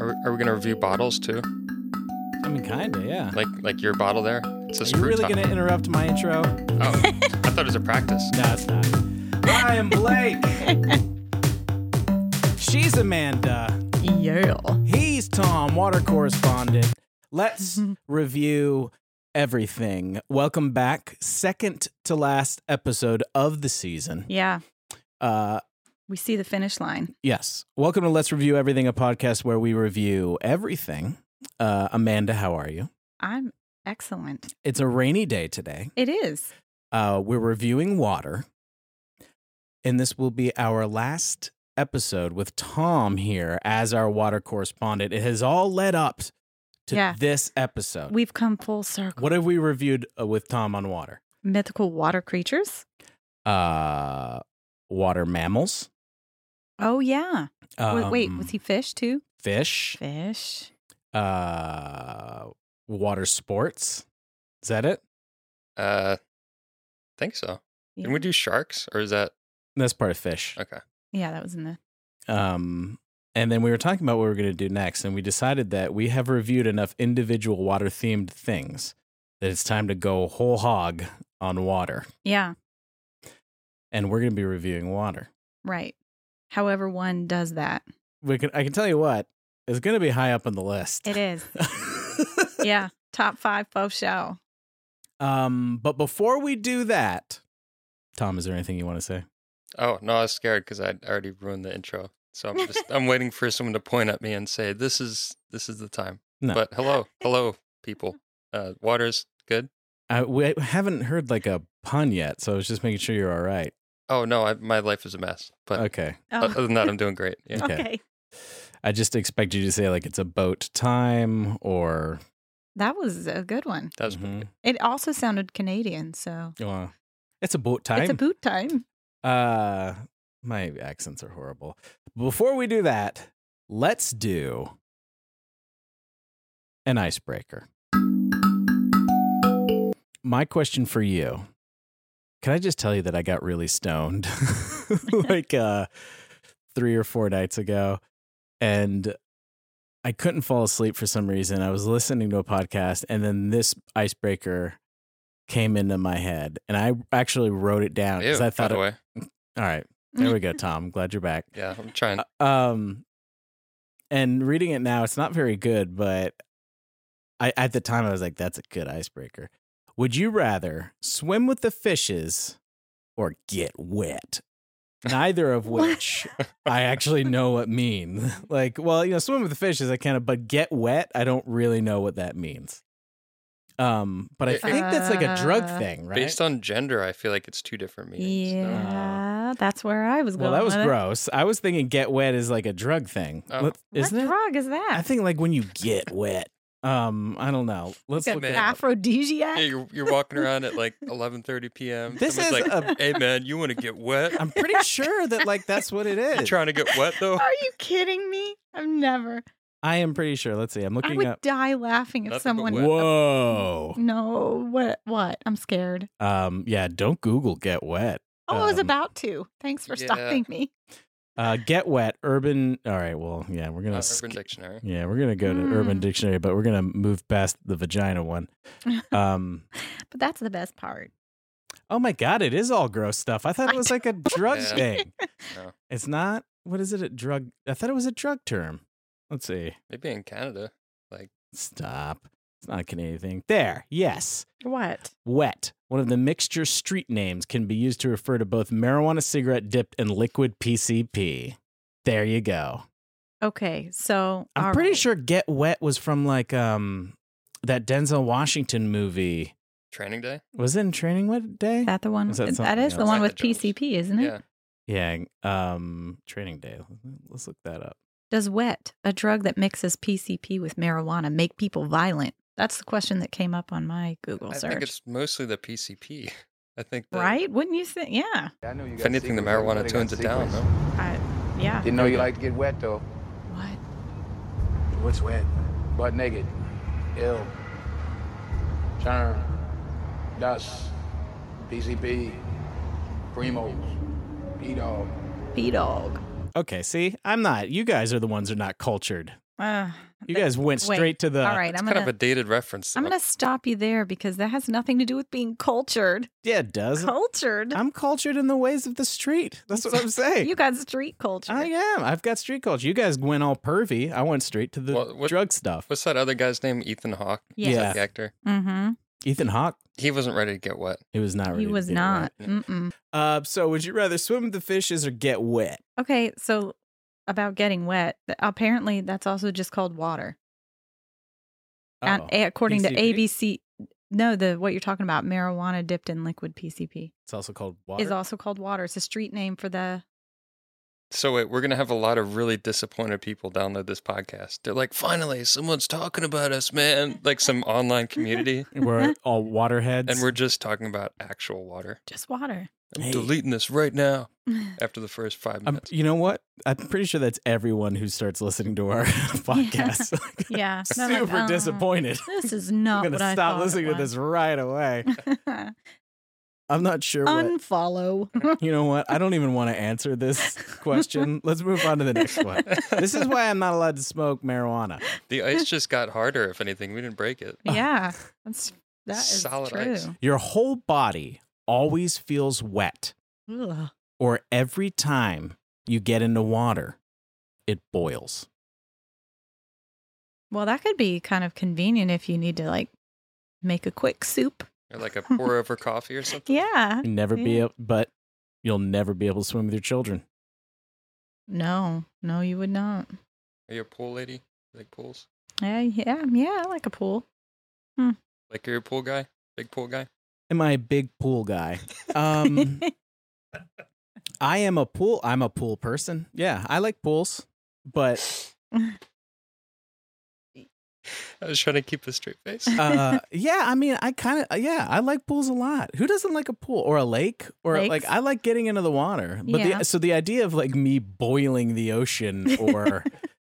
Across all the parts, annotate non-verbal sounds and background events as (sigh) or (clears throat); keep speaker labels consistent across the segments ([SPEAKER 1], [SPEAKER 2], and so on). [SPEAKER 1] Are, we- are we gonna review bottles too?
[SPEAKER 2] I mean, kinda, yeah.
[SPEAKER 1] Like like your bottle there? It's a
[SPEAKER 2] Are you
[SPEAKER 1] screw
[SPEAKER 2] really
[SPEAKER 1] top.
[SPEAKER 2] gonna interrupt my intro? (laughs)
[SPEAKER 1] Oh, I thought it was a practice.
[SPEAKER 2] No, it's not. I am Blake. She's Amanda.
[SPEAKER 3] Yale.
[SPEAKER 2] He's Tom, water correspondent. Let's review everything. Welcome back. Second to last episode of the season.
[SPEAKER 3] Yeah,
[SPEAKER 2] Uh,
[SPEAKER 3] we see the finish line.
[SPEAKER 2] yes. Welcome to Let's Review Everything, a podcast where we review everything. Uh, Amanda, how are you?
[SPEAKER 3] I'm excellent.
[SPEAKER 2] It's a rainy day today.
[SPEAKER 3] It is.
[SPEAKER 2] Uh, we're reviewing water. And this will be our last episode with Tom here as our water correspondent. It has all led up to
[SPEAKER 3] Yeah.
[SPEAKER 2] this episode.
[SPEAKER 3] We've come full circle.
[SPEAKER 2] what have we reviewed uh, with Tom on water?
[SPEAKER 3] Mythical water creatures.
[SPEAKER 2] Uh, water mammals.
[SPEAKER 3] Oh yeah. Wa- wait,
[SPEAKER 2] um,
[SPEAKER 3] was he fish too?
[SPEAKER 2] fish?
[SPEAKER 3] Fish.
[SPEAKER 2] Uh, water sports. Is that it?
[SPEAKER 1] Uh, think so.
[SPEAKER 3] Yeah.
[SPEAKER 1] Didn't we do sharks or is that
[SPEAKER 2] That's part of fish.
[SPEAKER 1] okay?
[SPEAKER 3] yeah, that was in the.
[SPEAKER 2] Um, and then we were talking about what we were going to do next, and we decided that we have reviewed enough individual water themed things that it's time to go whole hog on water.
[SPEAKER 3] Yeah,
[SPEAKER 2] And we're going to be reviewing water.
[SPEAKER 3] right. However, one
[SPEAKER 2] (laughs)
[SPEAKER 3] does that.
[SPEAKER 2] We can, I can tell you what, it's going to be high up on the list. (laughs)
[SPEAKER 3] It is. yeah, top five faux show.
[SPEAKER 2] um, but before we do that, Tom, is there anything you want to say?
[SPEAKER 1] Oh no, I was scared because I already ruined the intro. So I'm just I'm waiting for someone to point at me and say this is this is the time.
[SPEAKER 2] No.
[SPEAKER 1] But hello, hello people. Uh, water's good.
[SPEAKER 2] I, we haven't heard like a pun yet, so I was just making sure you're all right.
[SPEAKER 1] Oh no, I, my life is a mess. But
[SPEAKER 2] Okay.
[SPEAKER 3] Oh,
[SPEAKER 1] other than that, I'm doing great. Yeah.
[SPEAKER 2] (laughs)
[SPEAKER 3] (laughs)
[SPEAKER 2] okay.
[SPEAKER 3] okay.
[SPEAKER 2] I just expect you to say like it's about time or
[SPEAKER 3] That was a good one.
[SPEAKER 1] That was
[SPEAKER 2] Mhm.
[SPEAKER 3] It also sounded Canadian, so
[SPEAKER 2] Well, it's a boat time.
[SPEAKER 3] it's a boot time.
[SPEAKER 2] uh, my accents are horrible. Before we do that, let's do an icebreaker. My question for you: Can I just tell you that I got really stoned, (laughs) like uh, three or four nights ago, and I couldn't fall asleep for some reason. I was listening to a podcast, and then this icebreaker came into my head, and I actually wrote it down
[SPEAKER 1] Ew,
[SPEAKER 2] because I
[SPEAKER 1] by
[SPEAKER 2] thought,
[SPEAKER 1] the
[SPEAKER 2] it,
[SPEAKER 1] way.
[SPEAKER 2] all right, there we go, Tom. I'm glad you're back.
[SPEAKER 1] Yeah, I'm trying.
[SPEAKER 2] Uh, Um, and reading it now, it's not very good, but I at the time I was like, that's a good icebreaker. Would you rather swim with the fishes or get wet? Neither of which I actually know what mean. (laughs) Like, well, you know, swim with the fishes I can, but get wet, I don't really know what that means. Um, but I
[SPEAKER 1] It-
[SPEAKER 2] think that's like a drug
[SPEAKER 3] Uh,
[SPEAKER 2] thing, right?
[SPEAKER 1] Based on gender, I feel like it's two different meanings. no?
[SPEAKER 3] Yeah, that's where I was going.
[SPEAKER 2] uh, well, that was
[SPEAKER 3] with it.
[SPEAKER 2] gross. I was thinking get wet is like a drug thing.
[SPEAKER 1] Oh.
[SPEAKER 2] Let-
[SPEAKER 3] what
[SPEAKER 2] Isn't it?
[SPEAKER 3] drug is that?
[SPEAKER 2] I think like when you get wet. Um, I don't know. Let's
[SPEAKER 1] Good
[SPEAKER 2] look
[SPEAKER 1] man.
[SPEAKER 2] at
[SPEAKER 3] (laughs) aphrodisiac.
[SPEAKER 1] Yeah, you're, you're walking around at like 11:30 p.m.
[SPEAKER 2] This
[SPEAKER 1] Someone's
[SPEAKER 2] is
[SPEAKER 1] like, "Hey man, you want to get wet?
[SPEAKER 2] I'm
[SPEAKER 3] (laughs)
[SPEAKER 2] pretty sure that like that's what it
[SPEAKER 1] You
[SPEAKER 2] is.
[SPEAKER 1] trying to get wet though?"
[SPEAKER 3] Are you kidding me? I've never.
[SPEAKER 2] I am pretty sure. Let's see. I'm
[SPEAKER 3] I
[SPEAKER 2] looking
[SPEAKER 3] would
[SPEAKER 2] up.
[SPEAKER 3] die laughing if
[SPEAKER 1] Nothing but
[SPEAKER 3] someone.
[SPEAKER 1] wet.
[SPEAKER 2] Whoa.
[SPEAKER 3] No, what? What? I'm scared.
[SPEAKER 2] Um. Yeah. Don't Google get wet.
[SPEAKER 3] Oh, I was
[SPEAKER 2] Um,
[SPEAKER 3] about to. Thanks for
[SPEAKER 1] yeah.
[SPEAKER 3] stopping me.
[SPEAKER 2] Uh. Get wet. Urban. All right. Well. Yeah. We're gonna.
[SPEAKER 1] Uh,
[SPEAKER 2] sk-
[SPEAKER 1] Urban Dictionary.
[SPEAKER 2] yeah. We're gonna go to Urban
[SPEAKER 3] Mm.
[SPEAKER 2] Dictionary, but we're gonna move past the vagina
[SPEAKER 3] (laughs)
[SPEAKER 2] one. Um.
[SPEAKER 3] But that's the best part.
[SPEAKER 2] Oh my God! It is all gross stuff. I thought it
[SPEAKER 3] I
[SPEAKER 2] was like a drug
[SPEAKER 1] Yeah.
[SPEAKER 2] thing.
[SPEAKER 1] No.
[SPEAKER 2] It's not. What is it? A drug? I thought it was a drug term. Let's see.
[SPEAKER 1] Maybe in Canada.
[SPEAKER 2] Stop. It's not a Canadian thing. There. Yes.
[SPEAKER 3] What?
[SPEAKER 2] Wet. One of the mixture street names can be used to refer to both marijuana cigarette dipped and liquid PCP. There you go.
[SPEAKER 3] Okay, so
[SPEAKER 2] I'm
[SPEAKER 3] all
[SPEAKER 2] pretty
[SPEAKER 3] right.
[SPEAKER 2] sure Get Wet was from like um that Denzel Washington movie.
[SPEAKER 1] Training day.
[SPEAKER 2] Was it in Training Wet Day?
[SPEAKER 3] that the one.
[SPEAKER 2] Is that
[SPEAKER 3] that
[SPEAKER 2] something
[SPEAKER 3] is the
[SPEAKER 2] else?
[SPEAKER 3] one
[SPEAKER 1] Like
[SPEAKER 3] with
[SPEAKER 1] the drugs.
[SPEAKER 3] PCP, isn't it?
[SPEAKER 1] Yeah.
[SPEAKER 2] yeah, um Training Day. Let's look that up.
[SPEAKER 3] Does wet, a drug that mixes PCP with marijuana, make people violent? That's the question that came up on my Google
[SPEAKER 1] I
[SPEAKER 3] search.
[SPEAKER 1] think it's mostly the PCP. (laughs) I think. the-
[SPEAKER 3] right? Wouldn't you think? Yeah.
[SPEAKER 4] I know you
[SPEAKER 1] If
[SPEAKER 4] got
[SPEAKER 1] anything, the
[SPEAKER 4] secrets.
[SPEAKER 1] marijuana
[SPEAKER 4] Everybody got
[SPEAKER 1] tones it down.
[SPEAKER 4] secrets.
[SPEAKER 1] No?
[SPEAKER 3] I, yeah.
[SPEAKER 4] Didn't know you like to get wet though.
[SPEAKER 3] What?
[SPEAKER 4] What's wet? Butt naked, ill, turn, dust, PCP, primos, P dog.
[SPEAKER 3] B dog.
[SPEAKER 2] Okay, see? I'm not. You guys are the ones who are not cultured.
[SPEAKER 3] Uh,
[SPEAKER 2] You guys went
[SPEAKER 3] wait.
[SPEAKER 2] straight to the.
[SPEAKER 3] all right,
[SPEAKER 1] uh, It's
[SPEAKER 3] I'm
[SPEAKER 1] kind
[SPEAKER 3] gonna
[SPEAKER 1] of a dated reference.
[SPEAKER 3] I'm
[SPEAKER 1] though.
[SPEAKER 3] gonna stop you there because that has nothing to do with being cultured.
[SPEAKER 2] Yeah, it does.
[SPEAKER 3] Cultured.
[SPEAKER 2] I'm cultured in the ways of the street. That's what
[SPEAKER 3] (laughs)
[SPEAKER 2] I'm saying.
[SPEAKER 3] You got street culture.
[SPEAKER 2] I am. I've got street culture. You guys went all pervy. I went straight to the
[SPEAKER 1] What- what-
[SPEAKER 2] drug stuff.
[SPEAKER 1] What's that other guy's name? Ethan Hawke,
[SPEAKER 2] Yeah.
[SPEAKER 1] the actor.
[SPEAKER 3] Mm-hmm.
[SPEAKER 2] Ethan Hawke.
[SPEAKER 1] He wasn't ready to get wet.
[SPEAKER 2] He was not. Ready
[SPEAKER 3] He
[SPEAKER 2] to
[SPEAKER 3] was
[SPEAKER 2] do it right.
[SPEAKER 3] not. Mm-mm.
[SPEAKER 2] Uh, so would you rather swim with the fishes or get wet?
[SPEAKER 3] Okay, so about getting wet. th- Apparently, that's also just called water. And
[SPEAKER 2] Uh-oh.
[SPEAKER 3] a- according to
[SPEAKER 2] PCP?
[SPEAKER 3] ABC, no, the what you're talking about, marijuana dipped in liquid PCP,
[SPEAKER 2] It's also called water.
[SPEAKER 3] is also called water. It's a street name for the.
[SPEAKER 1] So wait, we're gonna have a lot of really disappointed people download this podcast. They're like, finally, someone's talking about us, man. Like some online community,
[SPEAKER 3] (laughs)
[SPEAKER 2] we're all waterheads. (laughs)
[SPEAKER 1] and we're just talking about actual water.
[SPEAKER 3] Just water. (laughs)
[SPEAKER 1] I'm
[SPEAKER 2] Hey.
[SPEAKER 1] deleting this right now. After the first five
[SPEAKER 2] I'm,
[SPEAKER 1] minutes,
[SPEAKER 2] you know what? I'm pretty sure that's everyone who starts listening to
[SPEAKER 3] (laughs)
[SPEAKER 2] our (laughs) podcast. (laughs)
[SPEAKER 3] yeah. They're like,
[SPEAKER 2] Super
[SPEAKER 3] "Oh,
[SPEAKER 2] disappointed. (laughs)
[SPEAKER 3] This is
[SPEAKER 2] I'm
[SPEAKER 3] not
[SPEAKER 2] gonna
[SPEAKER 3] what I
[SPEAKER 2] stop
[SPEAKER 3] thought it
[SPEAKER 2] listening to
[SPEAKER 3] was. (laughs)
[SPEAKER 2] this (laughs) right away. I'm not sure what.
[SPEAKER 3] Unfollow.
[SPEAKER 2] You know what? I don't even want to answer
[SPEAKER 3] (laughs)
[SPEAKER 2] this question. Let's move on to the next one. (laughs) This is why I'm not allowed to smoke marijuana.
[SPEAKER 1] the ice just got harder. If anything, we didn't break it. (laughs)
[SPEAKER 3] yeah, that's that is
[SPEAKER 1] Solid
[SPEAKER 3] true.
[SPEAKER 1] ice.
[SPEAKER 2] Your whole body always feels wet,
[SPEAKER 3] Ugh.
[SPEAKER 2] or every time you get into water, it boils.
[SPEAKER 3] Well, that could be kind of convenient if you need to like make a quick soup.
[SPEAKER 1] Or like a pour over coffee or something.
[SPEAKER 3] Yeah.
[SPEAKER 2] You never be
[SPEAKER 3] Yeah.
[SPEAKER 2] able, but you'll never be able to swim with your children.
[SPEAKER 3] No, no, you would not.
[SPEAKER 1] Are you a pool lady? You Like pools?
[SPEAKER 3] Yeah, yeah, yeah. I like a pool.
[SPEAKER 1] Like you're a pool guy? Big pool guy?
[SPEAKER 2] Am I a big pool guy?
[SPEAKER 3] (laughs)
[SPEAKER 2] Um, I am a pool. I'm a pool person. Yeah, I like pools, but
[SPEAKER 1] I was trying to keep a straight
[SPEAKER 2] (laughs)
[SPEAKER 1] face.
[SPEAKER 2] uh, yeah, I mean, I kind of yeah, I like pools a lot. Who doesn't like a pool or a lake or like
[SPEAKER 3] Lakes.
[SPEAKER 2] I like getting into the water. But
[SPEAKER 3] Yeah.
[SPEAKER 2] the, so the idea of like me boiling the ocean
[SPEAKER 3] (laughs)
[SPEAKER 2] or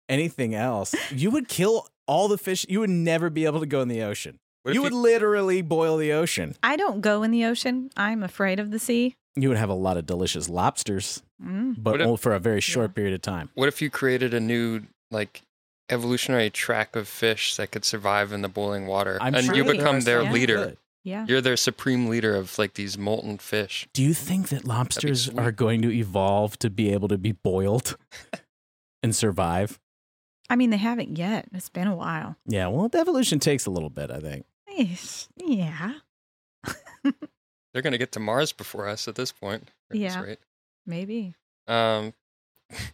[SPEAKER 2] anything else, you would kill all the fish. You would never be able to go in the ocean.
[SPEAKER 1] What if
[SPEAKER 2] you would literally boil the ocean.
[SPEAKER 3] I don't go in the ocean. I'm afraid of the sea.
[SPEAKER 2] You would have a lot of delicious lobsters,
[SPEAKER 3] Mm.
[SPEAKER 2] but
[SPEAKER 1] What if-
[SPEAKER 2] only for a very short period of time.
[SPEAKER 1] What if you created a new like evolutionary track of fish that could survive in the boiling water,
[SPEAKER 2] I'm
[SPEAKER 1] and
[SPEAKER 2] sure
[SPEAKER 1] you
[SPEAKER 2] that there
[SPEAKER 1] become
[SPEAKER 2] are
[SPEAKER 1] their
[SPEAKER 2] some that
[SPEAKER 1] leader?
[SPEAKER 2] could.
[SPEAKER 3] Yeah.
[SPEAKER 1] You're their supreme leader of like these molten fish.
[SPEAKER 2] Do you think that lobsters
[SPEAKER 1] sweet.
[SPEAKER 2] are going to evolve to be able to be
[SPEAKER 1] (laughs)
[SPEAKER 2] boiled and survive?
[SPEAKER 3] I mean, they haven't yet. It's been a while.
[SPEAKER 2] Yeah, well, evolution takes a little bit, I think.
[SPEAKER 3] Yes. Yeah.
[SPEAKER 1] They're gonna get to Mars before us at this point. at this
[SPEAKER 3] Yeah.
[SPEAKER 1] rate.
[SPEAKER 3] Maybe.
[SPEAKER 1] Um.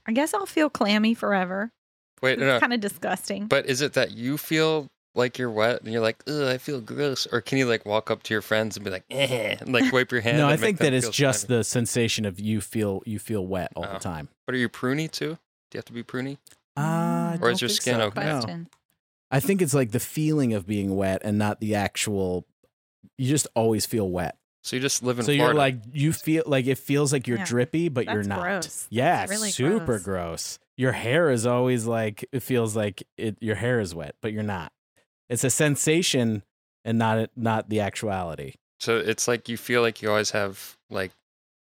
[SPEAKER 3] I guess I'll feel clammy forever.
[SPEAKER 1] Wait.
[SPEAKER 3] It's
[SPEAKER 1] No. no.
[SPEAKER 3] kind of disgusting.
[SPEAKER 1] But is it that you feel like you're wet and you're like, ugh, I feel gross, or can you like walk up to your friends and be like, eh, and like wipe your hand?
[SPEAKER 2] no,
[SPEAKER 1] and
[SPEAKER 2] I
[SPEAKER 1] make
[SPEAKER 2] think
[SPEAKER 1] them
[SPEAKER 2] that it's
[SPEAKER 1] feel
[SPEAKER 2] just
[SPEAKER 1] slimy?
[SPEAKER 2] the sensation of you feel you feel wet all
[SPEAKER 1] Oh.
[SPEAKER 2] the time.
[SPEAKER 1] But are you pruny too? Do you have to be pruny?
[SPEAKER 2] Uh, I
[SPEAKER 3] Mm, Or
[SPEAKER 1] is
[SPEAKER 2] don't
[SPEAKER 1] your
[SPEAKER 2] think
[SPEAKER 1] skin
[SPEAKER 2] so.
[SPEAKER 1] okay?
[SPEAKER 2] No.
[SPEAKER 3] question.
[SPEAKER 2] I think it's like the feeling of being wet and not the actual. You just always feel wet.
[SPEAKER 1] So you just live in
[SPEAKER 2] so
[SPEAKER 1] Florida.
[SPEAKER 2] you're like you feel like it feels like you're
[SPEAKER 3] Yeah.
[SPEAKER 2] drippy, but you're
[SPEAKER 3] That's
[SPEAKER 2] not.
[SPEAKER 3] gross.
[SPEAKER 2] Yeah,
[SPEAKER 3] That's really
[SPEAKER 2] super
[SPEAKER 3] gross.
[SPEAKER 2] gross. Your hair is always like it feels like it. Your hair is wet, but you're not. It's a sensation and not not the actuality.
[SPEAKER 1] So it's like you feel like you always have like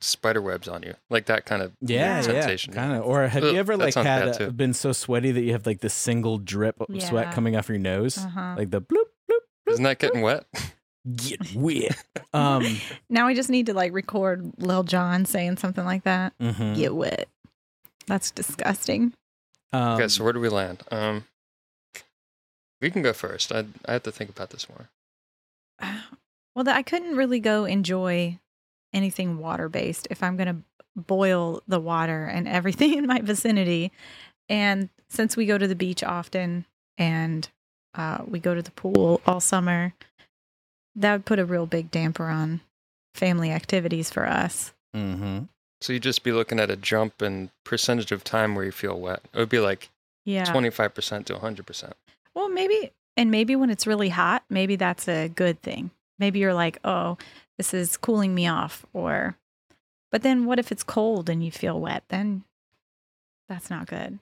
[SPEAKER 1] spider webs on you, like that kind of
[SPEAKER 2] Yeah, yeah,
[SPEAKER 1] sensation.
[SPEAKER 2] kind of. Or have
[SPEAKER 1] Ugh,
[SPEAKER 2] you ever
[SPEAKER 1] that
[SPEAKER 2] like
[SPEAKER 1] sounds
[SPEAKER 2] had
[SPEAKER 1] bad,
[SPEAKER 2] a-
[SPEAKER 1] too.
[SPEAKER 2] been so sweaty that you have like this single drip of
[SPEAKER 3] Yeah.
[SPEAKER 2] sweat coming off your nose,
[SPEAKER 3] Uh-huh.
[SPEAKER 2] like the bloop bloop?
[SPEAKER 1] Isn't that getting wet?
[SPEAKER 2] Get wet.
[SPEAKER 3] (laughs)
[SPEAKER 2] um,
[SPEAKER 3] Now I just need to like record Lil Jon saying something like that.
[SPEAKER 2] mhm.
[SPEAKER 3] Get wet. That's disgusting.
[SPEAKER 2] Um,
[SPEAKER 1] okay, so where do we land? Um, we can go first. I I have to think about this more.
[SPEAKER 3] (sighs) Well, that I couldn't really go enjoy anything water based if I'm going to boil the water and everything (laughs) in my vicinity. And since we go to the beach often and uh, we go to the pool all summer, that would put a real big damper on family activities for us.
[SPEAKER 2] mhm.
[SPEAKER 1] So you'd just be looking at a jump in percentage of time where you feel wet. It would be like
[SPEAKER 3] Yeah.
[SPEAKER 1] twenty five percent to hundred percent.
[SPEAKER 3] Well, maybe, and maybe when it's really hot, maybe that's a good thing. Maybe you're like, oh, this is cooling me off. Or, but then what if it's cold and you feel wet? Then that's not good.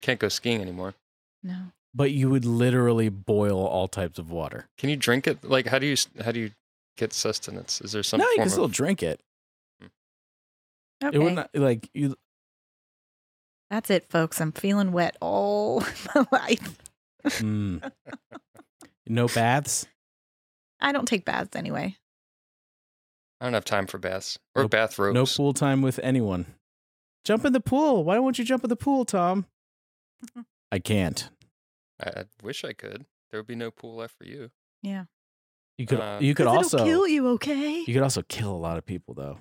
[SPEAKER 1] Can't go skiing anymore.
[SPEAKER 3] No.
[SPEAKER 2] But you would literally boil all types of water.
[SPEAKER 1] Can you drink it? Like how do you s- how do you get sustenance? Is there some
[SPEAKER 2] no, you
[SPEAKER 1] form
[SPEAKER 2] can still
[SPEAKER 1] of
[SPEAKER 2] drink it. uh,
[SPEAKER 3] Okay.
[SPEAKER 2] It would not like you.
[SPEAKER 3] That's it, folks. I'm feeling wet all (laughs) my life. (laughs)
[SPEAKER 2] Mm. no baths?
[SPEAKER 3] I don't take baths anyway.
[SPEAKER 1] I don't have time for baths or
[SPEAKER 2] Nope.
[SPEAKER 1] bathrobes.
[SPEAKER 2] No pool time with anyone. Jump in the pool. Why won't you jump in the pool, Tom? I can't.
[SPEAKER 1] I, I wish I could. There would be no pool left for you.
[SPEAKER 3] Yeah.
[SPEAKER 2] You could
[SPEAKER 1] Uh,
[SPEAKER 2] you could
[SPEAKER 3] 'Cause
[SPEAKER 2] also
[SPEAKER 3] it'll kill you, okay?
[SPEAKER 2] you could also kill a lot of people though.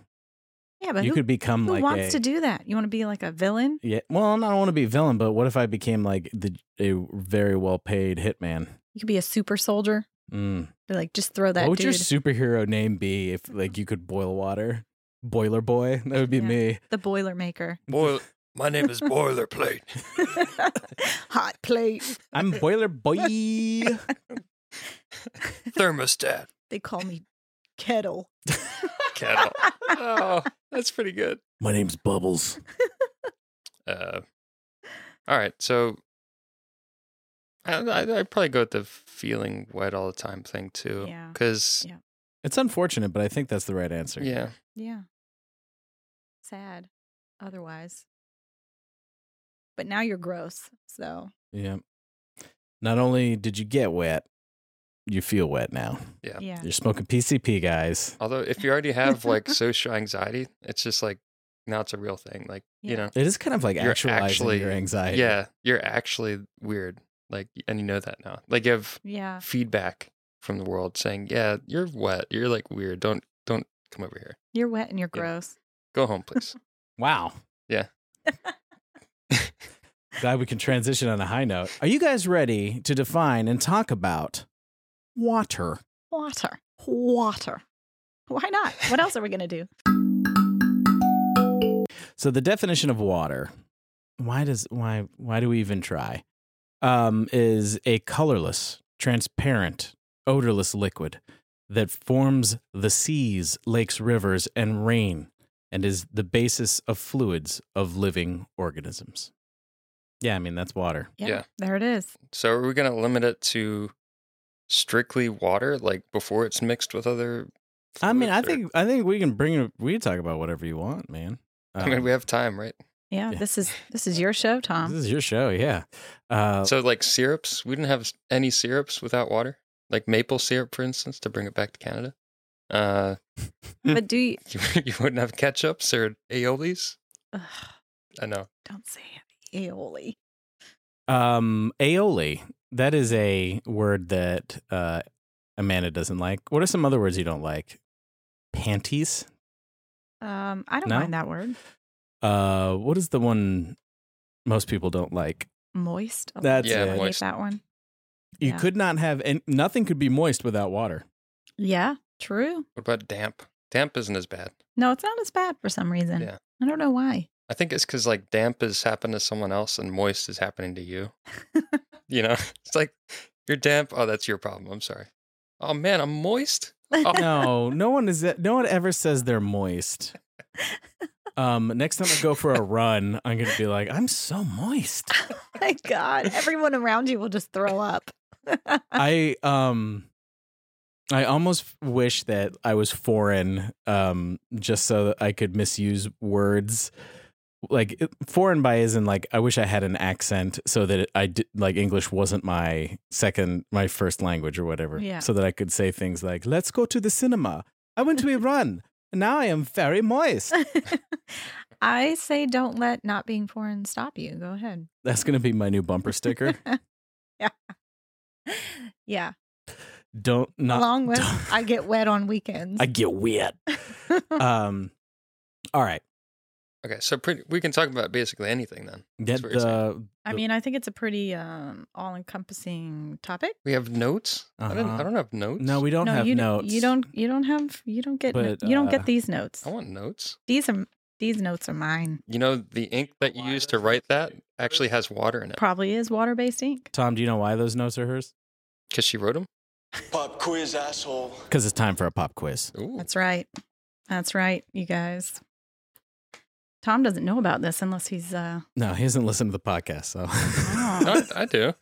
[SPEAKER 3] yeah, but
[SPEAKER 2] you
[SPEAKER 3] who,
[SPEAKER 2] could become
[SPEAKER 3] who
[SPEAKER 2] like
[SPEAKER 3] wants
[SPEAKER 2] a,
[SPEAKER 3] to do that? You want to be like a villain?
[SPEAKER 2] Yeah. Well, I don't want to be villain, but what if I became like the a very well paid hitman?
[SPEAKER 3] You could be a super soldier.
[SPEAKER 2] Mm.
[SPEAKER 3] Be like, just throw that
[SPEAKER 2] What would
[SPEAKER 3] dude.
[SPEAKER 2] your superhero name be if like you could boil water? Boiler boy. (laughs) That would be
[SPEAKER 3] Yeah.
[SPEAKER 2] me. (laughs)
[SPEAKER 3] the Boilermaker.
[SPEAKER 1] Boil. My name is (laughs) Boilerplate.
[SPEAKER 3] (laughs) Hot
[SPEAKER 2] (laughs)
[SPEAKER 3] plate.
[SPEAKER 2] I'm boiler boy.
[SPEAKER 1] Thermostat.
[SPEAKER 3] They call me Kettle.
[SPEAKER 1] Kettle. Oh, that's pretty good.
[SPEAKER 2] My name's Bubbles.
[SPEAKER 1] Uh, all right, so I, I I'd probably go with the feeling wet all the time thing too,
[SPEAKER 3] Yeah.
[SPEAKER 1] because
[SPEAKER 2] It's unfortunate, but I think that's the right answer.
[SPEAKER 1] yeah.
[SPEAKER 3] Yeah. Sad otherwise. But now you're gross. So,
[SPEAKER 2] Yeah. Not only did you get wet, you feel wet now.
[SPEAKER 1] Yeah.
[SPEAKER 3] yeah.
[SPEAKER 2] You're smoking PCP, guys.
[SPEAKER 1] Although if you already have like social anxiety, it's just like now it's a real thing. Like you
[SPEAKER 3] Yeah.
[SPEAKER 1] know,
[SPEAKER 2] It is kind of like
[SPEAKER 1] You're
[SPEAKER 2] actualizing
[SPEAKER 1] actually-
[SPEAKER 2] your anxiety.
[SPEAKER 1] yeah, you're actually weird. Like and you know that now. Like you have
[SPEAKER 2] Uh
[SPEAKER 3] Yeah.
[SPEAKER 1] feedback from the world saying, yeah, you're wet. You're like weird. Don't don't come over here.
[SPEAKER 3] You're wet and you're
[SPEAKER 1] Yeah.
[SPEAKER 3] gross.
[SPEAKER 1] Go home,
[SPEAKER 2] (laughs)
[SPEAKER 1] please.
[SPEAKER 2] Wow.
[SPEAKER 1] Yeah.
[SPEAKER 2] (laughs) Glad we can transition on a high note. Are you guys ready to define and talk about water?
[SPEAKER 3] Water. Water. Why not? What else are we going to do?
[SPEAKER 2] So the definition of water, why does why why do we even try? Um, is a colorless, transparent, odorless liquid that forms the seas, lakes, rivers, and rain, and is the basis of fluids of living organisms. Yeah, I mean that's water.
[SPEAKER 1] Yeah.
[SPEAKER 3] There it is.
[SPEAKER 1] so are we gonna limit it to strictly water, like before it's mixed with other?
[SPEAKER 2] I mean, I
[SPEAKER 1] fluids, or-
[SPEAKER 2] think I think we can bring it. We can talk about whatever you
[SPEAKER 1] (laughs)
[SPEAKER 2] want, man.
[SPEAKER 1] I mean,
[SPEAKER 2] Um,
[SPEAKER 1] we have time, right?
[SPEAKER 3] Yeah,
[SPEAKER 2] Yeah.
[SPEAKER 3] This is this is your show, Tom.
[SPEAKER 2] this is your show, yeah. Uh,
[SPEAKER 1] So, like syrups, we didn't have s- any syrups without water, like maple syrup, for instance, to bring it back to Canada. Uh, (laughs)
[SPEAKER 3] but do you
[SPEAKER 1] you, you wouldn't have ketchups or aiolis.
[SPEAKER 3] ugh,
[SPEAKER 1] I know.
[SPEAKER 3] don't say it. aioli.
[SPEAKER 2] Um, aioli. That is a word that uh, Amanda doesn't like. What are some other words you don't like? Panties.
[SPEAKER 3] Um, I don't
[SPEAKER 2] No?
[SPEAKER 3] mind that word.
[SPEAKER 2] Uh, what is the one most people don't like?
[SPEAKER 3] Moist. Oh,
[SPEAKER 2] That's
[SPEAKER 1] Yeah,
[SPEAKER 3] I
[SPEAKER 2] it.
[SPEAKER 3] hate
[SPEAKER 1] moist.
[SPEAKER 3] that one.
[SPEAKER 2] You
[SPEAKER 3] Yeah.
[SPEAKER 2] could not have, and nothing could be moist without water.
[SPEAKER 3] Yeah, true.
[SPEAKER 1] What about damp? Damp isn't as bad.
[SPEAKER 3] No, it's not as bad for some reason.
[SPEAKER 1] Yeah.
[SPEAKER 3] I don't know why.
[SPEAKER 1] I think it's because like damp has happened to someone else and moist is happening to
[SPEAKER 2] (laughs)
[SPEAKER 1] you. you know, (laughs) it's like you're damp. Oh, that's your problem. I'm sorry. Oh man, I'm moist.
[SPEAKER 2] Oh, No, no one is. No one ever says they're moist. Um, next time I go for a run, I'm gonna be like, I'm so moist.
[SPEAKER 3] (laughs) My God, everyone around you will just throw up. (laughs)
[SPEAKER 2] I um I almost wish that I was foreign um just so that I could misuse words like it- foreign by is in like I wish I had an accent so that it, I did like English wasn't my second my first language or whatever
[SPEAKER 3] Yeah.
[SPEAKER 2] so that I could say things like let's go to the cinema I went to Iran and now I am very
[SPEAKER 3] (laughs)
[SPEAKER 2] moist
[SPEAKER 3] I say don't let not being foreign stop you. Go ahead.
[SPEAKER 2] that's going to be my new bumper sticker
[SPEAKER 3] (laughs) Yeah.
[SPEAKER 2] don't not
[SPEAKER 3] Along with
[SPEAKER 2] don't-
[SPEAKER 3] I get wet on
[SPEAKER 2] (laughs)
[SPEAKER 3] weekends.
[SPEAKER 2] I get weird um all right
[SPEAKER 1] Okay, so pretty, we can talk about basically anything then. That's
[SPEAKER 2] get
[SPEAKER 1] what you're saying.
[SPEAKER 2] the
[SPEAKER 3] (laughs) I mean, I think it's a pretty um, all encompassing topic.
[SPEAKER 1] We have notes. I don't.
[SPEAKER 2] Uh-huh.
[SPEAKER 1] I don't have notes.
[SPEAKER 2] No, we don't
[SPEAKER 3] no,
[SPEAKER 2] have
[SPEAKER 3] you, d-
[SPEAKER 2] notes.
[SPEAKER 3] You don't you don't have you don't get no-
[SPEAKER 2] But,
[SPEAKER 3] you don't
[SPEAKER 2] uh,
[SPEAKER 3] get these notes.
[SPEAKER 1] I want notes.
[SPEAKER 3] These are these notes are mine.
[SPEAKER 1] You know, the ink that you use to write that actually has water
[SPEAKER 2] Uh
[SPEAKER 1] in it
[SPEAKER 3] Probably is water based ink.
[SPEAKER 2] Tom, do you know why those notes are hers?
[SPEAKER 1] because she wrote them.
[SPEAKER 5] Pop quiz, asshole.
[SPEAKER 2] Because it's time for a pop quiz.
[SPEAKER 1] Ooh.
[SPEAKER 3] That's right. That's right, you guys. Tom doesn't know about this unless he's uh (laughs)
[SPEAKER 2] No, he hasn't listened to the podcast, so.
[SPEAKER 1] No,
[SPEAKER 3] Wow.
[SPEAKER 1] I, I do.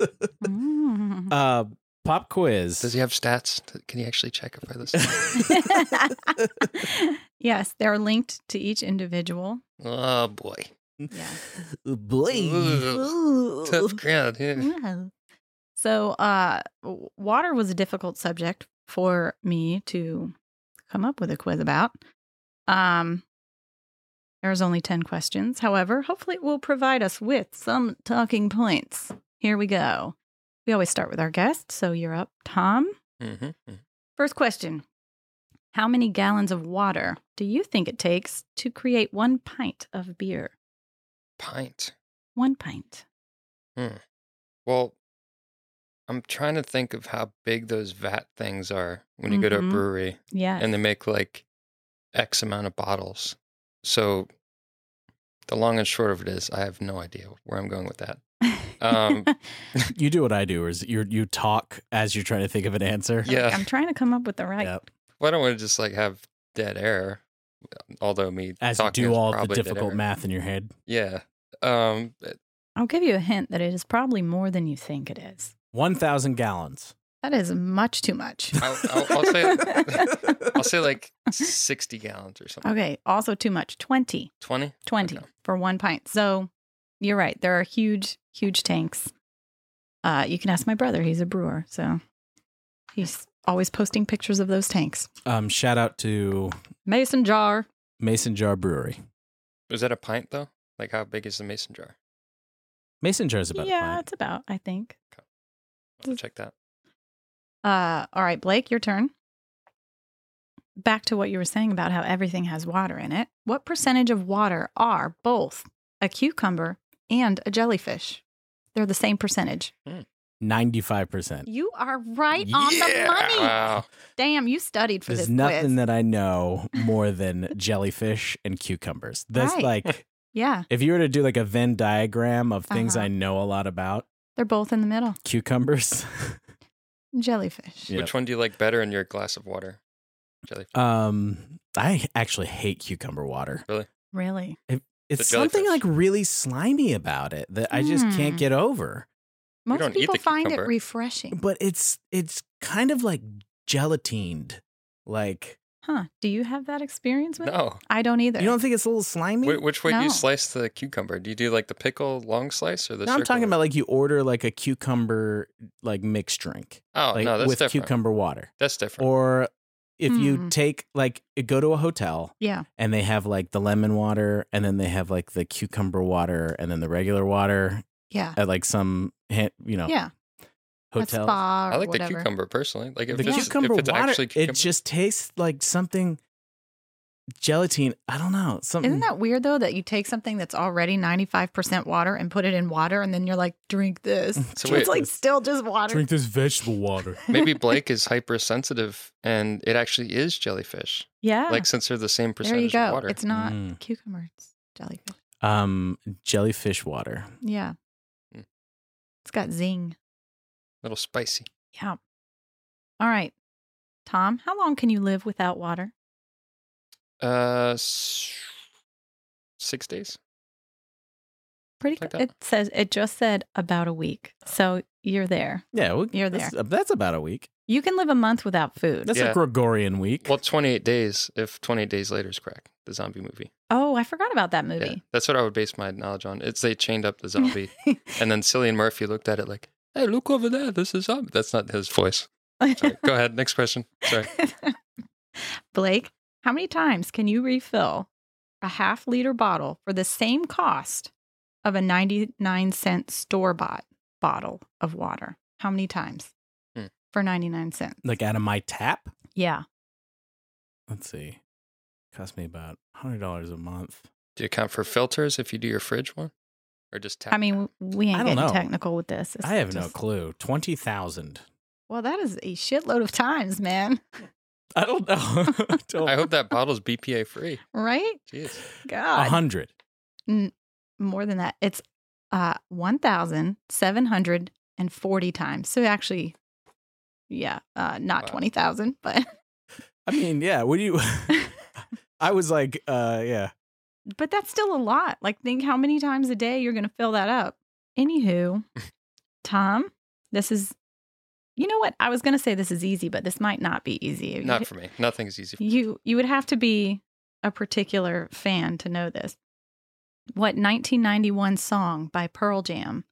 [SPEAKER 2] (laughs)
[SPEAKER 3] mm.
[SPEAKER 2] uh, pop
[SPEAKER 1] Does
[SPEAKER 2] quiz. (laughs)
[SPEAKER 1] he have stats? T- Can he actually check if I listen?
[SPEAKER 3] yes, they're linked to each individual.
[SPEAKER 1] oh boy.
[SPEAKER 3] (laughs) Yeah.
[SPEAKER 1] (laughs)
[SPEAKER 2] Boy.
[SPEAKER 3] Ooh.
[SPEAKER 1] Tough crowd. Yeah.
[SPEAKER 2] Mm.
[SPEAKER 3] Wow. So, uh, w- water was a difficult subject for me to come up with a quiz about. Um, there was only 10 questions. However, hopefully it will provide us with some talking points. Here we go. We always start with our guest. So you're up, Tom.
[SPEAKER 1] Mm-hmm.
[SPEAKER 3] First question How many gallons of water do you think it takes to create one pint of beer?
[SPEAKER 1] Pint.
[SPEAKER 3] One pint.
[SPEAKER 1] Well, I'm trying to think of how big those vat things are when you go to a
[SPEAKER 2] Mm-hmm.
[SPEAKER 3] Mhm.
[SPEAKER 1] brewery
[SPEAKER 3] Yeah.
[SPEAKER 1] and they make like X amount of bottles. So the long and short of it is, I have no idea where I'm going with that.
[SPEAKER 3] (laughs)
[SPEAKER 1] Um,
[SPEAKER 2] You do what I do, is you you talk as you're trying to think of an answer.
[SPEAKER 1] Yeah.
[SPEAKER 3] I'm trying to come up with the right.
[SPEAKER 2] Yep.
[SPEAKER 1] Well, I don't want to just like have dead air. Although me
[SPEAKER 2] As you
[SPEAKER 1] talking
[SPEAKER 2] do
[SPEAKER 1] is
[SPEAKER 2] all the
[SPEAKER 1] probably dead
[SPEAKER 2] difficult
[SPEAKER 1] air.
[SPEAKER 2] math in your head.
[SPEAKER 1] Yeah. Um.
[SPEAKER 3] I'll give you a hint that it is probably more than you think it is.
[SPEAKER 2] One thousand gallons.
[SPEAKER 3] That is much too
[SPEAKER 1] (laughs)
[SPEAKER 3] much.
[SPEAKER 1] I'll, I'll, I'll
[SPEAKER 2] (laughs)
[SPEAKER 1] say I'll say like sixty gallons or something.
[SPEAKER 3] okay. Also, too much 20,
[SPEAKER 1] Twenty.
[SPEAKER 3] 20
[SPEAKER 1] Okay.
[SPEAKER 3] for one pint. So you're right. There are huge, huge tanks. Uh, you can ask my brother. He's a brewer. So he's always posting pictures of those tanks.
[SPEAKER 2] Um, shout out to
[SPEAKER 3] Mason jar.
[SPEAKER 2] Mason Jar Brewery.
[SPEAKER 1] Is that a pint though? Like how big is the mason jar?
[SPEAKER 2] Mason Jar is about
[SPEAKER 3] yeah,
[SPEAKER 2] a pint.
[SPEAKER 3] it's about, I think.
[SPEAKER 1] I'll have to check that.
[SPEAKER 3] Uh, all right, Blake, your turn. Back to what you were saying about how everything has water in it. What percentage of water are both a cucumber and a jellyfish? They're the same percentage.
[SPEAKER 2] Ninety-five percent.
[SPEAKER 3] You are right on the money.
[SPEAKER 2] (laughs)
[SPEAKER 1] Wow.
[SPEAKER 3] Damn, you studied for
[SPEAKER 2] There's
[SPEAKER 3] this
[SPEAKER 2] nothing
[SPEAKER 3] quiz.
[SPEAKER 2] that I know more than (laughs) jellyfish and cucumbers. That's
[SPEAKER 3] Right.
[SPEAKER 2] like
[SPEAKER 3] yeah,
[SPEAKER 2] if you were to do like a Venn diagram of things
[SPEAKER 3] Uh-huh.
[SPEAKER 2] I know a lot about,
[SPEAKER 3] they're both in the middle.
[SPEAKER 2] cucumbers. (laughs)
[SPEAKER 3] Jellyfish.
[SPEAKER 2] Yeah.
[SPEAKER 1] Which one do you like better in your glass of water? Jelly.
[SPEAKER 2] um, I actually hate cucumber water.
[SPEAKER 3] Really?
[SPEAKER 2] It's
[SPEAKER 1] The
[SPEAKER 2] something like
[SPEAKER 1] jellyfish.
[SPEAKER 2] really slimy about it that I just
[SPEAKER 3] Hmm.
[SPEAKER 2] can't get over.
[SPEAKER 1] don't
[SPEAKER 3] Most
[SPEAKER 1] eat the
[SPEAKER 3] people find it
[SPEAKER 1] cucumber.
[SPEAKER 3] refreshing.
[SPEAKER 2] But it's it's kind of like gelatined. Like
[SPEAKER 3] Huh. Do you have that experience with it?
[SPEAKER 1] No.
[SPEAKER 3] I don't either.
[SPEAKER 2] you don't think it's a little slimy?
[SPEAKER 1] Wh- which way do
[SPEAKER 3] No.
[SPEAKER 1] you slice the cucumber? Do you do like the pickle long slice or the?
[SPEAKER 2] no, I'm
[SPEAKER 1] circle
[SPEAKER 2] talking
[SPEAKER 1] one?
[SPEAKER 2] about like you order like a cucumber like mixed drink.
[SPEAKER 1] Oh
[SPEAKER 2] like
[SPEAKER 1] no, that's
[SPEAKER 2] with
[SPEAKER 1] different.
[SPEAKER 2] cucumber water.
[SPEAKER 1] That's different.
[SPEAKER 2] Or if
[SPEAKER 3] Hmm.
[SPEAKER 2] you take like go to a hotel
[SPEAKER 3] yeah.
[SPEAKER 2] and they have like the lemon water and then they have like the cucumber water and then the regular water
[SPEAKER 3] Yeah.
[SPEAKER 2] at like some ha- you know
[SPEAKER 3] Yeah. A
[SPEAKER 2] hotel.
[SPEAKER 3] spa or
[SPEAKER 1] I like
[SPEAKER 3] whatever.
[SPEAKER 1] the cucumber personally. Like if
[SPEAKER 2] the
[SPEAKER 1] it's,
[SPEAKER 2] cucumber
[SPEAKER 1] if it's
[SPEAKER 2] water,
[SPEAKER 1] actually cucumber,
[SPEAKER 2] it just (laughs) tastes like something gelatine. I don't know. Something
[SPEAKER 3] Isn't that weird though that you take something that's already 95% water and put it in water and then you're like, drink this?
[SPEAKER 1] Mm, So
[SPEAKER 3] (laughs)
[SPEAKER 1] wait-
[SPEAKER 3] it's like still just water. (laughs)
[SPEAKER 2] this vegetable water.
[SPEAKER 1] maybe Blake is hypersensitive and it actually is jellyfish.
[SPEAKER 3] yeah.
[SPEAKER 1] Like since they're the same
[SPEAKER 3] there you
[SPEAKER 1] percentage
[SPEAKER 3] go.
[SPEAKER 1] of water.
[SPEAKER 3] It's not
[SPEAKER 2] Mm.
[SPEAKER 3] cucumber, it's jellyfish.
[SPEAKER 2] Um, jellyfish water.
[SPEAKER 3] Yeah.
[SPEAKER 1] Mm.
[SPEAKER 3] It's got zing.
[SPEAKER 1] little spicy.
[SPEAKER 3] Yeah. All right. Tom, how long can you live without water?
[SPEAKER 1] Uh, s- six days.
[SPEAKER 3] Pretty
[SPEAKER 1] Like
[SPEAKER 3] co-
[SPEAKER 1] that.
[SPEAKER 3] It says it just said about a week. So you're there.
[SPEAKER 2] Yeah, well,
[SPEAKER 3] You're
[SPEAKER 2] that's, that's about a week.
[SPEAKER 3] You can live a month without food.
[SPEAKER 2] That's
[SPEAKER 1] Yeah.
[SPEAKER 2] a Gregorian week.
[SPEAKER 1] Well, 28 days if 28 days later is crack, the zombie movie.
[SPEAKER 3] oh, I forgot about that
[SPEAKER 1] Yeah,
[SPEAKER 3] movie.
[SPEAKER 1] that's what I would base my knowledge on. It's they chained
[SPEAKER 2] (laughs)
[SPEAKER 1] up the zombie, and then Cillian Murphy looked at it like, "Hey, look over there. This is zombie." That's not his voice.
[SPEAKER 3] (laughs)
[SPEAKER 1] Sorry. Go ahead. Next question. Sorry.
[SPEAKER 3] Blake, how many times can you refill a half liter bottle for the same cost of a 99 cent store bought bottle of water? How many times
[SPEAKER 1] Hmm.
[SPEAKER 3] for 99 cents?
[SPEAKER 2] like out of my tap.
[SPEAKER 3] Yeah.
[SPEAKER 2] Let's see, cost me about hundred dollars a month.
[SPEAKER 1] Do you account for filters if you do your fridge one, or just tap?
[SPEAKER 3] I mean, we ain't
[SPEAKER 2] Uh, I
[SPEAKER 3] getting
[SPEAKER 2] don't know.
[SPEAKER 3] technical with this. It's
[SPEAKER 2] I have no
[SPEAKER 3] just-
[SPEAKER 2] clue. Twenty thousand.
[SPEAKER 3] Well, that is a shitload of times, man. (laughs)
[SPEAKER 2] I don't know. (laughs) I
[SPEAKER 1] tap?
[SPEAKER 2] don't-
[SPEAKER 1] I hope that bottle's BPA free.
[SPEAKER 3] Right? (laughs)
[SPEAKER 1] Jeez.
[SPEAKER 2] a
[SPEAKER 3] God.
[SPEAKER 2] hundred.
[SPEAKER 3] More than that. It's uh 1,740 times. So actually, yeah, uh, not
[SPEAKER 1] Wow.
[SPEAKER 3] 20,000, but.
[SPEAKER 2] I mean, yeah. What do you? (laughs) I was like, uh, yeah.
[SPEAKER 3] But that's still a lot. Like, think how many times a day you're going to fill that up.
[SPEAKER 1] (laughs)
[SPEAKER 3] Anywho, Tom, this is, you know what? I was going to say this is easy, but this might not be easy. You'd-
[SPEAKER 1] Not for me. Nothing's easy. For
[SPEAKER 3] you you would have to be a particular fan to know this. What 1991 song by Pearl Jam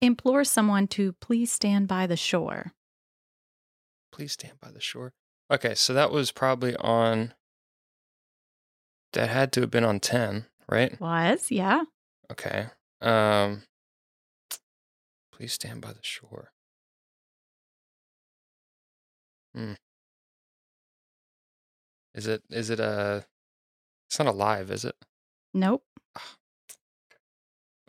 [SPEAKER 3] implores someone to please stand by
[SPEAKER 1] (laughs)
[SPEAKER 3] the shore?
[SPEAKER 1] Please stand by the shore. Okay, so that was probably on. That had to have been on 10, right?
[SPEAKER 3] Was, yeah.
[SPEAKER 1] Okay. Um, please stand by the shore. Hmm. Is it? Is it a? It's not alive, is it?
[SPEAKER 3] Nope.
[SPEAKER 1] What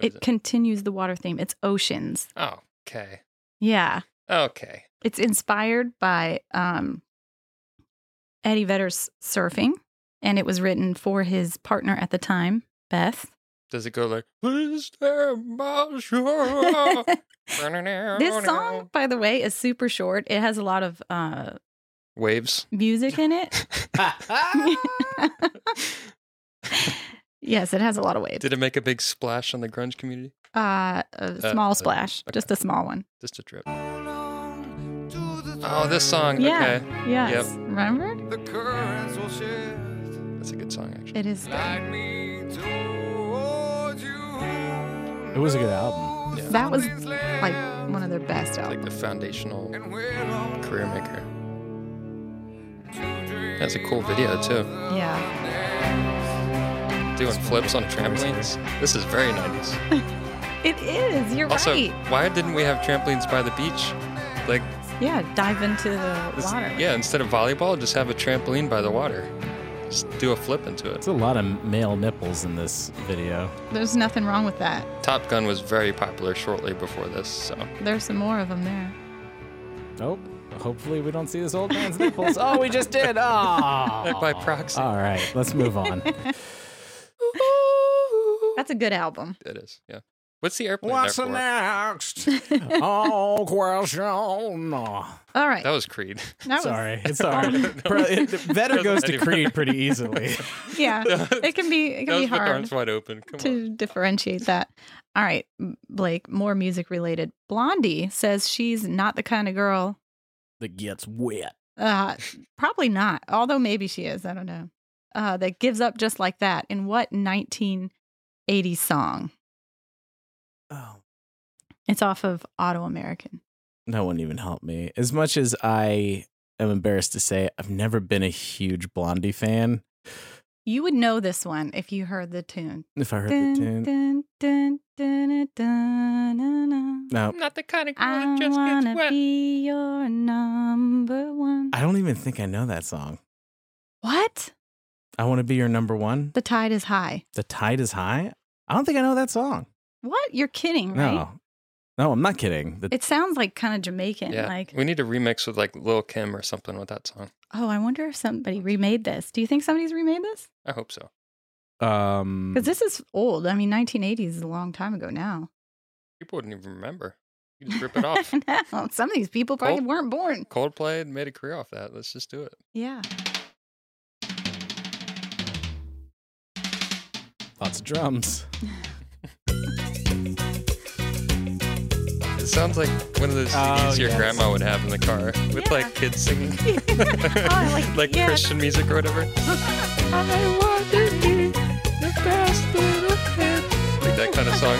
[SPEAKER 1] is
[SPEAKER 3] It continues the water theme. It's oceans.
[SPEAKER 1] Oh, okay.
[SPEAKER 3] Yeah.
[SPEAKER 1] Okay.
[SPEAKER 3] It's inspired by um, Eddie Vedder's surfing, and it was written for his partner at the time,
[SPEAKER 1] (laughs)
[SPEAKER 3] Beth.
[SPEAKER 1] Does it go like please stand by the shore?
[SPEAKER 3] (laughs) this song, by the way, is super short. It has a lot of uh,
[SPEAKER 1] (laughs) waves. (laughs)
[SPEAKER 3] music in it. (laughs) yes, it has a lot of waves.
[SPEAKER 1] Did it make a big splash on the grunge community?
[SPEAKER 3] Uh, a small
[SPEAKER 1] uh,
[SPEAKER 3] splash,
[SPEAKER 1] okay.
[SPEAKER 3] just a small one.
[SPEAKER 1] Just a trip. Oh, this song.
[SPEAKER 3] Yeah.
[SPEAKER 1] Okay.
[SPEAKER 3] Yes. Remember?
[SPEAKER 6] The currents will shift,
[SPEAKER 1] That's a good song, actually.
[SPEAKER 3] It is.
[SPEAKER 6] guide me towards you.
[SPEAKER 2] It was a good album.
[SPEAKER 1] Yeah.
[SPEAKER 3] That was like one of their best
[SPEAKER 1] It's like
[SPEAKER 3] albums.
[SPEAKER 1] the foundational
[SPEAKER 6] And we're on
[SPEAKER 1] career maker.
[SPEAKER 6] to dream
[SPEAKER 1] That's a cool video, too.
[SPEAKER 3] Yeah.
[SPEAKER 1] Doing flips on trampolines. This is very 90s.
[SPEAKER 3] It is. You're
[SPEAKER 1] Also,
[SPEAKER 3] right.
[SPEAKER 1] why didn't we have trampolines by the beach? Like,
[SPEAKER 3] Yeah. Dive into the
[SPEAKER 1] this-
[SPEAKER 3] water.
[SPEAKER 1] yeah, instead of volleyball, just have a trampoline by the water. Just do a flip into it.
[SPEAKER 2] It's a lot of male nipples in this video.
[SPEAKER 3] There's nothing wrong with that.
[SPEAKER 1] Top Gun was very popular shortly before this, so
[SPEAKER 3] There's some more of them there.
[SPEAKER 2] Oh, hopefully we don't see this old man's nipples. Oh, we just did. Oh.
[SPEAKER 1] by proxy,
[SPEAKER 2] All right, let's move on.
[SPEAKER 3] That's a good album.
[SPEAKER 1] it is. Yeah. What's the airplane
[SPEAKER 2] What's
[SPEAKER 1] there
[SPEAKER 2] the
[SPEAKER 1] for?
[SPEAKER 2] (laughs) next? oh, question.
[SPEAKER 3] All right.
[SPEAKER 1] That was Creed. (laughs)
[SPEAKER 3] That was-
[SPEAKER 2] Sorry, it's all right. (laughs) Bro, it, Vetter goes to Creed pretty easily.
[SPEAKER 3] (laughs)
[SPEAKER 2] (laughs)
[SPEAKER 3] Yeah. It can be.
[SPEAKER 1] that
[SPEAKER 3] It can be
[SPEAKER 1] was with
[SPEAKER 3] hard.
[SPEAKER 1] arms wide open. Come on.
[SPEAKER 3] to differentiate that. All right, M- Blake, more music related. Blondie says she's not the kind of girl.
[SPEAKER 2] That gets wet.
[SPEAKER 3] Uh, probably not, although maybe she is. I don't know. Uh, that gives up just like that. In what 1980 song?
[SPEAKER 2] Oh.
[SPEAKER 3] It's off of Auto American.
[SPEAKER 2] No one even helped me. As much as I am embarrassed to say, I've never been a huge Blondie fan.
[SPEAKER 3] You would know this one if you heard the tune.
[SPEAKER 2] If I heard
[SPEAKER 3] Dun,
[SPEAKER 2] the tune,
[SPEAKER 3] dun, dun, dun, dun, dun, dun.
[SPEAKER 2] no,
[SPEAKER 1] not the kind of
[SPEAKER 3] I wanna be your number one.
[SPEAKER 2] I don't even think I know that song.
[SPEAKER 3] What?
[SPEAKER 2] I want to be your number one.
[SPEAKER 3] The tide is high.
[SPEAKER 2] The tide is high. I don't think I know that song.
[SPEAKER 3] What? You're kidding, right?
[SPEAKER 2] No, no, I'm not kidding. The,
[SPEAKER 3] It sounds like kind of Jamaican.
[SPEAKER 1] Yeah,
[SPEAKER 3] Like,
[SPEAKER 1] we need to remix with like Lil Kim or something with that song.
[SPEAKER 3] oh, I wonder if somebody remade this. Do you think somebody's remade this?
[SPEAKER 1] I hope so.
[SPEAKER 2] um,
[SPEAKER 3] Because this is old. I mean, 1980s is a long time ago now.
[SPEAKER 1] People wouldn't even remember. You just
[SPEAKER 3] (laughs)
[SPEAKER 1] rip it (laughs) off.
[SPEAKER 3] no, some of these people probably
[SPEAKER 1] Cold-
[SPEAKER 3] weren't born.
[SPEAKER 1] Coldplay had made a career off that. Let's just do it.
[SPEAKER 3] Yeah. (laughs)
[SPEAKER 2] lots of drums.
[SPEAKER 1] It sounds like one of those CDs
[SPEAKER 2] Oh,
[SPEAKER 1] your
[SPEAKER 2] yes.
[SPEAKER 1] grandma would have in the car with
[SPEAKER 3] Yeah.
[SPEAKER 1] like kids singing,
[SPEAKER 3] Oh I like-
[SPEAKER 1] like
[SPEAKER 3] yeah.
[SPEAKER 1] Christian music or whatever. (laughs) I want to be the best little kid. Like that kind of (laughs) song.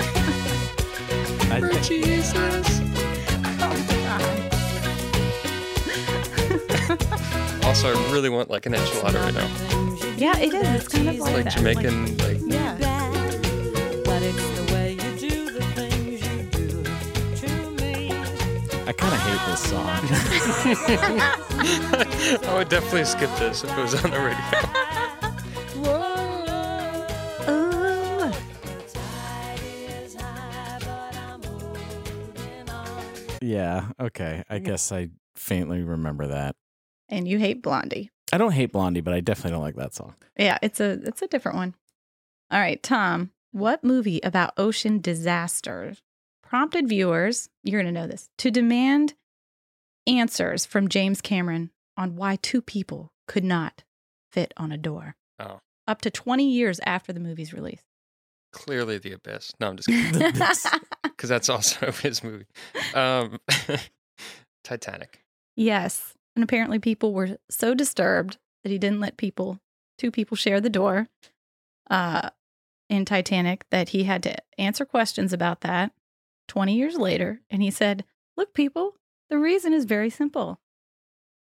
[SPEAKER 2] I
[SPEAKER 1] For
[SPEAKER 2] think-
[SPEAKER 1] Jesus. Also, I really want like an enchilada right now.
[SPEAKER 3] Yeah, it is. It's kind of like,
[SPEAKER 1] Like
[SPEAKER 3] that.
[SPEAKER 1] Jamaican, like (laughs)
[SPEAKER 3] yeah.
[SPEAKER 2] I kind of hate this
[SPEAKER 3] (laughs)
[SPEAKER 2] song.
[SPEAKER 7] (laughs)
[SPEAKER 1] I would definitely skip this if it was on the radio.
[SPEAKER 3] Ooh.
[SPEAKER 2] yeah. Okay. I guess I faintly remember that.
[SPEAKER 3] And you hate Blondie.
[SPEAKER 2] I don't hate Blondie, but I definitely don't like that song.
[SPEAKER 3] Yeah, it's a it's a different one. All right, Tom, what movie about ocean disasters prompted viewers, you're going to know this, to demand answers from James Cameron on why two people could not fit on a door?
[SPEAKER 1] Oh.
[SPEAKER 3] Up to 20 years after the movie's release.
[SPEAKER 1] Clearly, The Abyss. No, I'm just kidding. Because that's (laughs) also his movie. Um, (laughs) Titanic.
[SPEAKER 3] yes. And apparently people were so disturbed that he didn't let people two people share the door. Uh in Titanic that he had to answer questions about that 20 years later. And he said, Look, people, the reason is very simple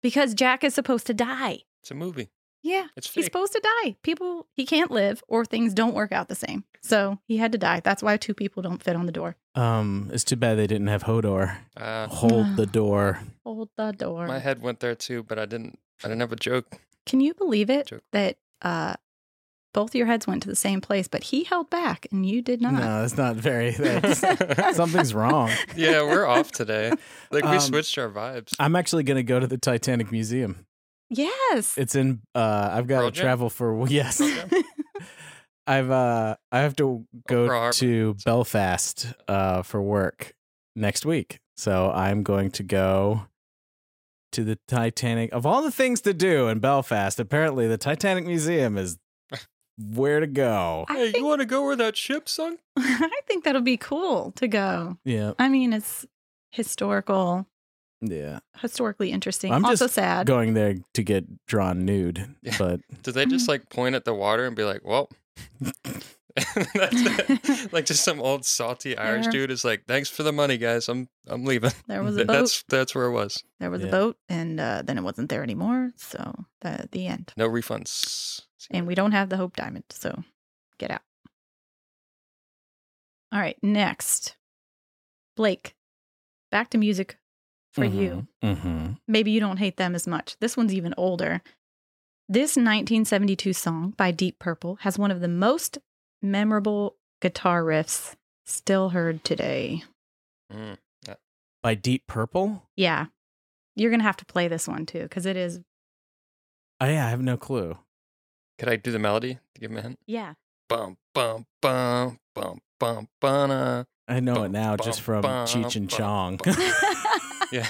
[SPEAKER 3] because Jack is supposed to die.
[SPEAKER 1] It's a movie.
[SPEAKER 3] Yeah.
[SPEAKER 1] It's
[SPEAKER 3] He's
[SPEAKER 1] fake.
[SPEAKER 3] supposed to die. People, he can't live or things don't work out the same. So he had to die. That's why two people don't fit on the door.
[SPEAKER 2] Um, it's too bad they didn't have Hodor
[SPEAKER 1] uh,
[SPEAKER 2] hold the door.
[SPEAKER 3] Hold the door.
[SPEAKER 1] my head went there too, but I didn't. I didn't have a joke. (laughs)
[SPEAKER 3] Can you believe it
[SPEAKER 1] Joke.
[SPEAKER 3] that uh, both your heads went to the same place, but he held back and you did
[SPEAKER 2] No,
[SPEAKER 3] not?
[SPEAKER 2] that's not very.
[SPEAKER 3] (laughs)
[SPEAKER 2] That's, something's wrong.
[SPEAKER 1] Yeah, we're off today. Like we
[SPEAKER 2] Um,
[SPEAKER 1] switched our vibes.
[SPEAKER 2] I'm actually gonna go to the Titanic Museum.
[SPEAKER 3] Yes.
[SPEAKER 2] It's in. Uh, I've got
[SPEAKER 1] Pearl
[SPEAKER 2] to
[SPEAKER 1] Jam?
[SPEAKER 2] travel for. (laughs)
[SPEAKER 1] (laughs)
[SPEAKER 2] Yes,
[SPEAKER 1] Okay.
[SPEAKER 2] I've. Uh, I have to
[SPEAKER 1] Pearl
[SPEAKER 2] go
[SPEAKER 1] Harbor.
[SPEAKER 2] to Belfast uh, for work next week, so I'm going to go to the Titanic. Of all the things to do in Belfast, apparently the Titanic Museum is where to go.
[SPEAKER 3] (laughs) I
[SPEAKER 1] Hey, you
[SPEAKER 3] think- (laughs)
[SPEAKER 1] want to go where that ship sunk?
[SPEAKER 3] I think that'll be cool to go.
[SPEAKER 2] Yeah,
[SPEAKER 3] I mean, it's historical,
[SPEAKER 2] yeah.
[SPEAKER 3] historically interesting.
[SPEAKER 2] I'm
[SPEAKER 3] also
[SPEAKER 2] just
[SPEAKER 3] sad.
[SPEAKER 2] Going there to get drawn nude,
[SPEAKER 1] Yeah.
[SPEAKER 2] but
[SPEAKER 1] Did they
[SPEAKER 3] Mm-hmm.
[SPEAKER 1] just like point at the water and be like, "Well"? (laughs) That's
[SPEAKER 3] (laughs)
[SPEAKER 1] it. Like just some old salty Irish
[SPEAKER 3] There.
[SPEAKER 1] dude is like, "Thanks for the money, guys. I'm I'm leaving."
[SPEAKER 3] there was a
[SPEAKER 1] Th-
[SPEAKER 3] boat.
[SPEAKER 1] (laughs) That's that's where it was.
[SPEAKER 3] there was
[SPEAKER 2] Yeah.
[SPEAKER 3] a boat, and uh, then it wasn't there anymore. So the the end.
[SPEAKER 1] No refunds.
[SPEAKER 3] And we don't have the Hope Diamond, so get out. All right, next, Blake. Back to music (laughs) for you.
[SPEAKER 2] Mm-hmm.
[SPEAKER 3] Maybe you don't hate them as much. This one's even older. This 1972 song by Deep Purple has one of the most memorable guitar riffs still heard today.
[SPEAKER 1] Mm.
[SPEAKER 2] By Deep Purple?
[SPEAKER 3] Yeah. You're going to have to play this one too cuz it is
[SPEAKER 2] Oh, yeah, I have no clue.
[SPEAKER 1] Could I do the melody? to Give him a hint.
[SPEAKER 3] yeah. (laughs)
[SPEAKER 1] Bum bum bum bum bum bum. uh,
[SPEAKER 2] I know
[SPEAKER 1] Bum,
[SPEAKER 2] it now just
[SPEAKER 1] bum,
[SPEAKER 2] from
[SPEAKER 1] bum,
[SPEAKER 2] Cheech and
[SPEAKER 1] bum,
[SPEAKER 2] Chong. (laughs)
[SPEAKER 1] bum. Yeah.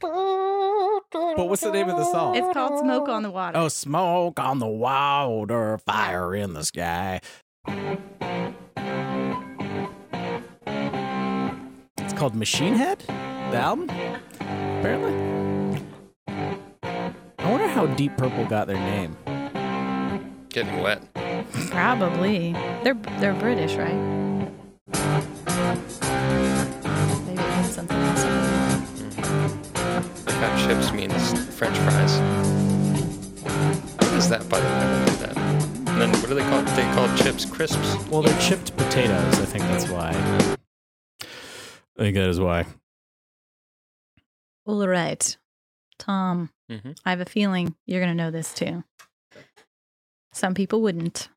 [SPEAKER 2] but what's the name of the song?
[SPEAKER 3] It's called Smoke on the Water.
[SPEAKER 2] oh, smoke on the water, fire in the sky. It's called Machine Head, the album? Apparently. I wonder how Deep Purple got their name.
[SPEAKER 1] Getting wet.
[SPEAKER 3] Probably. They're they're British, right? They named something else.
[SPEAKER 1] Like how chips means French fries. What is that, by the way? I don't know that. And then what do they call it? They call chips crisps.
[SPEAKER 2] Well, they're chipped potatoes. I think that's why. I think that is why.
[SPEAKER 3] All right. Tom,
[SPEAKER 1] Mm-hmm.
[SPEAKER 3] I have a feeling you're going to know this too. Some people wouldn't.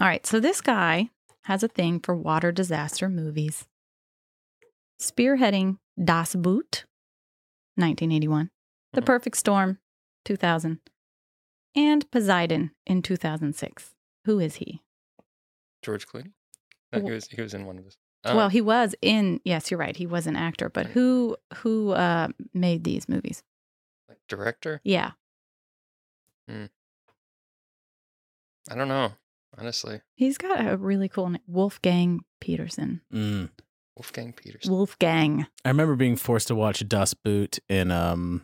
[SPEAKER 3] All right. So this guy has a thing for water disaster movies. Spearheading Das Boot, 1981. The
[SPEAKER 1] Mhm.
[SPEAKER 3] Perfect Storm, 2000. And Poseidon in 2006. Who is he?
[SPEAKER 1] George Clooney. No, he
[SPEAKER 3] Well-
[SPEAKER 1] was he was in one of those. Um,
[SPEAKER 3] well, he was in. Yes, you're right. He was an actor, but who who uh, made these movies?
[SPEAKER 1] like director.
[SPEAKER 3] Yeah,
[SPEAKER 1] I don't know. Honestly,
[SPEAKER 3] he's got a really cool name, Wolfgang Peterson.
[SPEAKER 2] Mm.
[SPEAKER 1] Wolfgang Peterson.
[SPEAKER 3] Wolfgang.
[SPEAKER 2] I remember being forced to watch Dust Boot in um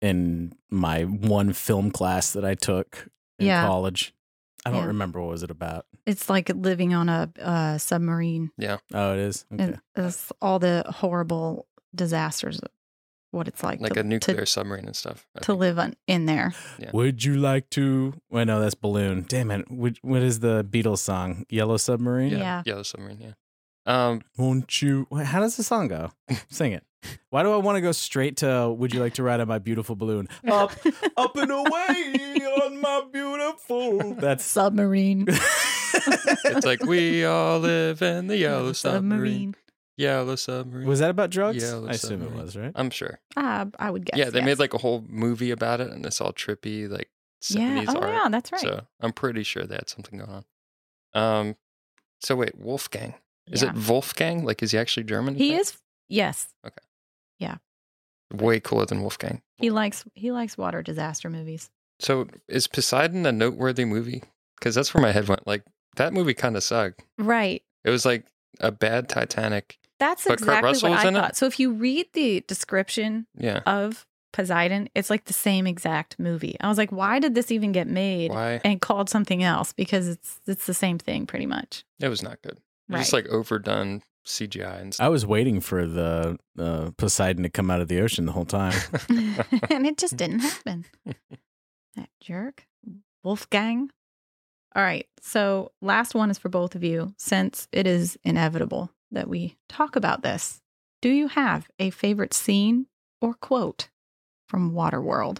[SPEAKER 2] in my one film class that I took in
[SPEAKER 3] Yeah.
[SPEAKER 2] college. I don't
[SPEAKER 3] Yeah.
[SPEAKER 2] remember what was it about.
[SPEAKER 3] It's like living on a uh, submarine,
[SPEAKER 2] Oh, it is. Okay.
[SPEAKER 3] and it's all the horrible disasters. of What it's like,
[SPEAKER 1] like
[SPEAKER 3] to,
[SPEAKER 1] a nuclear
[SPEAKER 3] to,
[SPEAKER 1] submarine and stuff. I
[SPEAKER 3] to
[SPEAKER 1] think.
[SPEAKER 3] live on, in there.
[SPEAKER 2] Would you like to? Wait, no, that's balloon. Damn it! Would, what is the Beatles song? Yellow Submarine.
[SPEAKER 1] Yeah,
[SPEAKER 3] Yeah.
[SPEAKER 1] the submarine. Yeah. Um,
[SPEAKER 2] Won't you? Wait, How does the song go? Sing it. Why do I want to go straight to Would You Like to Ride on My Beautiful Balloon? Up, up and away on my beautiful. That's.
[SPEAKER 3] Submarine,
[SPEAKER 1] (laughs) it's (laughs)
[SPEAKER 3] (laughs)
[SPEAKER 1] like we all live in the yellow submarine.
[SPEAKER 3] submarine.
[SPEAKER 1] Yellow submarine.
[SPEAKER 2] was that about drugs?
[SPEAKER 1] Yellow
[SPEAKER 2] I assume it
[SPEAKER 1] submarine.
[SPEAKER 2] was, right?
[SPEAKER 1] I'm sure.
[SPEAKER 3] Ah, I would guess.
[SPEAKER 1] yeah, they
[SPEAKER 3] yes.
[SPEAKER 1] made like a whole movie about it, and it's all trippy, like 70s
[SPEAKER 3] yeah. Oh
[SPEAKER 1] art.
[SPEAKER 3] yeah, that's right.
[SPEAKER 1] So I'm pretty sure they had something going on. Um, so wait, Wolfgang. Is
[SPEAKER 3] yeah.
[SPEAKER 1] it Wolfgang? Like, is he actually German?
[SPEAKER 3] He is. Yes,
[SPEAKER 1] way cooler than Wolfgang.
[SPEAKER 3] he likes he likes water disaster movies.
[SPEAKER 1] So is Poseidon a noteworthy movie? Because that's where my head went. Like that movie kind of sucked.
[SPEAKER 3] Right.
[SPEAKER 1] It was like a bad Titanic.
[SPEAKER 3] That's
[SPEAKER 1] But Kurt
[SPEAKER 3] exactly
[SPEAKER 1] Russell
[SPEAKER 3] what
[SPEAKER 1] was
[SPEAKER 3] I
[SPEAKER 1] in it?
[SPEAKER 3] thought. So if you read the description
[SPEAKER 1] Yeah,
[SPEAKER 3] of Poseidon, it's like the same exact movie. I was like, why did this even get made
[SPEAKER 1] Why?
[SPEAKER 3] and called something else? Because it's it's the same thing pretty much.
[SPEAKER 1] It was not good. It was Just
[SPEAKER 3] Right. Oh,
[SPEAKER 1] like overdone CGI and stuff.
[SPEAKER 2] I was waiting for the uh, Poseidon to come out of the ocean the whole time.
[SPEAKER 1] (laughs)
[SPEAKER 3] (laughs) and it just didn't happen. that jerk. Wolfgang. All right. So, last one is for both of you since it is inevitable that we talk about this. Do you have a favorite scene or quote from Waterworld?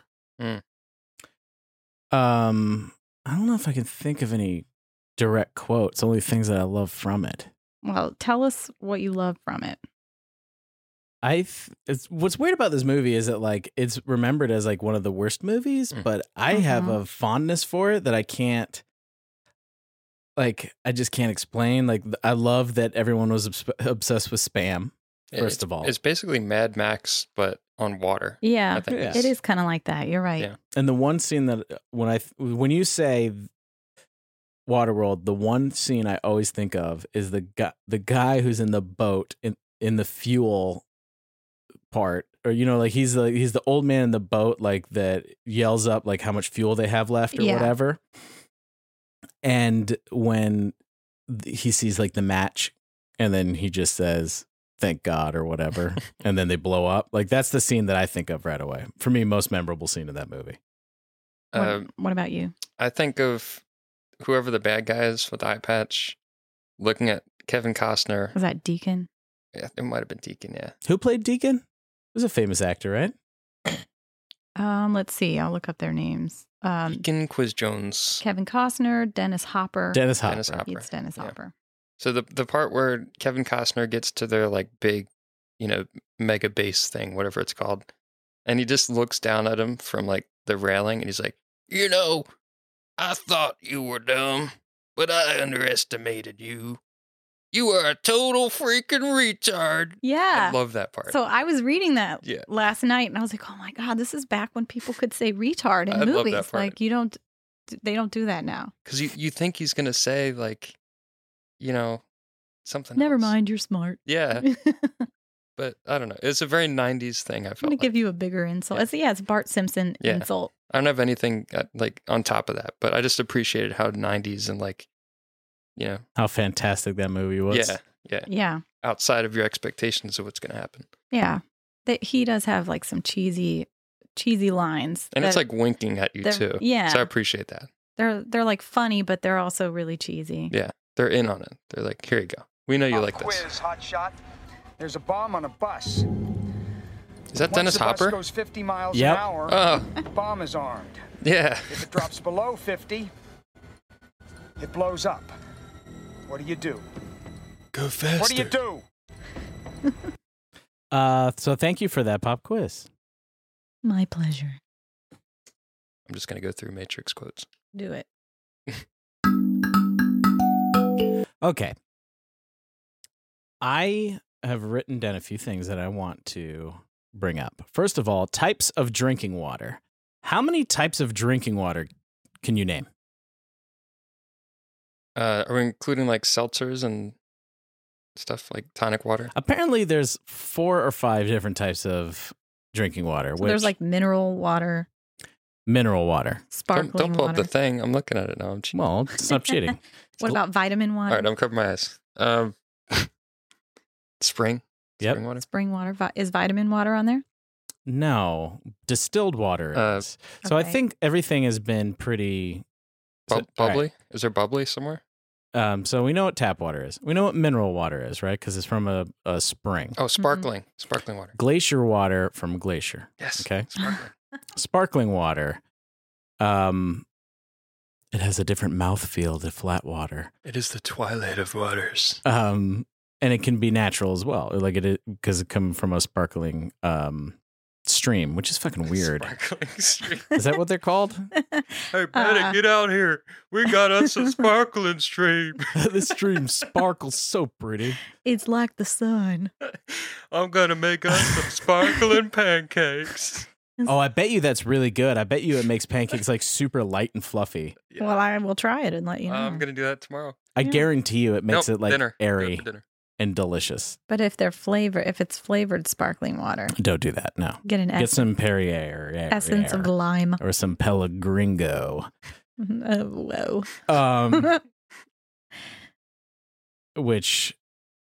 [SPEAKER 2] Um, I don't know if I can think of any direct quotes. Only things that I love from it.
[SPEAKER 3] Well, tell us what you love from it.
[SPEAKER 2] I th- it's what's weird about this movie is that like it's remembered as like one of the worst movies,
[SPEAKER 1] Mm.
[SPEAKER 2] but I have
[SPEAKER 3] Uh-huh.
[SPEAKER 2] a fondness for it that I can't like I just can't explain. Like th- I love that everyone was obs- obsessed with spam.
[SPEAKER 1] It-
[SPEAKER 2] first
[SPEAKER 1] it's-
[SPEAKER 2] of all.
[SPEAKER 1] It's basically Mad Max, but on water.
[SPEAKER 3] Yeah.
[SPEAKER 1] I think
[SPEAKER 2] Yeah.
[SPEAKER 1] is-
[SPEAKER 3] It is kind of like that. You're right.
[SPEAKER 1] Yeah.
[SPEAKER 2] And the one scene that uh, when I th- when you say Waterworld, the one scene I always think of is the guy the guy who's in the boat in in the fuel part, or you know, like he's the he's the old man in the boat, like that yells up like how much fuel they have left or
[SPEAKER 3] Yeah.
[SPEAKER 2] whatever. And when th- he sees like the match, and then he just says. Thank God or whatever, and then they blow up. Like that's the scene that I think of right away. For me, most memorable scene in that movie.
[SPEAKER 3] What,
[SPEAKER 1] Um,
[SPEAKER 3] what about you?
[SPEAKER 1] I think of whoever the bad guy is with the eye patch, looking at Kevin Costner.
[SPEAKER 3] Was that Deacon?
[SPEAKER 1] Yeah, It might have been Deacon, yeah.
[SPEAKER 2] Who played Deacon? He was a famous actor, right?
[SPEAKER 3] Um, let's see. I'll look up their names. Um,
[SPEAKER 1] Deacon Quiz Jones.
[SPEAKER 3] Kevin Costner, Dennis Hopper.
[SPEAKER 2] Dennis Hopper.
[SPEAKER 1] Dennis Hopper.
[SPEAKER 3] It's Dennis
[SPEAKER 1] Yeah.
[SPEAKER 3] Hopper.
[SPEAKER 1] So the the part where Kevin Costner gets to their like big, you know, mega base thing, whatever it's called, and he just looks down at him from like the railing, and he's like, "You know, I thought you were dumb, but I underestimated you. You are a total freaking retard."
[SPEAKER 3] Yeah.
[SPEAKER 1] I love that part.
[SPEAKER 3] So I was reading that
[SPEAKER 1] Yeah.
[SPEAKER 3] last night, and I was like, "Oh my god, this is back when people could say retard in
[SPEAKER 1] I love that
[SPEAKER 3] movies.
[SPEAKER 1] part.
[SPEAKER 3] Like you don't, they don't do that now.
[SPEAKER 1] Because you you think he's gonna say like, you know, something.
[SPEAKER 3] Never
[SPEAKER 1] else.
[SPEAKER 3] mind, you're smart.
[SPEAKER 1] Yeah,
[SPEAKER 3] (laughs) I'm
[SPEAKER 1] but I don't know. It's a very '90s thing. I felt.
[SPEAKER 3] gonna
[SPEAKER 1] like.
[SPEAKER 3] give you a bigger insult.
[SPEAKER 1] Yeah.
[SPEAKER 3] It's, yeah, it's Bart Simpson
[SPEAKER 1] Yeah.
[SPEAKER 3] insult.
[SPEAKER 1] I don't have anything uh, like on top of that, but I just appreciated how 90s and like, you know,
[SPEAKER 2] How fantastic that movie was.
[SPEAKER 1] yeah, yeah,
[SPEAKER 3] Yeah,
[SPEAKER 1] outside of your expectations of what's going to happen.
[SPEAKER 3] yeah. That he does have like some cheesy, cheesy lines.
[SPEAKER 1] And it's
[SPEAKER 3] that-
[SPEAKER 1] like winking at you
[SPEAKER 3] they're-
[SPEAKER 1] too.
[SPEAKER 3] yeah.
[SPEAKER 1] So I appreciate that.
[SPEAKER 3] they're they're like funny, but they're also really cheesy.
[SPEAKER 1] Yeah. They're in on it. They're like, here you go. We know you like this.
[SPEAKER 4] Quiz, hotshot. There's a bomb on a bus.
[SPEAKER 1] Is that Dennis
[SPEAKER 4] Once the
[SPEAKER 1] Hopper?
[SPEAKER 4] bus goes 50 miles
[SPEAKER 2] Yep.
[SPEAKER 4] an hour,
[SPEAKER 1] (laughs) Oh,
[SPEAKER 4] (laughs) the bomb is armed.
[SPEAKER 1] yeah.
[SPEAKER 4] If it drops below 50, it blows up. What do you do?
[SPEAKER 1] Go faster.
[SPEAKER 4] What do you do?
[SPEAKER 2] Uh, so thank you for that pop quiz.
[SPEAKER 3] My pleasure.
[SPEAKER 1] I'm just going to go through Matrix quotes.
[SPEAKER 3] Do it.
[SPEAKER 2] Okay. I have written down a few things that I want to bring up. First of all, types of drinking water. How many types of drinking water can you name?
[SPEAKER 1] Uh, are we including like seltzers and stuff like tonic water?
[SPEAKER 2] Apparently, there's four or five different types of drinking water.
[SPEAKER 3] So there's
[SPEAKER 2] which-
[SPEAKER 3] like mineral water,
[SPEAKER 2] mineral water.
[SPEAKER 1] Don't,
[SPEAKER 3] sparkling
[SPEAKER 1] don't pull up
[SPEAKER 3] water.
[SPEAKER 1] the thing. I'm looking at it now. I'm cheating.
[SPEAKER 2] Well, stop cheating.
[SPEAKER 3] what about vitamin
[SPEAKER 1] All
[SPEAKER 3] water?
[SPEAKER 1] right, I'm covering my eyes. Um, (laughs) spring.
[SPEAKER 2] Yep.
[SPEAKER 1] Spring water.
[SPEAKER 3] Spring water vi- is vitamin water on there? (laughs)
[SPEAKER 2] No, distilled water.
[SPEAKER 1] Uh,
[SPEAKER 2] is. so I
[SPEAKER 3] okay.
[SPEAKER 2] think everything has been pretty.
[SPEAKER 1] Bu-
[SPEAKER 2] so- all right.
[SPEAKER 1] bubbly? Is there bubbly somewhere?
[SPEAKER 2] Um, so we know what tap water is. We know what mineral water is, right? Because it's from a, a spring.
[SPEAKER 1] Oh, sparkling. Sparkling water.
[SPEAKER 2] Glacier water from glacier.
[SPEAKER 1] Yes.
[SPEAKER 2] Okay.
[SPEAKER 1] Sparkling.
[SPEAKER 2] Sparkling water. Um, it has a different mouthfeel to flat water.
[SPEAKER 1] (sighs) it is the twilight of waters.
[SPEAKER 2] Um, and it can be natural as well, like it because it comes from a sparkling um stream, which is
[SPEAKER 1] (laughs)
[SPEAKER 2] fucking weird.
[SPEAKER 1] Sparkling stream.
[SPEAKER 2] Is that what they're called?
[SPEAKER 1] (laughs)
[SPEAKER 3] (laughs)
[SPEAKER 2] (laughs)
[SPEAKER 1] Hey,
[SPEAKER 3] Patty, Uh.
[SPEAKER 1] get out here. We got us
[SPEAKER 3] (laughs)
[SPEAKER 1] a sparkling stream.
[SPEAKER 2] the stream sparkles so pretty.
[SPEAKER 3] It's like the sun.
[SPEAKER 1] I'm going to make us some sparkling
[SPEAKER 3] (laughs)
[SPEAKER 1] pancakes.
[SPEAKER 2] Oh, I bet you that's really good. I bet you it makes pancakes like super light and fluffy.
[SPEAKER 1] Yeah.
[SPEAKER 3] Well, I will try it and let you know.
[SPEAKER 1] I'm going to do that tomorrow.
[SPEAKER 2] I
[SPEAKER 3] Yeah.
[SPEAKER 2] guarantee you it makes
[SPEAKER 1] Nope,
[SPEAKER 2] it like
[SPEAKER 1] dinner. Do it
[SPEAKER 2] airy.
[SPEAKER 1] for dinner.
[SPEAKER 2] and delicious.
[SPEAKER 3] But if they're flavor, if it's flavored sparkling water,
[SPEAKER 2] Don't do that. No.
[SPEAKER 3] get an
[SPEAKER 2] Get
[SPEAKER 3] essence,
[SPEAKER 2] some Perrier or
[SPEAKER 3] essence of lime. (laughs)
[SPEAKER 2] or some Pellegringo.
[SPEAKER 3] Oh, whoa. (laughs)
[SPEAKER 2] Um, which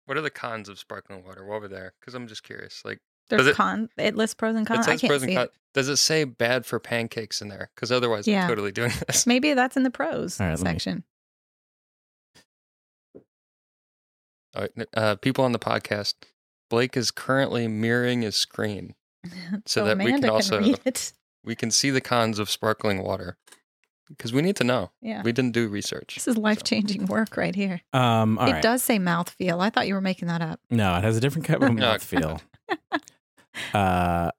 [SPEAKER 1] What are the cons of sparkling water while we're there? Because I'm just curious. Like,
[SPEAKER 3] There's
[SPEAKER 1] it-
[SPEAKER 3] con. It lists pros and
[SPEAKER 1] it
[SPEAKER 3] cons. I
[SPEAKER 1] says
[SPEAKER 3] can't
[SPEAKER 1] pros and
[SPEAKER 3] see
[SPEAKER 1] cons.
[SPEAKER 3] it.
[SPEAKER 1] Does it say bad for pancakes in there? Because otherwise,
[SPEAKER 3] Yeah.
[SPEAKER 1] I'm totally doing (laughs)
[SPEAKER 2] (laughs)
[SPEAKER 1] this.
[SPEAKER 3] Maybe that's in the pros
[SPEAKER 2] All right, let me- (laughs)
[SPEAKER 3] section.
[SPEAKER 1] All right, uh, people on the podcast, Blake is currently mirroring his screen. So that we can
[SPEAKER 3] Amanda
[SPEAKER 1] also-
[SPEAKER 3] read it. (laughs)
[SPEAKER 1] We can see the cons of sparkling water because we need to know.
[SPEAKER 3] Yeah.
[SPEAKER 1] We didn't do research.
[SPEAKER 3] This is life changing work right here.
[SPEAKER 2] um, all
[SPEAKER 3] it
[SPEAKER 2] right.
[SPEAKER 3] does say mouthfeel. I thought you were making that up.
[SPEAKER 2] No, it has a
[SPEAKER 1] (laughs)
[SPEAKER 2] different kind of
[SPEAKER 1] No,
[SPEAKER 2] mouthfeel. uh,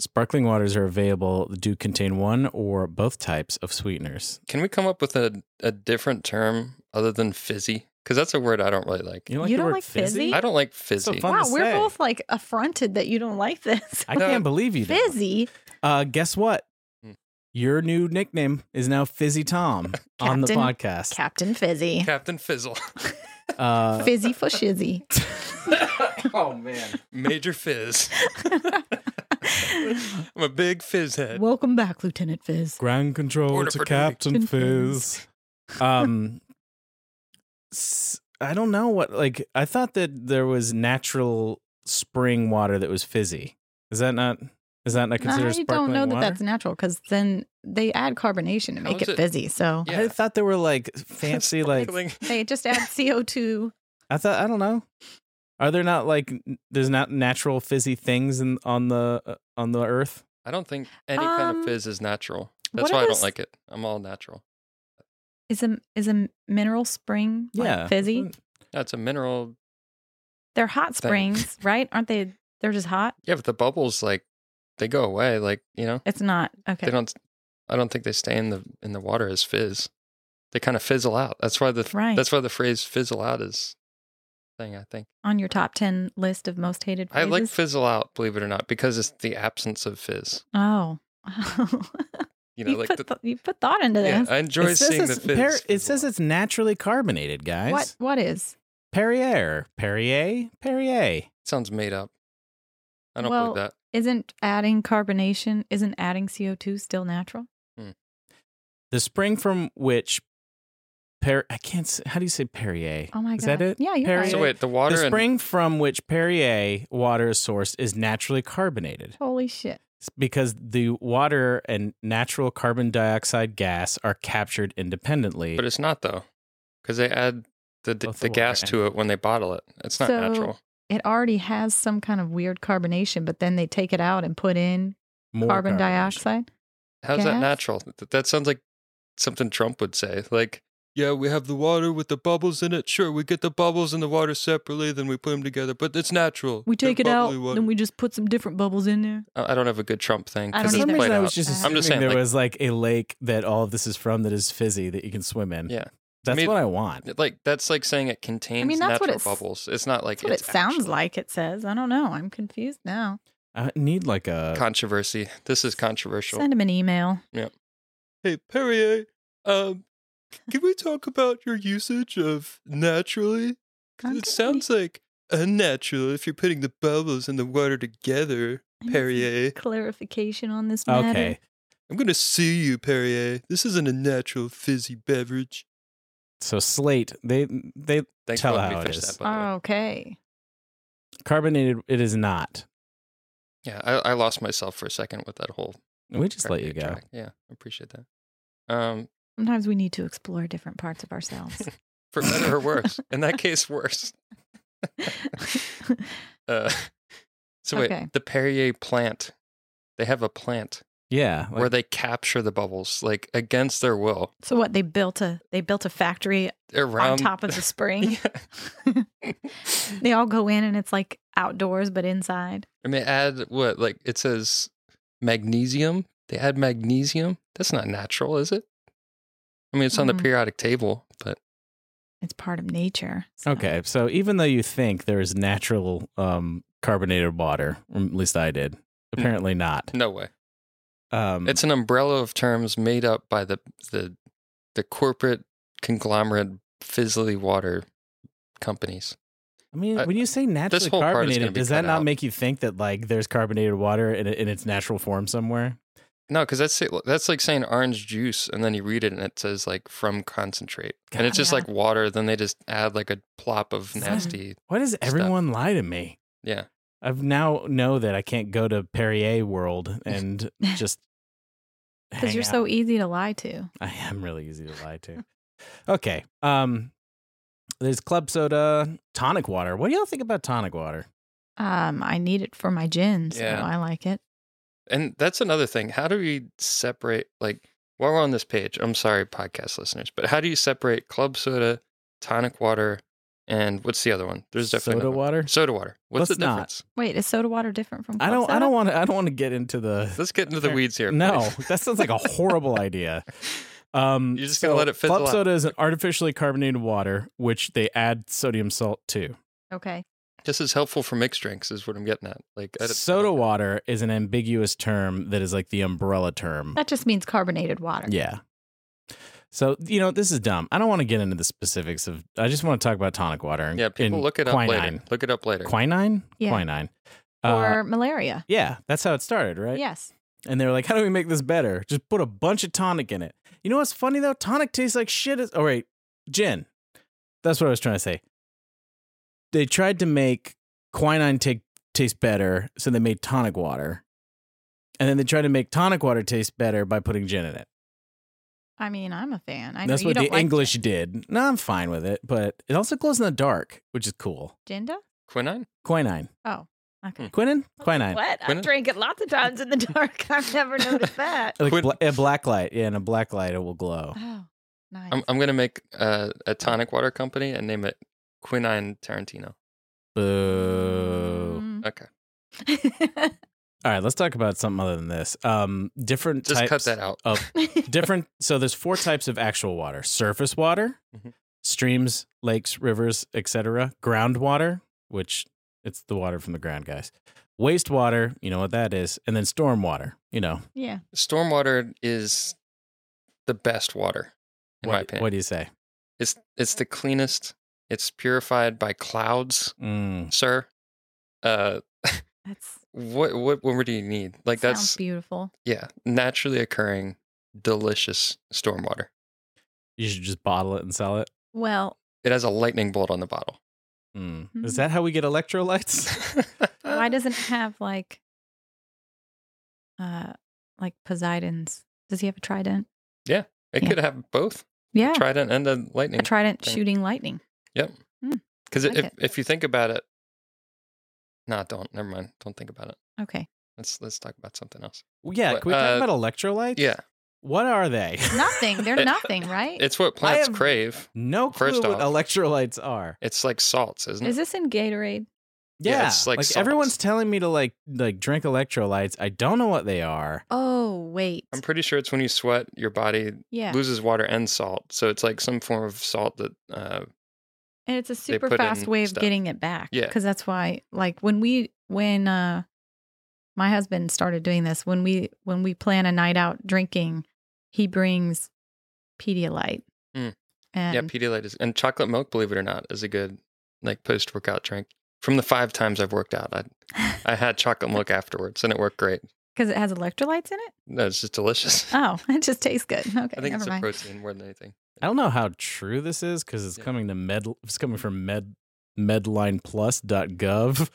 [SPEAKER 2] sparkling waters are available that do contain one or both types of sweeteners.
[SPEAKER 1] Can we come up with a, a different term other than fizzy? Because that's a word I don't really like.
[SPEAKER 2] You, like the
[SPEAKER 3] You don't
[SPEAKER 2] word
[SPEAKER 3] like fizzy?
[SPEAKER 1] I don't like
[SPEAKER 2] So
[SPEAKER 1] fizzy.
[SPEAKER 2] fun
[SPEAKER 3] wow,
[SPEAKER 2] to
[SPEAKER 3] we're
[SPEAKER 2] say.
[SPEAKER 3] both like affronted that you don't like this.
[SPEAKER 2] I
[SPEAKER 1] No.
[SPEAKER 2] can't believe you. don't.
[SPEAKER 3] Fizzy.
[SPEAKER 2] Uh, guess what?
[SPEAKER 1] Hmm.
[SPEAKER 2] Your new nickname is now
[SPEAKER 1] (laughs)
[SPEAKER 2] Fizzy Tom on the
[SPEAKER 3] Captain-
[SPEAKER 2] podcast.
[SPEAKER 3] Captain Fizzy.
[SPEAKER 1] Captain Fizzle, (laughs)
[SPEAKER 2] Uh,
[SPEAKER 3] (laughs) Fizzy for
[SPEAKER 2] (laughs)
[SPEAKER 3] shizzy.
[SPEAKER 2] oh man.
[SPEAKER 1] Major
[SPEAKER 3] (laughs)
[SPEAKER 1] Fizz. I'm a big fizz head.
[SPEAKER 3] Welcome back, Lieutenant Fizz.
[SPEAKER 2] Ground control
[SPEAKER 1] Order
[SPEAKER 2] to
[SPEAKER 1] for duty.
[SPEAKER 2] Captain Fizz.
[SPEAKER 3] Fizz. (laughs)
[SPEAKER 2] Um, s- I don't know what. Like, I thought that there was natural spring water that was fizzy. Is that not? Is that not considered
[SPEAKER 3] I don't
[SPEAKER 2] sparkling
[SPEAKER 3] know that
[SPEAKER 2] water?
[SPEAKER 3] that's natural because then they add carbonation to
[SPEAKER 1] How
[SPEAKER 3] make
[SPEAKER 1] is
[SPEAKER 3] it,
[SPEAKER 1] it-
[SPEAKER 3] fizzy. So
[SPEAKER 1] Yeah.
[SPEAKER 2] I thought there
[SPEAKER 1] (laughs)
[SPEAKER 2] were like (laughs) fancy like.
[SPEAKER 1] Sparkling-
[SPEAKER 3] they just add CO2.
[SPEAKER 2] I thought I don't know. Are there not like n- there's not natural fizzy things in, on the uh, on the earth?
[SPEAKER 1] I don't think any kind
[SPEAKER 3] Um,
[SPEAKER 1] of fizz is natural.
[SPEAKER 3] what
[SPEAKER 1] That's why I don't
[SPEAKER 3] is-
[SPEAKER 1] like it. I'm all natural.
[SPEAKER 3] Is a is a mineral spring like,
[SPEAKER 2] Yeah, Mm-hmm.
[SPEAKER 3] fizzy?
[SPEAKER 1] That's a mineral.
[SPEAKER 3] They're
[SPEAKER 1] Thing. (laughs)
[SPEAKER 3] hot springs, right? Aren't they? They're just hot.
[SPEAKER 1] Yeah, but the bubbles like they go away. Like you know,
[SPEAKER 3] It's not okay.
[SPEAKER 1] they don't. I don't think they stay in the in the water as fizz. They kind of fizzle out. That's why the
[SPEAKER 3] Right.
[SPEAKER 1] that's why the phrase fizzle out is thing. I think
[SPEAKER 3] On your top ten list of most hated
[SPEAKER 1] I
[SPEAKER 3] phrases.
[SPEAKER 1] like fizzle out, believe it or not, because it's the absence of fizz.
[SPEAKER 3] oh,
[SPEAKER 1] You
[SPEAKER 3] (laughs) you,
[SPEAKER 1] know, like
[SPEAKER 3] put
[SPEAKER 1] the,
[SPEAKER 3] th- you put thought into
[SPEAKER 1] yeah,
[SPEAKER 3] this.
[SPEAKER 1] I enjoy
[SPEAKER 2] it says,
[SPEAKER 1] seeing the
[SPEAKER 2] it's,
[SPEAKER 1] fizz.
[SPEAKER 2] Perri-
[SPEAKER 1] fizzle
[SPEAKER 2] it says
[SPEAKER 1] out.
[SPEAKER 2] it's naturally carbonated, guys.
[SPEAKER 3] what what is?
[SPEAKER 2] Perrier, Perrier, Perrier.
[SPEAKER 1] sounds made up. I don't
[SPEAKER 3] Well,
[SPEAKER 1] believe that.
[SPEAKER 3] Isn't adding carbonation? Isn't adding CO two still natural?
[SPEAKER 2] The spring from which Per I can't say, how do you say Perrier?
[SPEAKER 3] Oh my god!
[SPEAKER 2] Is that it?
[SPEAKER 3] Yeah, you're
[SPEAKER 2] Perrier?
[SPEAKER 3] right.
[SPEAKER 1] So wait, the
[SPEAKER 2] The
[SPEAKER 1] water and
[SPEAKER 2] spring from which Perrier water is sourced is naturally carbonated
[SPEAKER 3] Holy shit!
[SPEAKER 2] It's because the water and natural carbon dioxide gas are captured independently.
[SPEAKER 1] but it's not though, because they add the the,
[SPEAKER 2] Both the
[SPEAKER 1] gas
[SPEAKER 2] water and-
[SPEAKER 1] to it when they bottle it. It's not
[SPEAKER 3] So-
[SPEAKER 1] natural.
[SPEAKER 3] It already has some kind of weird carbonation, but then they take it out and put in
[SPEAKER 2] More
[SPEAKER 3] carbon
[SPEAKER 2] carbonation.
[SPEAKER 3] dioxide.
[SPEAKER 1] How's that
[SPEAKER 3] Gas?
[SPEAKER 1] natural? That, that sounds like something Trump would say. Like, yeah, we have the water with the bubbles in it. Sure, we get the bubbles and the water separately, then we put them together, but it's natural.
[SPEAKER 3] We
[SPEAKER 1] They're
[SPEAKER 3] take it out,
[SPEAKER 1] bubbly water.
[SPEAKER 3] then we just put some different bubbles in there.
[SPEAKER 1] I I don't have a good Trump thing because
[SPEAKER 2] For
[SPEAKER 3] I don't
[SPEAKER 1] it's
[SPEAKER 2] some
[SPEAKER 3] either.
[SPEAKER 1] played
[SPEAKER 2] reason, I
[SPEAKER 1] out.
[SPEAKER 2] was just
[SPEAKER 3] I'm
[SPEAKER 2] assuming
[SPEAKER 1] just saying,
[SPEAKER 2] there
[SPEAKER 1] like-
[SPEAKER 2] was like a lake that all of this is from that is fizzy that you can swim in.
[SPEAKER 1] Yeah.
[SPEAKER 2] That's
[SPEAKER 1] mean-
[SPEAKER 2] what I want.
[SPEAKER 1] Like that's like saying it contains
[SPEAKER 3] that's what
[SPEAKER 1] natural
[SPEAKER 3] it's-
[SPEAKER 1] bubbles. It's not like
[SPEAKER 3] That's what it
[SPEAKER 1] it's
[SPEAKER 3] sounds
[SPEAKER 1] actually-
[SPEAKER 3] like. It says. I don't know. I'm confused now.
[SPEAKER 2] I need like a
[SPEAKER 1] Controversy. This is controversial.
[SPEAKER 3] Send him an email.
[SPEAKER 1] Hey Perrier, um, can we talk about your usage of naturally? 'Cause
[SPEAKER 3] I'm
[SPEAKER 1] It
[SPEAKER 3] good.
[SPEAKER 1] sounds like unnatural if you're putting the bubbles and the water together,
[SPEAKER 3] I need some
[SPEAKER 1] Perrier.
[SPEAKER 3] Clarification on this matter.
[SPEAKER 2] okay.
[SPEAKER 1] I'm gonna sue you, Perrier. This isn't a natural fizzy beverage.
[SPEAKER 2] So slate they they
[SPEAKER 1] Thanks
[SPEAKER 2] Tell
[SPEAKER 1] for letting
[SPEAKER 2] how
[SPEAKER 1] me
[SPEAKER 2] it
[SPEAKER 1] finish
[SPEAKER 2] is.
[SPEAKER 1] that. By the
[SPEAKER 3] Oh.
[SPEAKER 1] way.
[SPEAKER 3] Okay.
[SPEAKER 2] carbonated. It is not.
[SPEAKER 1] Yeah, I, I lost myself for a second with that whole.
[SPEAKER 2] We just let you go.
[SPEAKER 1] track. Yeah, I appreciate that. Um,
[SPEAKER 3] Sometimes we need to explore different parts of ourselves. (laughs)
[SPEAKER 1] for better or
[SPEAKER 2] (laughs)
[SPEAKER 1] worse. In that case, worse. Uh, (laughs) so wait,
[SPEAKER 3] Okay.
[SPEAKER 1] the Perrier plant. They have a plant
[SPEAKER 2] Yeah. like-
[SPEAKER 1] where they capture the bubbles, like against their will,
[SPEAKER 3] so what? They built a they built a factory
[SPEAKER 1] around
[SPEAKER 3] on top of the spring.
[SPEAKER 1] (laughs) Yeah.
[SPEAKER 3] they all go in and it's like outdoors but inside.
[SPEAKER 1] (laughs) And they add what? Like it says magnesium. They add magnesium. That's not natural, is it? I mean, it's on
[SPEAKER 3] Mhm.
[SPEAKER 1] the periodic table, but
[SPEAKER 3] It's part of nature. so-
[SPEAKER 2] okay. So even though you think there is natural um, carbonated water, or at least I did. Apparently not.
[SPEAKER 1] no way.
[SPEAKER 3] Hmm.
[SPEAKER 2] Um,
[SPEAKER 1] Hmm. It's an umbrella of terms made up by the the the corporate conglomerate fizzly water companies.
[SPEAKER 2] I mean,
[SPEAKER 1] I-
[SPEAKER 2] when you say naturally
[SPEAKER 1] whole part is gonna
[SPEAKER 2] carbonated,
[SPEAKER 1] be
[SPEAKER 2] does that
[SPEAKER 1] cut
[SPEAKER 2] not
[SPEAKER 1] out.
[SPEAKER 2] make you think that like there's carbonated water in, in its natural form somewhere?
[SPEAKER 1] No, because that's it- that's like saying orange juice, and then you read it and it says like from concentrate, and it's just
[SPEAKER 3] Yeah.
[SPEAKER 1] like water. Then they just add like a plop of nasty.
[SPEAKER 2] Why does everyone lie to me?
[SPEAKER 1] Yeah,
[SPEAKER 2] I've now know that I can't go to
[SPEAKER 1] (laughs)
[SPEAKER 2] Perrier World and just
[SPEAKER 3] because
[SPEAKER 2] hang
[SPEAKER 3] you're
[SPEAKER 2] out.
[SPEAKER 3] so easy to lie to.
[SPEAKER 2] (laughs) I am really easy to lie to. Okay. Um there's club soda, tonic water. What do y'all think about tonic water?
[SPEAKER 3] Um, I need it for my gin, so
[SPEAKER 1] Yeah.
[SPEAKER 3] I like it.
[SPEAKER 1] and that's another thing. How do we separate? Like while we're on this page, I'm sorry, podcast listeners, but how do you separate club soda, tonic water, and what's the other one? There's definitely
[SPEAKER 2] soda
[SPEAKER 1] another one. (laughs)
[SPEAKER 2] water.
[SPEAKER 1] Soda water. What's
[SPEAKER 2] Let's
[SPEAKER 1] the
[SPEAKER 2] not.
[SPEAKER 1] difference?
[SPEAKER 3] Wait, is soda water different from?
[SPEAKER 2] I
[SPEAKER 3] club
[SPEAKER 2] don't I
[SPEAKER 3] soda?
[SPEAKER 2] don't want to I don't want to get into the
[SPEAKER 1] Let's get into the
[SPEAKER 2] Fair.
[SPEAKER 1] weeds here. (laughs)
[SPEAKER 2] No,
[SPEAKER 1] please.
[SPEAKER 2] that sounds like a horrible
[SPEAKER 1] (laughs)
[SPEAKER 2] idea. Um,
[SPEAKER 1] You're just gonna let it fizzle
[SPEAKER 2] Club
[SPEAKER 1] out.
[SPEAKER 2] soda is an artificially carbonated water, which they add sodium salt to.
[SPEAKER 3] Okay.
[SPEAKER 1] this is helpful for mixed drinks, is what I'm getting at. Like I don't-
[SPEAKER 2] Soda water is an ambiguous term that is like the umbrella term.
[SPEAKER 3] That just means carbonated water.
[SPEAKER 2] Yeah. So you know this is dumb. I don't want to get into the specifics of. I just want to talk about tonic water. And,
[SPEAKER 1] Yeah, people
[SPEAKER 2] and
[SPEAKER 1] look it up
[SPEAKER 2] quinine.
[SPEAKER 1] later. Look it up later.
[SPEAKER 2] Quinine.
[SPEAKER 3] Yeah.
[SPEAKER 2] Quinine. Uh,
[SPEAKER 3] Or malaria.
[SPEAKER 2] yeah, that's how it started, right?
[SPEAKER 3] Yes.
[SPEAKER 2] And they were like, how do we make this better? Just put a bunch of tonic in it. You know what's funny though? Tonic tastes like shit. As- oh, wait, gin. That's what I was trying to say. They tried to make quinine take, taste better, so they made tonic water. And then they tried to make tonic water taste better by putting gin in it.
[SPEAKER 3] I mean, I'm a fan. I know
[SPEAKER 2] That's
[SPEAKER 3] you
[SPEAKER 2] what
[SPEAKER 3] don't
[SPEAKER 2] the
[SPEAKER 3] like
[SPEAKER 2] English
[SPEAKER 3] gin.
[SPEAKER 2] did. No, I'm fine with it, but it also glows in the dark, which is cool.
[SPEAKER 3] Ginger?
[SPEAKER 1] Quinine?
[SPEAKER 2] Quinine.
[SPEAKER 3] Oh, okay.
[SPEAKER 2] Quinin? Quinine.
[SPEAKER 3] What? I
[SPEAKER 1] Quinine?
[SPEAKER 3] drank it lots of times in the (laughs) dark. I've never noticed that.
[SPEAKER 2] Like
[SPEAKER 1] Quin-
[SPEAKER 2] bla- a black light. Yeah, and a black light, it will glow.
[SPEAKER 3] Oh, nice.
[SPEAKER 1] I'm, I'm gonna make uh, a tonic water company and name it Quinine Tarantino.
[SPEAKER 2] Boo.
[SPEAKER 1] uh,
[SPEAKER 3] Mm-hmm. (laughs)
[SPEAKER 1] Okay,
[SPEAKER 3] Mm.
[SPEAKER 2] All right, let's talk about something other than this. Um, different
[SPEAKER 1] just
[SPEAKER 2] types
[SPEAKER 1] cut that out. (laughs)
[SPEAKER 2] of different. So there's four types of actual water: surface water,
[SPEAKER 1] Mhm.
[SPEAKER 2] streams, lakes, rivers, etc. Groundwater, which it's the water from the ground, guys. Wastewater, you know what that is, and then stormwater. You know
[SPEAKER 3] yeah.
[SPEAKER 1] Stormwater is the best water, in
[SPEAKER 2] what,
[SPEAKER 1] my opinion.
[SPEAKER 2] What do you say?
[SPEAKER 1] It's it's the cleanest. It's purified by clouds,
[SPEAKER 2] Mm.
[SPEAKER 1] sir. Uh,
[SPEAKER 3] That's
[SPEAKER 1] what what more do you need? Like
[SPEAKER 3] sounds
[SPEAKER 1] that's
[SPEAKER 3] beautiful.
[SPEAKER 1] yeah, naturally occurring, delicious stormwater.
[SPEAKER 2] You should just bottle it and sell it.
[SPEAKER 3] Well,
[SPEAKER 1] It has a lightning bolt on the bottle. (laughs)
[SPEAKER 2] Mm.
[SPEAKER 3] Mhm.
[SPEAKER 2] Is that how we get electrolytes? (laughs)
[SPEAKER 1] Uh,
[SPEAKER 3] why doesn't it have like uh like Poseidon's does he have a trident?
[SPEAKER 1] it
[SPEAKER 3] yeah.
[SPEAKER 1] could have both
[SPEAKER 3] Yeah.
[SPEAKER 1] trident and a
[SPEAKER 3] a
[SPEAKER 1] lightning?
[SPEAKER 3] trident
[SPEAKER 1] thing.
[SPEAKER 3] shooting lightning.
[SPEAKER 1] Because
[SPEAKER 3] like
[SPEAKER 1] if
[SPEAKER 3] it.
[SPEAKER 1] if you think about it, nah, don't. Never mind. Don't think about it.
[SPEAKER 3] Okay.
[SPEAKER 1] Let's let's talk about something else.
[SPEAKER 2] Well, yeah,
[SPEAKER 1] But,
[SPEAKER 2] can we talk
[SPEAKER 1] uh,
[SPEAKER 2] about electrolytes?
[SPEAKER 1] Yeah,
[SPEAKER 2] What are they? (laughs)
[SPEAKER 3] Nothing. They're
[SPEAKER 1] (laughs) It-
[SPEAKER 3] nothing, right?
[SPEAKER 1] it's what plants
[SPEAKER 2] have-
[SPEAKER 1] crave.
[SPEAKER 2] no clue
[SPEAKER 1] First
[SPEAKER 2] what
[SPEAKER 1] off-
[SPEAKER 2] electrolytes are.
[SPEAKER 1] It's like salts, isn't it?
[SPEAKER 3] Is this in Gatorade?
[SPEAKER 2] Yeah,
[SPEAKER 1] Yeah, it's like salts.
[SPEAKER 2] everyone's telling me to like like drink electrolytes. I don't know what they are.
[SPEAKER 3] Oh wait.
[SPEAKER 1] I'm pretty sure it's when you sweat, your body
[SPEAKER 3] yeah.
[SPEAKER 1] loses water and salt. So it's like some form of salt that. Uh,
[SPEAKER 3] and it's a super
[SPEAKER 1] put
[SPEAKER 3] fast
[SPEAKER 1] in
[SPEAKER 3] way of
[SPEAKER 1] stuff.
[SPEAKER 3] getting it back.
[SPEAKER 1] Yeah.
[SPEAKER 3] Cause that's why like when we when uh my husband started doing this, when we when we plan a night out drinking, he brings Pedialyte.
[SPEAKER 1] Mm.
[SPEAKER 3] And
[SPEAKER 1] yeah, Pedialyte is and chocolate milk. Believe it or not, is a good like post workout drink. From the five times I've worked out, I I had
[SPEAKER 3] (laughs)
[SPEAKER 1] chocolate milk afterwards, and it worked great.
[SPEAKER 3] because it has electrolytes in it.
[SPEAKER 1] No, it's just delicious.
[SPEAKER 3] Oh, (laughs) it just tastes good. Okay,
[SPEAKER 1] (laughs) I think
[SPEAKER 3] never
[SPEAKER 1] it's a
[SPEAKER 3] mind.
[SPEAKER 1] protein more than anything.
[SPEAKER 2] I don't know how true this is because it's
[SPEAKER 1] Yeah.
[SPEAKER 2] coming to med. It's coming from med medlineplus.gov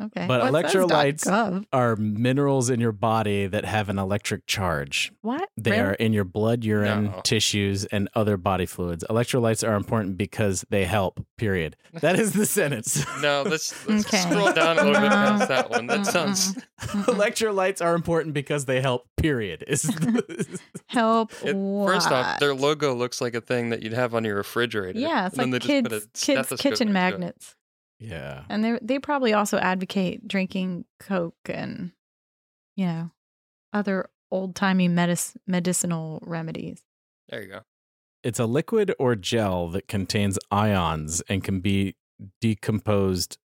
[SPEAKER 3] okay,
[SPEAKER 2] but
[SPEAKER 3] What's this dot
[SPEAKER 2] electrolytes-
[SPEAKER 3] gov?
[SPEAKER 2] (laughs) are minerals in your body that have an electric charge.
[SPEAKER 3] What?
[SPEAKER 2] They
[SPEAKER 3] Really?
[SPEAKER 2] are in your blood, urine,
[SPEAKER 1] No.
[SPEAKER 2] tissues, and other body fluids. Electrolytes are important because they help. Period. That is the sentence.
[SPEAKER 1] (laughs) No, let's, let's
[SPEAKER 3] Okay. Uh-huh.
[SPEAKER 1] scroll down a little bit past that one. That
[SPEAKER 3] Mm-mm.
[SPEAKER 1] sounds
[SPEAKER 3] Mm-mm.
[SPEAKER 2] electrolytes are important because they help. Period. Is the- (laughs)
[SPEAKER 3] help.
[SPEAKER 1] It- first off,
[SPEAKER 3] what?
[SPEAKER 1] their logo looks like a thing that you'd have on your refrigerator.
[SPEAKER 3] yeah, it's
[SPEAKER 1] and
[SPEAKER 3] like
[SPEAKER 1] then they just
[SPEAKER 3] kids,
[SPEAKER 1] put a
[SPEAKER 3] kids
[SPEAKER 1] stethoscope
[SPEAKER 3] kitchen
[SPEAKER 1] next to it.
[SPEAKER 3] magnets,
[SPEAKER 2] yeah.
[SPEAKER 3] and they they probably also advocate drinking Coke and you know other old timey medis- medicinal remedies.
[SPEAKER 1] There you go.
[SPEAKER 2] It's a liquid or gel that contains ions and can be decomposed.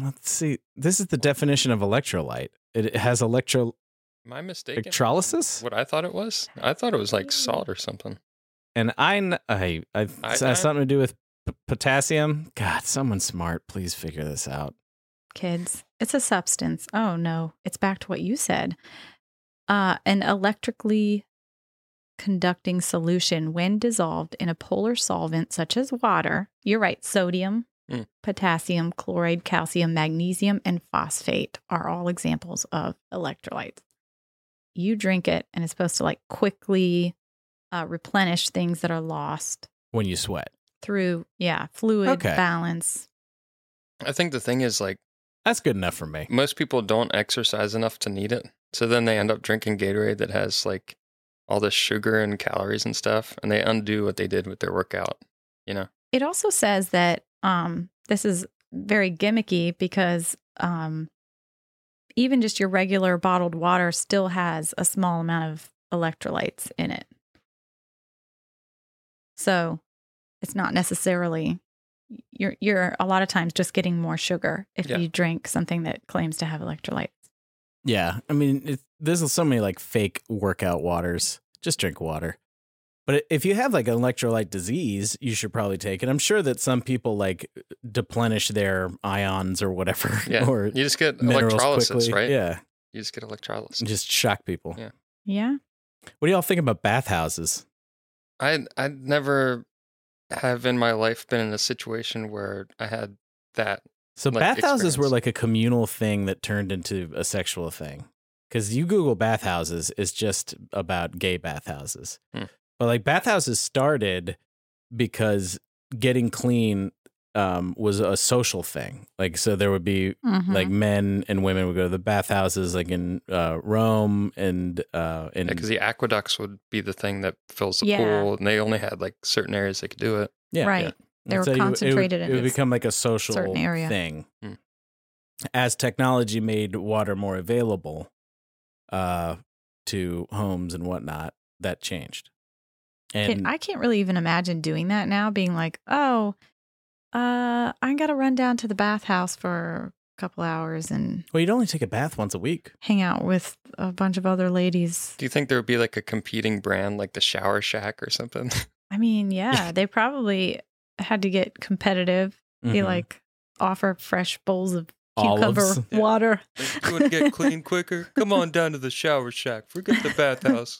[SPEAKER 2] Let's see. This is the definition of electrolyte. It it has electro.
[SPEAKER 1] My mistake.
[SPEAKER 2] Electrolysis?
[SPEAKER 1] What I thought it was? I thought it was like salt or something.
[SPEAKER 2] And I, I, I, it has
[SPEAKER 1] Iodine?
[SPEAKER 2] something to do with P- potassium? God, someone smart, please figure this out.
[SPEAKER 3] kids. It's a substance. Oh no, it's back to what you said. Uh, an electrically conducting solution when dissolved in a polar solvent such as water. You're right, sodium,
[SPEAKER 1] Mm.
[SPEAKER 3] potassium, chloride, calcium, magnesium, and phosphate are all examples of electrolytes. You drink it and it's supposed to like quickly uh, replenish things that are lost
[SPEAKER 2] When you sweat.
[SPEAKER 3] through, yeah, fluid
[SPEAKER 2] Okay.
[SPEAKER 3] balance.
[SPEAKER 1] I think the thing is like
[SPEAKER 2] That's good enough for me.
[SPEAKER 1] most people don't exercise enough to need it. So then they end up drinking Gatorade that has like all this sugar and calories and stuff, and they undo what they did with their workout. You know,
[SPEAKER 3] it also says that um, this is very gimmicky because um, even just your regular bottled water still has a small amount of electrolytes in it. So it's not necessarily you're you're a lot of times just getting more sugar if
[SPEAKER 1] Yeah.
[SPEAKER 3] you drink something that claims to have electrolytes.
[SPEAKER 2] Yeah. I mean, it, there's so many like fake workout waters. Just drink water. But if you have like an electrolyte disease, you should probably take it. I'm sure that some people like deplenish their ions or whatever.
[SPEAKER 1] yeah,
[SPEAKER 2] (laughs) Or
[SPEAKER 1] you just get
[SPEAKER 2] minerals
[SPEAKER 1] electrolysis,
[SPEAKER 2] quickly.
[SPEAKER 1] right?
[SPEAKER 2] Yeah.
[SPEAKER 1] you just get electrolysis.
[SPEAKER 2] Just shock people.
[SPEAKER 1] Yeah.
[SPEAKER 3] Yeah.
[SPEAKER 2] What do y'all think about bathhouses?
[SPEAKER 1] I I never have in my life been in a situation where I had that.
[SPEAKER 2] So
[SPEAKER 1] like,
[SPEAKER 2] bathhouses were
[SPEAKER 1] experience.
[SPEAKER 2] like a communal thing that turned into a sexual thing. Because you Google bathhouses, it's just about gay bathhouses.
[SPEAKER 1] Hmm.
[SPEAKER 2] But like bathhouses started because getting clean um, was a social thing. Like so, there would be
[SPEAKER 3] Mhm.
[SPEAKER 2] like men and women would go to the bathhouses, like in uh, Rome and uh, in
[SPEAKER 1] Because the aqueducts would be the thing that fills the
[SPEAKER 3] Yeah.
[SPEAKER 1] pool, and they only had like certain areas they could do it.
[SPEAKER 2] Yeah,
[SPEAKER 3] Right.
[SPEAKER 2] yeah.
[SPEAKER 3] They
[SPEAKER 2] And
[SPEAKER 3] were
[SPEAKER 2] you- it would-
[SPEAKER 3] concentrated
[SPEAKER 2] It
[SPEAKER 3] in
[SPEAKER 2] would,
[SPEAKER 3] this
[SPEAKER 2] become like a social
[SPEAKER 3] certain area.
[SPEAKER 2] thing.
[SPEAKER 1] Hmm.
[SPEAKER 2] As technology made water more available uh, to homes and whatnot, that changed.
[SPEAKER 3] Can-
[SPEAKER 2] And
[SPEAKER 3] I can't really even imagine doing that now, being like, oh, uh, I got to run down to the bathhouse for a couple hours and
[SPEAKER 2] well, you'd only take a bath once a week.
[SPEAKER 3] hang out with a bunch of other ladies.
[SPEAKER 1] Do you think there would be like a competing brand, like the Shower Shack or something? (laughs)
[SPEAKER 3] I
[SPEAKER 2] (laughs)
[SPEAKER 3] mean, yeah, they probably had to get competitive, be
[SPEAKER 2] Mhm.
[SPEAKER 3] like, offer fresh bowls of cucumber
[SPEAKER 2] Olives.
[SPEAKER 3] water.
[SPEAKER 1] you want to get clean quicker? Come on down to the Shower Shack. Forget (laughs) the bathhouse.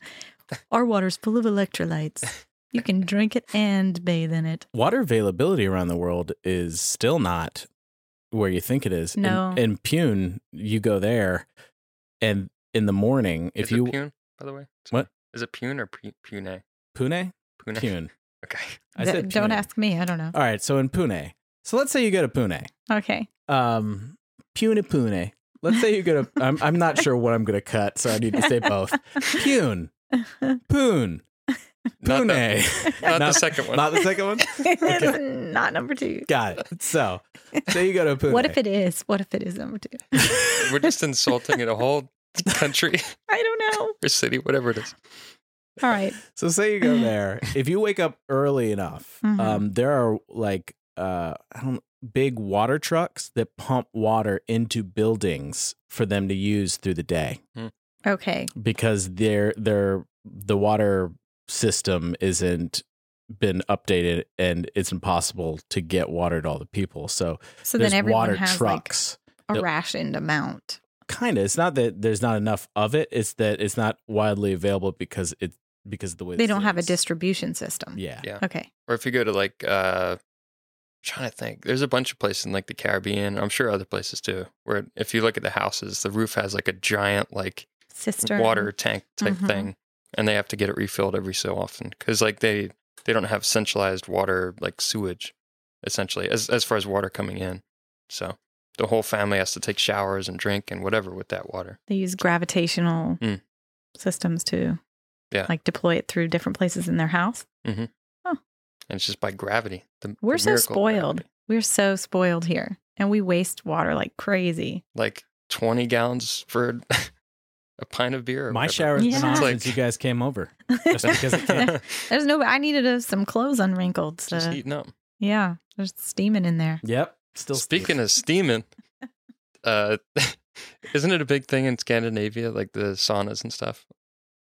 [SPEAKER 3] Our water's full of electrolytes. You
[SPEAKER 2] (laughs)
[SPEAKER 3] can drink it and bathe in it.
[SPEAKER 2] Water availability around the world is still not where you think it is. In-
[SPEAKER 3] No.
[SPEAKER 2] In, Pune, you go there, and in the morning, if
[SPEAKER 1] Is
[SPEAKER 2] you
[SPEAKER 1] it Pune, by the way,
[SPEAKER 2] What?
[SPEAKER 1] is it? Pune or Pu- Pune?
[SPEAKER 2] Pune,
[SPEAKER 1] Pune.
[SPEAKER 2] Pune.
[SPEAKER 1] (laughs) Okay.
[SPEAKER 2] I
[SPEAKER 3] Th-
[SPEAKER 2] said Uh,
[SPEAKER 3] don't
[SPEAKER 2] Pune.
[SPEAKER 3] ask me. I don't know.
[SPEAKER 2] All right, so in Pune. So let's say you go to Pune. (laughs)
[SPEAKER 3] Okay.
[SPEAKER 2] um pune pune let's say you go (laughs) to i'm, I'm not sure what i'm gonna cut so i need to say both
[SPEAKER 3] (laughs)
[SPEAKER 2] pune (laughs) pune
[SPEAKER 1] Not, the,
[SPEAKER 2] (laughs) pune
[SPEAKER 1] not the
[SPEAKER 2] Not-
[SPEAKER 1] second one.
[SPEAKER 2] not the second one
[SPEAKER 3] It's not number two.
[SPEAKER 2] got it so so you go to pune (laughs)
[SPEAKER 3] What if it is? What if it is number two?
[SPEAKER 1] We're just insulting a (laughs) whole country
[SPEAKER 3] I don't know.
[SPEAKER 1] or city, whatever it is.
[SPEAKER 3] All right.
[SPEAKER 2] so say you
[SPEAKER 3] (laughs)
[SPEAKER 2] go there if you wake up early enough
[SPEAKER 3] Mhm.
[SPEAKER 2] um there are like uh i don't big water trucks that pump water into buildings for them to use through the day
[SPEAKER 3] Okay.
[SPEAKER 2] because their their the water system isn't been updated and it's impossible to get water to all the people. So,
[SPEAKER 3] So
[SPEAKER 2] there's
[SPEAKER 3] then everyone
[SPEAKER 2] water
[SPEAKER 3] has
[SPEAKER 2] trucks.
[SPEAKER 3] like a
[SPEAKER 2] Yep.
[SPEAKER 3] rationed amount.
[SPEAKER 2] kind of. It's not that there's not enough of it. It's that it's not widely available because it because of the way
[SPEAKER 3] They
[SPEAKER 2] the
[SPEAKER 3] don't have a
[SPEAKER 2] cities-
[SPEAKER 3] distribution system.
[SPEAKER 2] Yeah.
[SPEAKER 1] Yeah.
[SPEAKER 3] Okay.
[SPEAKER 1] Or if you go to like, uh, I'm trying to think, there's a bunch of places in like the Caribbean, I'm sure other places too, where if you look at the houses, the roof has like a giant like
[SPEAKER 3] Sister.
[SPEAKER 1] water tank type
[SPEAKER 3] Mhm.
[SPEAKER 1] thing, and they have to get it refilled every so often because like they they don't have centralized water like sewage, essentially as as far as water coming in. So the whole family has to take showers and drink and whatever with that water.
[SPEAKER 3] They use gravitational
[SPEAKER 2] Hmm.
[SPEAKER 1] Mm.
[SPEAKER 3] systems to
[SPEAKER 1] Yeah.
[SPEAKER 3] like deploy it through different places in their house.
[SPEAKER 1] And it's just by gravity. The,
[SPEAKER 3] We're
[SPEAKER 1] the
[SPEAKER 3] so
[SPEAKER 1] miracle of
[SPEAKER 3] spoiled.
[SPEAKER 1] gravity.
[SPEAKER 3] We're so spoiled here. And we waste water like crazy.
[SPEAKER 1] Like twenty gallons for (laughs) a pint of beer. Or
[SPEAKER 2] My
[SPEAKER 1] whatever.
[SPEAKER 2] shower's
[SPEAKER 3] Yeah.
[SPEAKER 2] been on
[SPEAKER 1] It's like-
[SPEAKER 2] since you guys came over. Just because it can't-
[SPEAKER 3] (laughs)
[SPEAKER 1] (laughs)
[SPEAKER 3] There's no I needed uh some clothes unwrinkled.
[SPEAKER 1] It's just
[SPEAKER 3] so-
[SPEAKER 1] heating up.
[SPEAKER 3] yeah. There's steaming in there.
[SPEAKER 2] Yep. Still
[SPEAKER 1] Speaking of steaming,
[SPEAKER 3] (laughs)
[SPEAKER 1] (laughs) uh, isn't it a big thing in Scandinavia, like the saunas and stuff?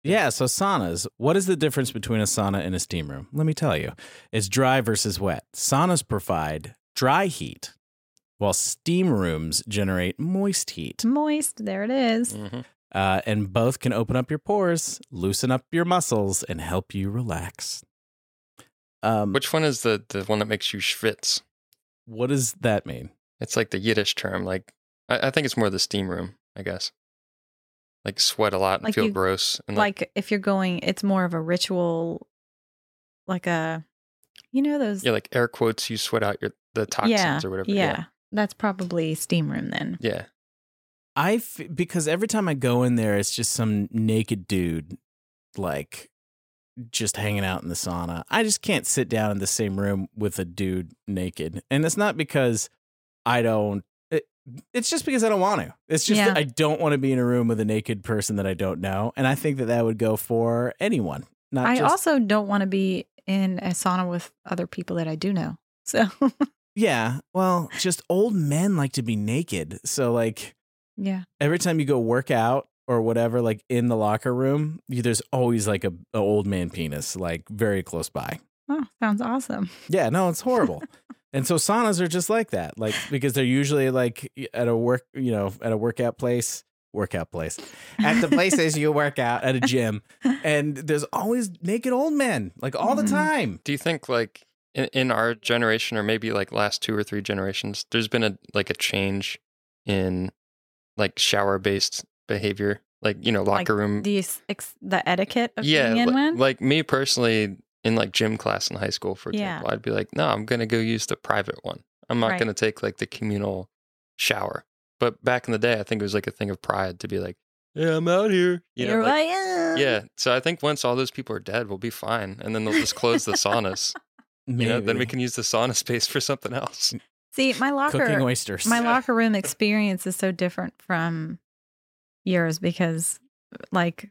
[SPEAKER 2] Yeah, so saunas. What is the difference between a sauna and a steam room? Let me tell you. It's dry versus wet. Saunas provide dry heat, while steam rooms generate moist heat.
[SPEAKER 3] Hmm. Moist. There it is.
[SPEAKER 1] hmm
[SPEAKER 2] Uh, and both can open up your pores, loosen up your muscles, and help you relax. Um,
[SPEAKER 1] Which one is the the one that makes you schwitz?
[SPEAKER 2] what does that mean?
[SPEAKER 1] It's like the Yiddish term. Like I, I think it's more the steam room, I guess. Like sweat a lot and
[SPEAKER 3] Like
[SPEAKER 1] feel
[SPEAKER 3] you-
[SPEAKER 1] gross and like,
[SPEAKER 3] Like if you're going, it's more of a ritual, like a, you know those.
[SPEAKER 1] yeah, like air quotes. You sweat out your the toxins
[SPEAKER 3] yeah,
[SPEAKER 1] or whatever.
[SPEAKER 3] yeah. That's probably steam room then.
[SPEAKER 1] yeah, yeah.
[SPEAKER 2] I f- because every time I go in there, it's just some naked dude, like just hanging out in the sauna. I just can't sit down in the same room with a dude naked, and it's not because I don't. It, it's just because I don't want to. It's just that
[SPEAKER 3] Yeah.
[SPEAKER 2] I don't want to be in a room with a naked person that I don't know, and I think that that would go for anyone. Not
[SPEAKER 3] I
[SPEAKER 2] just,
[SPEAKER 3] also don't want to be in a sauna with other people that I do know. (laughs) So
[SPEAKER 2] yeah. Well, just old men like to be naked, so like.
[SPEAKER 3] yeah,
[SPEAKER 2] every time you go work out or whatever, like in the locker room, you, there's always like a, a old man penis, like very close by.
[SPEAKER 3] oh, sounds awesome.
[SPEAKER 2] Yeah, no, it's (laughs) horrible. and so saunas are just like that, like because they're usually like at a work, you know, at a workout place, workout place, at the
[SPEAKER 3] (laughs)
[SPEAKER 2] places you work out at a gym, and there's always naked old men, like all
[SPEAKER 3] Mhm.
[SPEAKER 2] the time.
[SPEAKER 1] Do you think like in, in our generation or maybe like last two or three generations, there's been a like a change in like shower based behavior, like you know
[SPEAKER 3] Like,
[SPEAKER 1] locker room
[SPEAKER 3] The s- ex- the etiquette of being
[SPEAKER 1] li-
[SPEAKER 3] in one.
[SPEAKER 1] like me personally, in like gym class in high school, for
[SPEAKER 3] Yeah.
[SPEAKER 1] example, I'd be like, no, I'm gonna go use the private one. I'm not
[SPEAKER 3] Right.
[SPEAKER 1] gonna take like the communal shower. But back in the day, I think it was like a thing of pride to be like, yeah, I'm out here. You know,
[SPEAKER 3] Here
[SPEAKER 1] like-
[SPEAKER 3] I am.
[SPEAKER 1] Yeah. So I think once all those people are dead, we'll be fine, and then they'll just close the saunas. you know, then we
[SPEAKER 2] Maybe.
[SPEAKER 1] can use the sauna space for something else.
[SPEAKER 2] (laughs)
[SPEAKER 3] See, my
[SPEAKER 2] cooking
[SPEAKER 3] locker,
[SPEAKER 2] oysters.
[SPEAKER 3] my locker room experience is so different from yours because, like,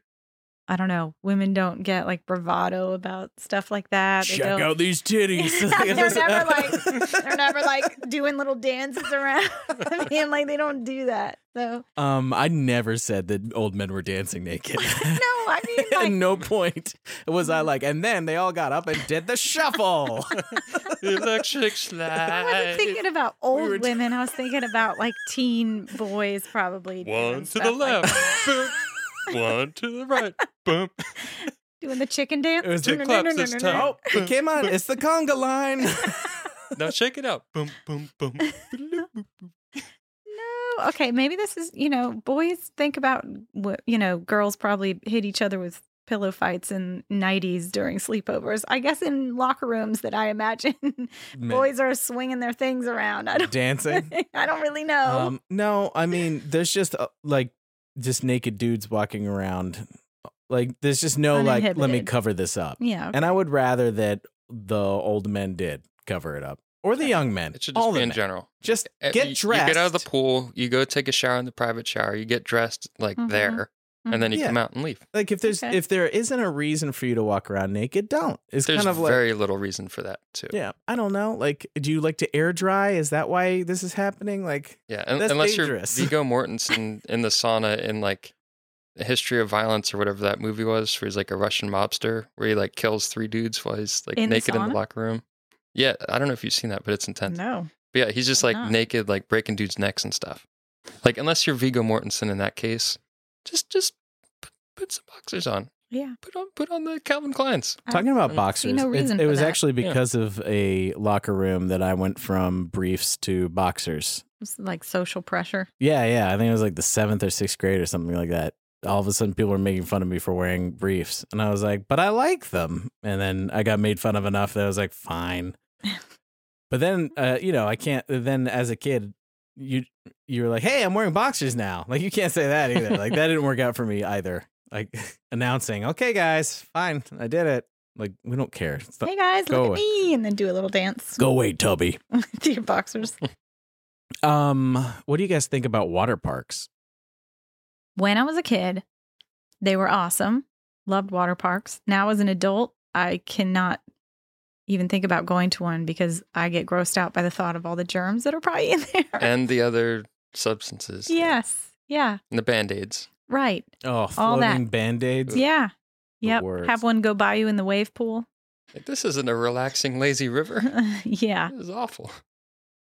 [SPEAKER 3] I don't know, women don't get like bravado about stuff like that. They
[SPEAKER 2] Check
[SPEAKER 3] don't-
[SPEAKER 2] out these titties. (laughs)
[SPEAKER 3] They're never like- (laughs) They're
[SPEAKER 1] (laughs)
[SPEAKER 3] never like doing little dances around. (laughs) I mean, like they don't do that. So
[SPEAKER 2] Um, I never said that old men were dancing naked. (laughs)
[SPEAKER 3] no, I
[SPEAKER 1] (laughs)
[SPEAKER 3] mean,
[SPEAKER 2] At
[SPEAKER 3] like,
[SPEAKER 2] no point was I like, and then they all got up and did the
[SPEAKER 3] (laughs)
[SPEAKER 2] shuffle.
[SPEAKER 1] Electric
[SPEAKER 3] I
[SPEAKER 1] slide.
[SPEAKER 3] wasn't thinking about old
[SPEAKER 2] were t-
[SPEAKER 3] women. I was thinking about like teen boys, probably. doing
[SPEAKER 1] One to the
[SPEAKER 3] stuff like-
[SPEAKER 1] left, boom. (laughs) One to the right,
[SPEAKER 3] (laughs)
[SPEAKER 1] boom.
[SPEAKER 3] doing the chicken dance.
[SPEAKER 2] It was
[SPEAKER 1] Two claps this time.
[SPEAKER 2] oh, it came on. It's the conga
[SPEAKER 3] (laughs)
[SPEAKER 2] line.
[SPEAKER 1] Now shake it out, boom, boom, boom.
[SPEAKER 3] No, okay, maybe this is you know boys think about what you know girls probably hit each other with pillow fights in 90s during sleepovers. I guess in locker rooms that I imagine (laughs) boys are swinging their things around. I don't. (laughs)
[SPEAKER 2] dancing.
[SPEAKER 3] I don't really know.
[SPEAKER 2] Um, no, I mean, there's just uh, like just naked dudes walking around. Like, there's just no like. Let me
[SPEAKER 3] Uninhibited.
[SPEAKER 2] cover this up.
[SPEAKER 3] yeah.
[SPEAKER 2] And I would rather that the old men did cover it up, or the young men.
[SPEAKER 1] It should
[SPEAKER 2] all
[SPEAKER 1] just be
[SPEAKER 2] the
[SPEAKER 1] in
[SPEAKER 2] men.
[SPEAKER 1] general.
[SPEAKER 2] Just
[SPEAKER 1] Uh,
[SPEAKER 2] get
[SPEAKER 1] you-
[SPEAKER 2] dressed.
[SPEAKER 1] You get out of the pool. You go take a shower in the private shower. You get dressed like
[SPEAKER 3] Mhm.
[SPEAKER 1] there, and then you
[SPEAKER 2] Mhm.
[SPEAKER 1] come out and leave.
[SPEAKER 2] Like if there's
[SPEAKER 3] Okay.
[SPEAKER 2] if there isn't a reason for you to walk around naked, don't. It's
[SPEAKER 1] There's
[SPEAKER 2] kind of like
[SPEAKER 1] very little reason for that too.
[SPEAKER 2] yeah, I don't know. Like, do you like to air dry? Is that why this is happening? Like,
[SPEAKER 1] Yeah, un-
[SPEAKER 2] That's
[SPEAKER 1] unless
[SPEAKER 2] dangerous.
[SPEAKER 1] you're Viggo
[SPEAKER 3] (laughs)
[SPEAKER 1] Mortensen in the sauna in like History of Violence or whatever that movie was, where he's like a Russian mobster, where he like kills three dudes while he's like
[SPEAKER 3] In the
[SPEAKER 1] naked in
[SPEAKER 3] sauna?
[SPEAKER 1] the locker room. Yeah, I don't know if you've seen that, but it's intense.
[SPEAKER 3] No.
[SPEAKER 1] But yeah, he's just
[SPEAKER 3] Why
[SPEAKER 1] like
[SPEAKER 3] not?
[SPEAKER 1] naked, like breaking dudes' necks and stuff. Like unless you're Viggo Mortensen in that case, just just p- put some boxers on.
[SPEAKER 3] Yeah.
[SPEAKER 1] Put on put on the Calvin Kleins.
[SPEAKER 3] I
[SPEAKER 2] talking about
[SPEAKER 1] see
[SPEAKER 2] boxers,
[SPEAKER 3] no
[SPEAKER 2] it's-
[SPEAKER 3] reason
[SPEAKER 2] it
[SPEAKER 3] for
[SPEAKER 2] was
[SPEAKER 3] that.
[SPEAKER 2] actually
[SPEAKER 1] Yeah.
[SPEAKER 2] because of a locker room that I went from briefs to boxers.
[SPEAKER 3] It's like social pressure.
[SPEAKER 2] Yeah, yeah. I think it was like the seventh or sixth grade or something like that. All of a sudden, people were making fun of me for wearing briefs, and I was like, "But I like them." And then I got made fun of enough that I was like, "Fine."
[SPEAKER 3] (laughs)
[SPEAKER 2] But then, uh, you know, I can't. Then as a kid, you you're like, "Hey, I'm wearing boxers now." Like you can't say that either. like that didn't work out for me either. Like (laughs) announcing, "Okay, guys, fine, I did it." Like we don't care. It's not-
[SPEAKER 3] hey guys,
[SPEAKER 2] go
[SPEAKER 3] look at me, and then do a little dance
[SPEAKER 2] Go away, Tubby.
[SPEAKER 3] (laughs) with your boxers.
[SPEAKER 2] Um, what do you guys think about water parks?
[SPEAKER 3] When I was a kid, they were awesome. Loved water parks. Now as an adult, I cannot even think about going to one because I get grossed out by the thought of all the germs that are probably in (laughs) there.
[SPEAKER 1] and the other substances.
[SPEAKER 3] yes. Yeah.
[SPEAKER 1] And the band aids.
[SPEAKER 3] Right.
[SPEAKER 2] Oh,
[SPEAKER 3] All that.
[SPEAKER 2] floating band aids.
[SPEAKER 3] Yeah. Yep.
[SPEAKER 2] words.
[SPEAKER 3] Have one go by you in the wave pool. (laughs)
[SPEAKER 1] Like, this isn't a relaxing, lazy river.
[SPEAKER 3] yeah.
[SPEAKER 1] This is awful.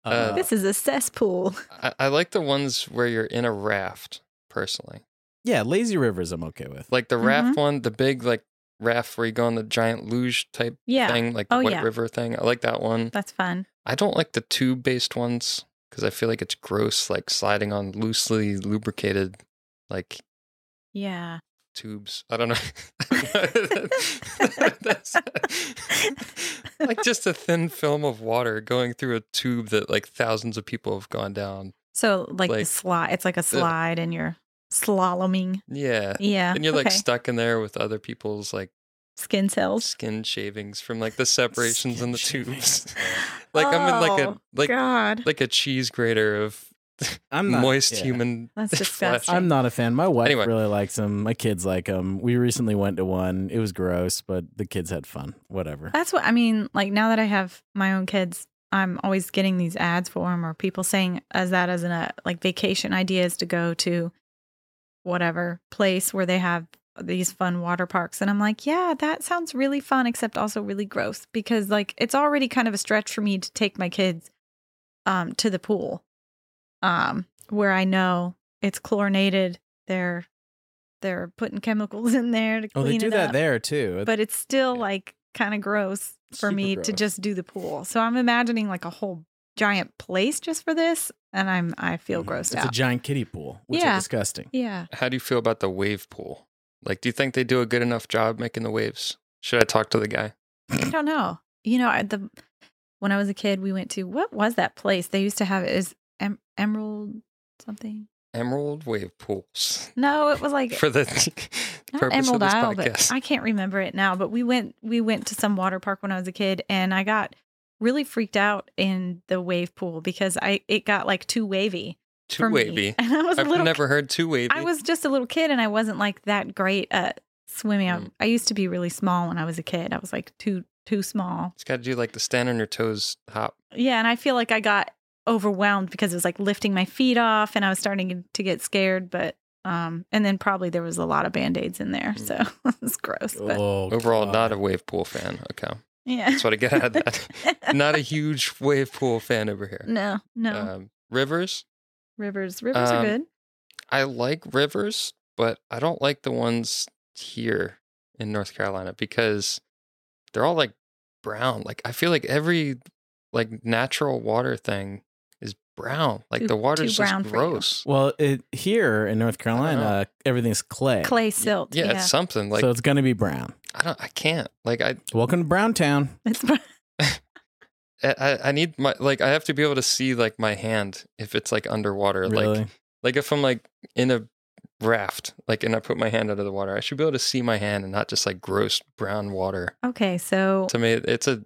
[SPEAKER 2] Uh,
[SPEAKER 1] Uh,
[SPEAKER 3] This is a cesspool. (laughs)
[SPEAKER 1] I, I like the ones where you're in a raft, personally.
[SPEAKER 2] yeah, lazy rivers. I'm okay with.
[SPEAKER 1] Like the raft
[SPEAKER 3] Mm-hmm.
[SPEAKER 1] one, the big like raft where you go on the giant luge type
[SPEAKER 3] Yeah.
[SPEAKER 1] thing, like the
[SPEAKER 3] Oh,
[SPEAKER 1] White
[SPEAKER 3] yeah.
[SPEAKER 1] River thing. I like that one.
[SPEAKER 3] That's fun.
[SPEAKER 1] I don't like the tube based ones because I feel like it's gross, like sliding on loosely lubricated like
[SPEAKER 3] Yeah.
[SPEAKER 1] tubes. (laughs) I don't know. (laughs) That's- (laughs) like just a thin film of water going through a tube that like thousands of people have gone down.
[SPEAKER 3] So like, the
[SPEAKER 1] Like-
[SPEAKER 3] slide it's like a slide and you're slaloming.
[SPEAKER 1] Yeah.
[SPEAKER 3] Yeah.
[SPEAKER 1] And you're like
[SPEAKER 3] okay.
[SPEAKER 1] stuck in there with other people's like
[SPEAKER 3] skin cells.
[SPEAKER 1] skin shavings from like the separations in the
[SPEAKER 2] Skin shavings.
[SPEAKER 1] tubes. like I'm in like a
[SPEAKER 3] Oh,
[SPEAKER 1] like
[SPEAKER 3] God.
[SPEAKER 1] (laughs) like a cheese grater of
[SPEAKER 2] I'm not,
[SPEAKER 1] moist
[SPEAKER 2] yeah.
[SPEAKER 1] human. (laughs)
[SPEAKER 3] That's
[SPEAKER 1] flesh.
[SPEAKER 3] disgusting.
[SPEAKER 2] I'm not a fan. My wife
[SPEAKER 1] Anyway.
[SPEAKER 2] really likes them. My kids like them. We recently went to one. It was gross, but the kids had fun. Whatever.
[SPEAKER 3] That's what I mean. Like now that I have my own kids, I'm always getting these ads for them or people saying as that as an uh, like vacation ideas to go to whatever place where they have these fun water parks and I'm like, yeah, that sounds really fun except also really gross because like it's already kind of a stretch for me to take my kids um to the pool um where I know it's chlorinated, they're they're putting chemicals (laughs) in there to
[SPEAKER 2] oh,
[SPEAKER 3] clean
[SPEAKER 2] they do
[SPEAKER 3] it
[SPEAKER 2] that
[SPEAKER 3] up
[SPEAKER 2] there too.
[SPEAKER 3] but it's still
[SPEAKER 1] Yeah.
[SPEAKER 3] like kind of gross for
[SPEAKER 1] Super
[SPEAKER 3] me to
[SPEAKER 1] gross.
[SPEAKER 3] just do the pool. So I'm imagining like a whole giant place just for this, and I'm I feel
[SPEAKER 1] Mm-hmm.
[SPEAKER 2] Mhm.
[SPEAKER 3] grossed
[SPEAKER 2] It's a
[SPEAKER 3] out.
[SPEAKER 2] giant kiddie pool, which
[SPEAKER 3] Yeah.
[SPEAKER 2] is disgusting.
[SPEAKER 1] (clears throat)
[SPEAKER 3] yeah,
[SPEAKER 1] How do you feel about the wave pool? Like, do you think they do a good enough job making the waves? Should I talk to the guy?
[SPEAKER 3] I don't know. You know, I, the when I was a kid, we went to what was that place they used to have? Is em- Emerald something?
[SPEAKER 1] Emerald wave pools
[SPEAKER 3] No, it was like
[SPEAKER 1] for the (laughs)
[SPEAKER 3] not
[SPEAKER 1] purpose
[SPEAKER 3] Emerald
[SPEAKER 1] of this
[SPEAKER 3] Isle,
[SPEAKER 1] podcast.
[SPEAKER 3] but I can't remember it now. But we went we went to some water park when I was a kid, and I got really freaked out in the wave pool because I it got like too wavy.
[SPEAKER 1] Too
[SPEAKER 3] for me.
[SPEAKER 1] wavy.
[SPEAKER 3] (laughs) and I was a
[SPEAKER 1] I've
[SPEAKER 3] little
[SPEAKER 1] never heard too wavy.
[SPEAKER 3] I was just a little kid and I wasn't like that great at swimming. I,
[SPEAKER 1] Mm.
[SPEAKER 3] I used to be really small when I was a kid. I was like too too small.
[SPEAKER 1] It's got to do like the stand on your toes hop.
[SPEAKER 3] Yeah, and I feel like I got overwhelmed because it was like lifting my feet off and I was starting to get scared, but um and then probably there was a lot of band-aids in there. So
[SPEAKER 1] Mm.
[SPEAKER 3] (laughs) it was gross. But
[SPEAKER 2] Oh,
[SPEAKER 1] Overall,
[SPEAKER 2] God.
[SPEAKER 1] not a wave pool fan. Okay,
[SPEAKER 3] yeah. (laughs)
[SPEAKER 1] that's what I get out of that. not a huge wave pool fan over here.
[SPEAKER 3] no, (laughs) no.
[SPEAKER 1] Um, rivers,
[SPEAKER 3] rivers. Rivers
[SPEAKER 1] um,
[SPEAKER 3] are good.
[SPEAKER 1] I like rivers, but I don't like the ones here in North Carolina because they're all like brown. Like I feel like every like natural water thing is brown. Like
[SPEAKER 3] Too-
[SPEAKER 1] the water's
[SPEAKER 3] too brown
[SPEAKER 1] just
[SPEAKER 3] for you.
[SPEAKER 1] gross.
[SPEAKER 2] Well, it, here in North Carolina, everything's clay.
[SPEAKER 3] Clay silt.
[SPEAKER 1] eh, Yeah,
[SPEAKER 3] Yeah.
[SPEAKER 1] it's something like
[SPEAKER 2] so it's going to be brown.
[SPEAKER 1] I don't. I can't. Like I,
[SPEAKER 2] Welcome to Brown Town.
[SPEAKER 3] It's,
[SPEAKER 1] I, I need my like. I have to be able to see like my hand if it's like underwater.
[SPEAKER 2] Really?
[SPEAKER 1] Like, like if I'm like in a raft, like, and I put my hand under the water, I should be able to see my hand and not just like gross brown water.
[SPEAKER 3] (laughs) okay, so
[SPEAKER 1] To me, it's a,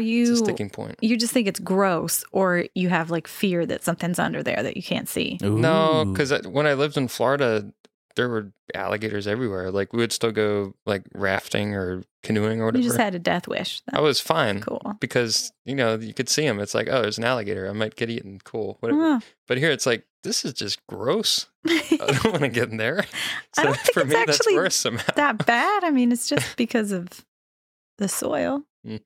[SPEAKER 1] it's a
[SPEAKER 3] you
[SPEAKER 1] sticking point.
[SPEAKER 3] you just think it's gross or you have like fear that something's under there that you can't see.
[SPEAKER 1] No,
[SPEAKER 2] Ooh.
[SPEAKER 1] because when I lived in Florida, there were alligators everywhere. Like we would still go like rafting or canoeing or
[SPEAKER 3] You
[SPEAKER 1] whatever.
[SPEAKER 3] just had a death wish.
[SPEAKER 1] I
[SPEAKER 3] That's
[SPEAKER 1] was fine
[SPEAKER 3] cool.
[SPEAKER 1] because you know you could see them. It's like oh, there's an alligator. I might get eaten. Cool, whatever. Uh,
[SPEAKER 3] Huh. (laughs)
[SPEAKER 1] But here it's like this is just gross. (laughs) I don't want to get in there.
[SPEAKER 3] (laughs)
[SPEAKER 1] So (laughs)
[SPEAKER 3] I don't think
[SPEAKER 1] for
[SPEAKER 3] it's
[SPEAKER 1] me, that's
[SPEAKER 3] actually
[SPEAKER 1] worse (laughs) somehow.
[SPEAKER 3] that bad. I mean,
[SPEAKER 1] (laughs)
[SPEAKER 3] it's just because of the soil.
[SPEAKER 1] Mm.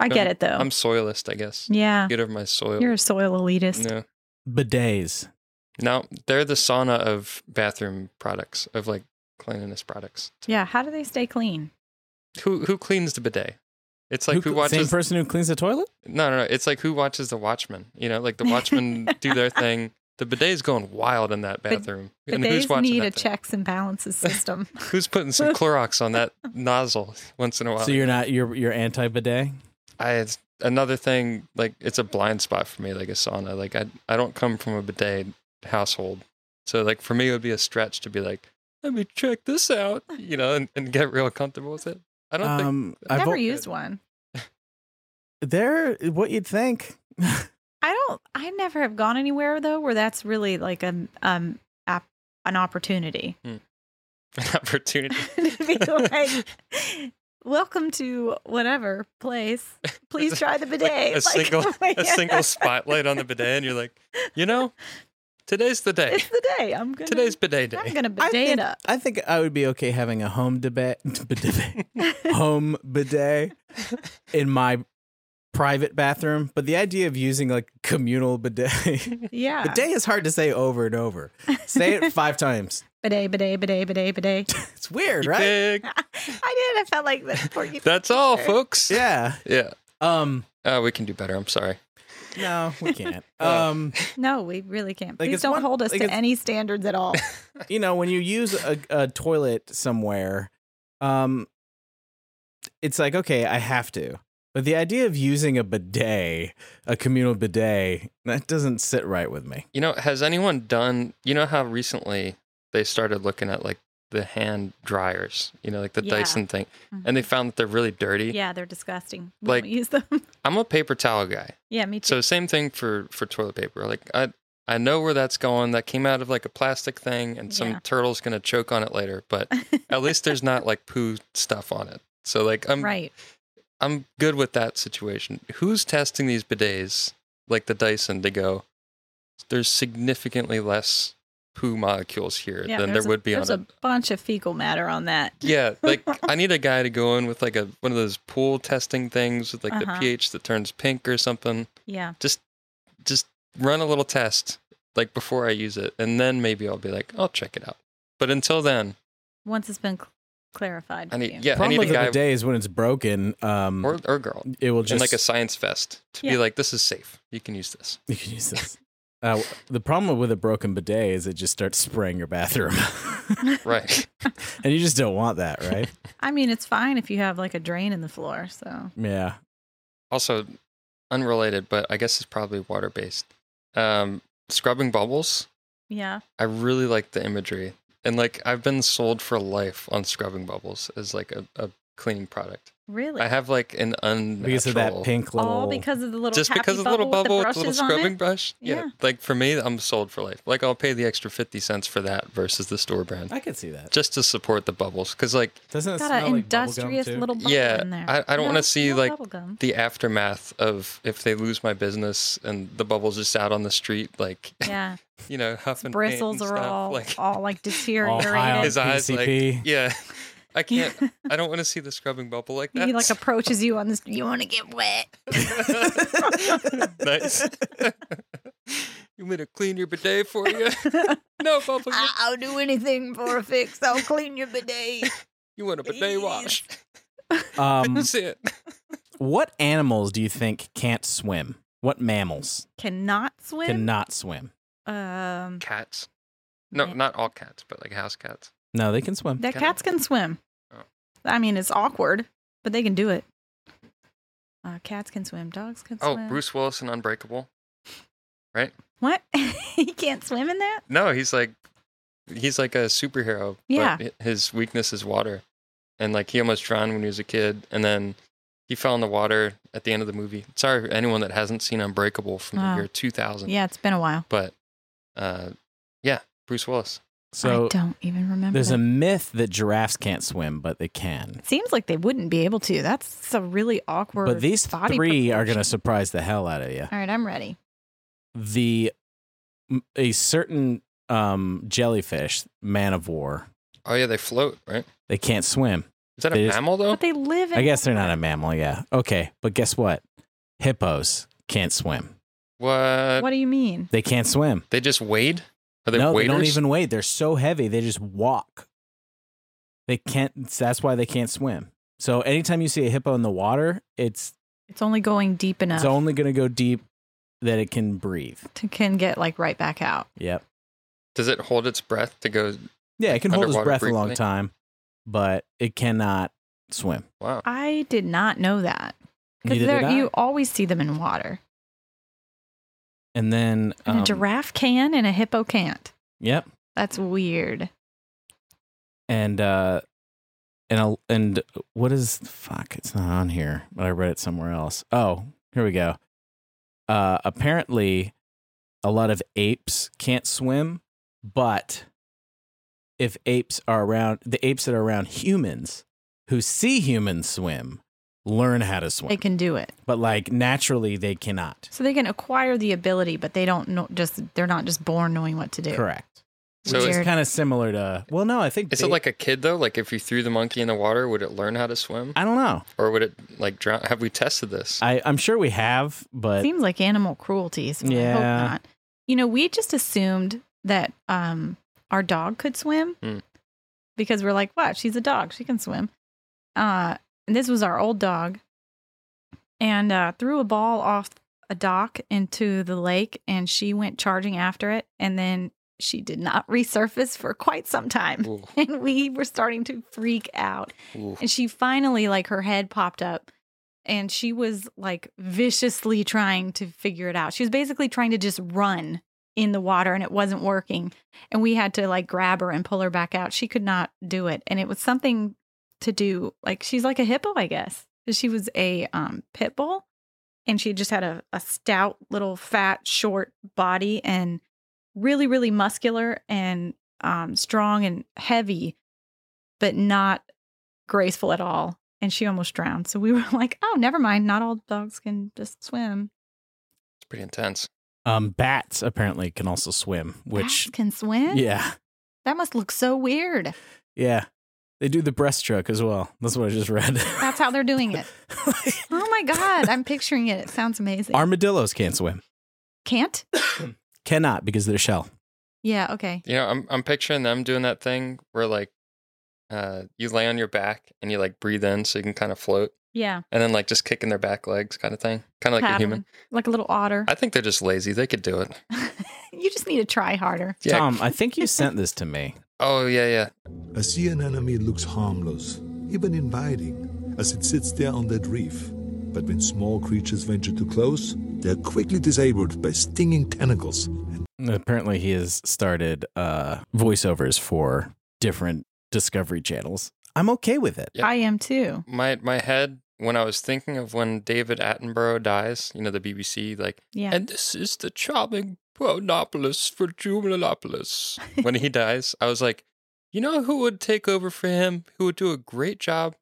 [SPEAKER 3] I
[SPEAKER 1] No,
[SPEAKER 3] get it though.
[SPEAKER 1] I'm soilist, I guess.
[SPEAKER 3] yeah.
[SPEAKER 1] Get over my soil.
[SPEAKER 3] You're a soil elitist.
[SPEAKER 1] no,
[SPEAKER 2] bidets.
[SPEAKER 1] no, they're the sauna of bathroom products of like cleanliness products.
[SPEAKER 3] Yeah. How do they stay clean?
[SPEAKER 1] Who who cleans the bidet? It's like who,
[SPEAKER 2] Same
[SPEAKER 1] watches.
[SPEAKER 2] person who cleans the toilet?
[SPEAKER 1] no, no, no. It's like who watches the Watchmen. You know, like the
[SPEAKER 3] (laughs)
[SPEAKER 1] Watchmen do their thing. The bidet's going wild in that
[SPEAKER 3] Bid-
[SPEAKER 1] bathroom.
[SPEAKER 3] But
[SPEAKER 1] and
[SPEAKER 3] they
[SPEAKER 1] who's watching
[SPEAKER 3] need a
[SPEAKER 1] that thing?
[SPEAKER 3] checks
[SPEAKER 1] (laughs)
[SPEAKER 3] and balances system.
[SPEAKER 1] Who's putting
[SPEAKER 3] (laughs)
[SPEAKER 1] some Clorox on that nozzle once in a while?
[SPEAKER 2] so you're not you're you're anti bidet?
[SPEAKER 1] I it's another thing like it's a blind spot for me like a sauna like I I don't come from a bidet household so like for me it would be a stretch to be like let me check this out you know and, and get real comfortable with it I don't think
[SPEAKER 2] Um, I've
[SPEAKER 3] Never
[SPEAKER 2] al-
[SPEAKER 3] used one.
[SPEAKER 2] They're what you'd think.
[SPEAKER 3] I don't. I never have gone anywhere though where that's really like a um app, an opportunity.
[SPEAKER 1] (laughs)
[SPEAKER 3] (laughs)
[SPEAKER 1] an opportunity
[SPEAKER 3] to (laughs) be like, welcome to whatever
[SPEAKER 1] (laughs)
[SPEAKER 3] place. Please try the
[SPEAKER 1] Like,
[SPEAKER 3] bidet. (laughs)
[SPEAKER 1] a single a single spotlight on the bidet and you're like you know Today's the day.
[SPEAKER 3] It's the day. I'm gonna.
[SPEAKER 1] Today's bidet day.
[SPEAKER 3] I'm gonna bidet
[SPEAKER 2] I think,
[SPEAKER 3] it up.
[SPEAKER 2] I think I would be okay having a home (laughs) debate, bidet home bidet in my private bathroom, but the idea of using like communal bidet, (laughs)
[SPEAKER 3] Yeah.
[SPEAKER 2] bidet is hard to say over and over. Say it five times.
[SPEAKER 3] Bidet. Bidet. Bidet. Bidet.
[SPEAKER 1] (laughs)
[SPEAKER 3] Bidet.
[SPEAKER 2] It's weird, right?
[SPEAKER 1] Big.
[SPEAKER 3] I did. I felt like that. Porky
[SPEAKER 1] That's all, folks.
[SPEAKER 2] Yeah.
[SPEAKER 1] Yeah.
[SPEAKER 2] Um.
[SPEAKER 1] Uh, we can do better. I'm sorry.
[SPEAKER 2] No, we can't. Um.
[SPEAKER 3] No, we really can't.
[SPEAKER 2] Like,
[SPEAKER 3] Please
[SPEAKER 2] it's
[SPEAKER 3] don't
[SPEAKER 2] one-
[SPEAKER 3] hold us
[SPEAKER 2] like,
[SPEAKER 3] to
[SPEAKER 2] it's-
[SPEAKER 3] any standards
[SPEAKER 1] (laughs)
[SPEAKER 3] at all.
[SPEAKER 2] you know, when you use a, a toilet somewhere, um, it's like, okay, I have to. But the idea of using a bidet, a communal bidet, that doesn't sit right with me.
[SPEAKER 1] You know, has anyone done? You know how recently they started looking at like the hand dryers. You know, like the
[SPEAKER 3] Yeah. Mm-hmm.
[SPEAKER 1] Dyson thing, and they found that they're really dirty.
[SPEAKER 3] yeah, they're disgusting. We
[SPEAKER 1] Like-
[SPEAKER 3] don't use them. (laughs)
[SPEAKER 1] I'm a paper towel guy.
[SPEAKER 3] yeah, me too.
[SPEAKER 1] So same thing for for toilet paper. Like I I know where that's going. That came out of like a plastic thing, and some
[SPEAKER 3] Yeah.
[SPEAKER 1] turtle's gonna choke on it later. But
[SPEAKER 3] (laughs)
[SPEAKER 1] at least there's not like poo stuff on it. So like I'm
[SPEAKER 3] right.
[SPEAKER 1] I'm good with that situation. Who's testing these bidets like the Dyson to go? There's significantly less poo molecules here
[SPEAKER 3] Yeah,
[SPEAKER 1] than there
[SPEAKER 3] there's a-
[SPEAKER 1] would be on
[SPEAKER 3] There's
[SPEAKER 1] a,
[SPEAKER 3] a bunch of fecal matter on that.
[SPEAKER 1] yeah.
[SPEAKER 3] (laughs)
[SPEAKER 1] Like I need a guy to go in with like a one of those pool testing things with like
[SPEAKER 3] Uh-huh.
[SPEAKER 1] the pH that turns pink or something
[SPEAKER 3] Yeah.
[SPEAKER 1] just run a little test like before I use it, and then maybe I'll be like, I'll check it out. But until then,
[SPEAKER 3] Once it's been cl- clarified.
[SPEAKER 1] I
[SPEAKER 3] for
[SPEAKER 1] need
[SPEAKER 3] you.
[SPEAKER 1] yeah, I
[SPEAKER 2] Problem
[SPEAKER 1] need a
[SPEAKER 2] with a
[SPEAKER 1] guy
[SPEAKER 2] bidet is when it's broken. Um,
[SPEAKER 1] or or girl
[SPEAKER 2] it will
[SPEAKER 1] in
[SPEAKER 2] just
[SPEAKER 1] like a science fest to be
[SPEAKER 3] Yeah.
[SPEAKER 1] like, this is safe. You can use this.
[SPEAKER 2] (laughs) You can use this. Uh, the problem with a broken bidet is it just starts spraying your bathroom, (laughs)
[SPEAKER 3] (laughs)
[SPEAKER 1] Right.
[SPEAKER 2] and you just don't want that,
[SPEAKER 1] (laughs)
[SPEAKER 2] right?
[SPEAKER 3] I mean, it's fine if you have like a drain in the floor. So
[SPEAKER 2] Yeah.
[SPEAKER 1] also, unrelated, but I guess it's probably water based. Um, scrubbing bubbles.
[SPEAKER 3] yeah,
[SPEAKER 1] I really like the imagery, and like I've been sold for life on scrubbing bubbles as like a, a cleaning product.
[SPEAKER 3] really.
[SPEAKER 1] I have like an unnatural
[SPEAKER 2] Because of that pink little.
[SPEAKER 3] all because of the little
[SPEAKER 1] just
[SPEAKER 3] happy
[SPEAKER 1] because of the little bubble with the little
[SPEAKER 3] brushes on
[SPEAKER 1] scrubbing
[SPEAKER 3] it?
[SPEAKER 1] brush. Yeah.
[SPEAKER 3] Yeah.
[SPEAKER 1] Like for me, I'm sold for life. Like I'll pay the extra 50 cents for that versus the store brand
[SPEAKER 2] I could see that.
[SPEAKER 1] just to support the bubbles. Cause like
[SPEAKER 2] Doesn't it
[SPEAKER 3] Got
[SPEAKER 2] smell
[SPEAKER 3] an
[SPEAKER 2] like bubble gum,
[SPEAKER 3] industrious
[SPEAKER 2] too?
[SPEAKER 3] little bubble
[SPEAKER 1] Yeah,
[SPEAKER 3] in there.
[SPEAKER 1] I- I don't wanna
[SPEAKER 3] No,
[SPEAKER 1] see,
[SPEAKER 3] no
[SPEAKER 1] like, (laughs)
[SPEAKER 3] bubble gum.
[SPEAKER 1] the aftermath of if they lose my business and the bubbles just out on the street, like, (laughs)
[SPEAKER 3] yeah,
[SPEAKER 1] you know, huff and paint
[SPEAKER 3] bristles
[SPEAKER 1] and
[SPEAKER 3] are
[SPEAKER 1] stuff,
[SPEAKER 3] all
[SPEAKER 1] like
[SPEAKER 3] all like deteriorated.
[SPEAKER 1] (laughs)
[SPEAKER 2] on
[SPEAKER 1] his eyes,
[SPEAKER 2] PCP.
[SPEAKER 1] like, yeah, I can't, I don't want to see the scrubbing bubble like that.
[SPEAKER 3] (laughs) He like approaches (laughs) you on this. You want to get wet? (laughs)
[SPEAKER 1] (laughs)
[SPEAKER 2] (laughs)
[SPEAKER 1] nice. (laughs) you want me to clean your bidet for you? (laughs) no, bubble. You,
[SPEAKER 3] I, will do anything for a fix. I'll clean
[SPEAKER 1] (laughs)
[SPEAKER 3] your bidet.
[SPEAKER 1] you want a bidet wash? (laughs)
[SPEAKER 3] (laughs)
[SPEAKER 2] Um,
[SPEAKER 1] That's it.
[SPEAKER 2] what animals do you think can't swim? What mammals
[SPEAKER 3] Cannot swim.
[SPEAKER 2] cannot swim?
[SPEAKER 3] Um,
[SPEAKER 1] cats. No,
[SPEAKER 3] Yeah.
[SPEAKER 1] not all cats, but like house cats.
[SPEAKER 2] No, they can swim.
[SPEAKER 3] their
[SPEAKER 1] Can-
[SPEAKER 3] cats can swim.
[SPEAKER 1] Oh.
[SPEAKER 3] I mean, it's awkward, but they can do it. Uh, cats can swim. Dogs can
[SPEAKER 1] Oh,
[SPEAKER 3] swim.
[SPEAKER 1] Bruce Willis in Unbreakable.
[SPEAKER 3] What? (laughs) he can't swim in that?
[SPEAKER 1] No, he's like he's like a superhero.
[SPEAKER 3] Yeah.
[SPEAKER 1] But his weakness is water. And like he almost drowned when he was a kid and then he fell in the water at the end of the movie. Sorry for anyone that hasn't seen Unbreakable from the
[SPEAKER 3] Wow.
[SPEAKER 1] year 2000.
[SPEAKER 3] Yeah, it's been a while.
[SPEAKER 1] But uh yeah, Bruce Willis.
[SPEAKER 2] So
[SPEAKER 3] I don't even remember.
[SPEAKER 2] there's a
[SPEAKER 3] that.
[SPEAKER 2] myth that giraffes can't swim, but they can.
[SPEAKER 3] Seems like they wouldn't be able to. That's a really awkward.
[SPEAKER 2] But these
[SPEAKER 3] body
[SPEAKER 2] three are going to
[SPEAKER 3] proportion.
[SPEAKER 2] surprise the hell out of you.
[SPEAKER 3] All right, I'm ready.
[SPEAKER 2] The m- a certain um, jellyfish, man of war,
[SPEAKER 1] Oh yeah, they float, right?
[SPEAKER 2] they can't swim.
[SPEAKER 1] Is that a
[SPEAKER 2] They just-
[SPEAKER 1] mammal though?
[SPEAKER 3] But they live. in
[SPEAKER 2] I guess they're not a mammal, yeah. Okay, but guess what? Hippos can't swim.
[SPEAKER 1] what?
[SPEAKER 3] What do you mean?
[SPEAKER 2] They can't swim.
[SPEAKER 1] They just wade? Are they
[SPEAKER 2] no,
[SPEAKER 1] waders?
[SPEAKER 2] they don't even wade. They're so heavy, they just walk. They can't. That's why they can't swim. So anytime you see a hippo in the water, it's
[SPEAKER 3] It's only going deep enough
[SPEAKER 2] it's only going to go deep that it can breathe.
[SPEAKER 3] to can get like right back out.
[SPEAKER 2] Yep.
[SPEAKER 1] Does it hold its breath to go?
[SPEAKER 2] Yeah, it can hold its
[SPEAKER 1] Underwater
[SPEAKER 2] breath a long
[SPEAKER 1] briefly.
[SPEAKER 2] time, but it cannot swim.
[SPEAKER 1] Wow.
[SPEAKER 3] I did not know that because
[SPEAKER 2] Neither did I.
[SPEAKER 3] you always see them in water.
[SPEAKER 2] and then
[SPEAKER 3] And
[SPEAKER 2] um,
[SPEAKER 3] a giraffe can and a hippo can't.
[SPEAKER 2] Yep.
[SPEAKER 3] That's weird.
[SPEAKER 2] And uh, and a, and what is fuck? It's not on here, but I read it somewhere else. Oh, here we go. Uh, apparently, a lot of apes can't swim, but if apes are around, the apes that are around humans who see humans swim learn how to swim,
[SPEAKER 3] They can do it.
[SPEAKER 2] but like naturally they cannot.
[SPEAKER 3] So they can acquire the ability, but they don't know just they're not just born knowing what to do.
[SPEAKER 2] Correct.
[SPEAKER 1] So
[SPEAKER 2] Which
[SPEAKER 1] it's-
[SPEAKER 2] is kind of similar to. Well, no, I think
[SPEAKER 1] Is
[SPEAKER 2] ba-
[SPEAKER 1] it like a kid though? Like if you threw the monkey in the water, would it learn how to swim,
[SPEAKER 2] I don't know.
[SPEAKER 1] or would it like drown? Have we tested this?
[SPEAKER 2] I I'm sure we have, but
[SPEAKER 3] Seems like animal cruelty. So I hope
[SPEAKER 2] Yeah.
[SPEAKER 3] not. You know, we just assumed that um our dog could swim
[SPEAKER 2] Hmm.
[SPEAKER 1] Mm.
[SPEAKER 3] because we're like, what? She's a dog. She can swim. Uh, and this was our old dog, and uh, threw a ball off a dock into the lake, and she went charging after it, and then she did not (laughs) resurface for quite some time,
[SPEAKER 1] Ooh,
[SPEAKER 3] and we were starting to freak out.
[SPEAKER 1] ooh.
[SPEAKER 3] And she finally, like, her head popped up and she was like viciously trying to figure it out. She was basically trying to just run in the water and it wasn't working. And we had to like grab her and pull her back out. She could not do it. And it was something to do, like, she's like a hippo, I guess. 'Cause She was a um, pit bull and she just had a, a stout little fat short body and really really muscular and um, strong and heavy but not graceful at all and she almost drowned so we were (laughs) like oh never mind not all dogs can just swim
[SPEAKER 1] It's pretty intense.
[SPEAKER 2] um, bats apparently can also swim,
[SPEAKER 3] Bats
[SPEAKER 2] which
[SPEAKER 3] can swim
[SPEAKER 2] yeah,
[SPEAKER 3] that must look so weird
[SPEAKER 2] yeah, they do the breaststroke as well. That's what I just read. (laughs)
[SPEAKER 3] that's how they're
[SPEAKER 1] (laughs)
[SPEAKER 3] doing it oh my god i'm picturing it it sounds amazing
[SPEAKER 2] Armadillos can't swim.
[SPEAKER 3] can't
[SPEAKER 2] Cannot because of their shell.
[SPEAKER 3] yeah okay
[SPEAKER 1] You know, I'm I'm picturing them doing that thing where like, uh, you lay on your back and you like breathe in so you can kind of float,
[SPEAKER 3] yeah
[SPEAKER 1] and then like just kicking their back legs, kind of thing, kind of like a human.
[SPEAKER 3] paddling, like a little otter
[SPEAKER 1] I think they're just lazy. They could do it.
[SPEAKER 3] (laughs) you just need to try harder
[SPEAKER 1] Yeah.
[SPEAKER 2] Tom, I think
[SPEAKER 3] (laughs)
[SPEAKER 2] you sent this to me.
[SPEAKER 1] Oh yeah, yeah.
[SPEAKER 8] A sea anemone looks harmless, even inviting, as it sits there on that reef. But when small creatures venture too close, they are quickly disabled by stinging tentacles.
[SPEAKER 2] Apparently, he has started uh, voiceovers for different Discovery channels. I'm okay with it.
[SPEAKER 1] Yeah.
[SPEAKER 3] i am too
[SPEAKER 1] My my head when I was thinking of when David Attenborough dies, you know, the BBC like
[SPEAKER 3] yeah
[SPEAKER 1] And this is the charming Pronopolis for
[SPEAKER 3] (laughs)
[SPEAKER 1] Jumelanopolis. when he dies, I was like, you know who would take over for him? Who would do a great job?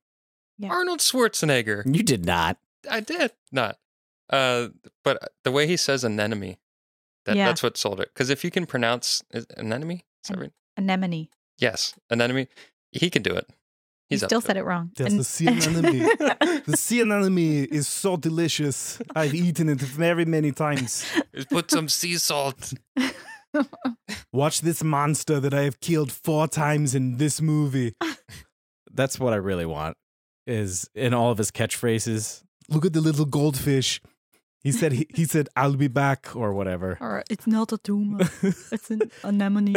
[SPEAKER 3] Yeah.
[SPEAKER 1] Arnold Schwarzenegger.
[SPEAKER 2] You did not.
[SPEAKER 1] I did not. Uh, but the way he says anemone, that,
[SPEAKER 3] Yeah.
[SPEAKER 1] that's what sold it. Because if you can pronounce is, anemone, is that
[SPEAKER 3] An-
[SPEAKER 1] right?
[SPEAKER 3] anemone
[SPEAKER 1] Yes, anemone, he can do it. He's
[SPEAKER 3] you
[SPEAKER 1] up
[SPEAKER 3] still
[SPEAKER 1] to
[SPEAKER 3] said it wrong
[SPEAKER 9] That's the sea anemone.
[SPEAKER 3] (laughs)
[SPEAKER 9] The sea anemone is so delicious. I've eaten it very many times.
[SPEAKER 1] it. Put some sea salt.
[SPEAKER 9] Watch this monster that I have killed four times in this movie.
[SPEAKER 2] That's what I really want. Is in all of his catchphrases
[SPEAKER 9] Look at the little goldfish. He said he, he said I'll be back.
[SPEAKER 2] or
[SPEAKER 3] (laughs)
[SPEAKER 2] whatever.
[SPEAKER 3] Or it's not a
[SPEAKER 1] (laughs)
[SPEAKER 3] tumor. it's an anemone.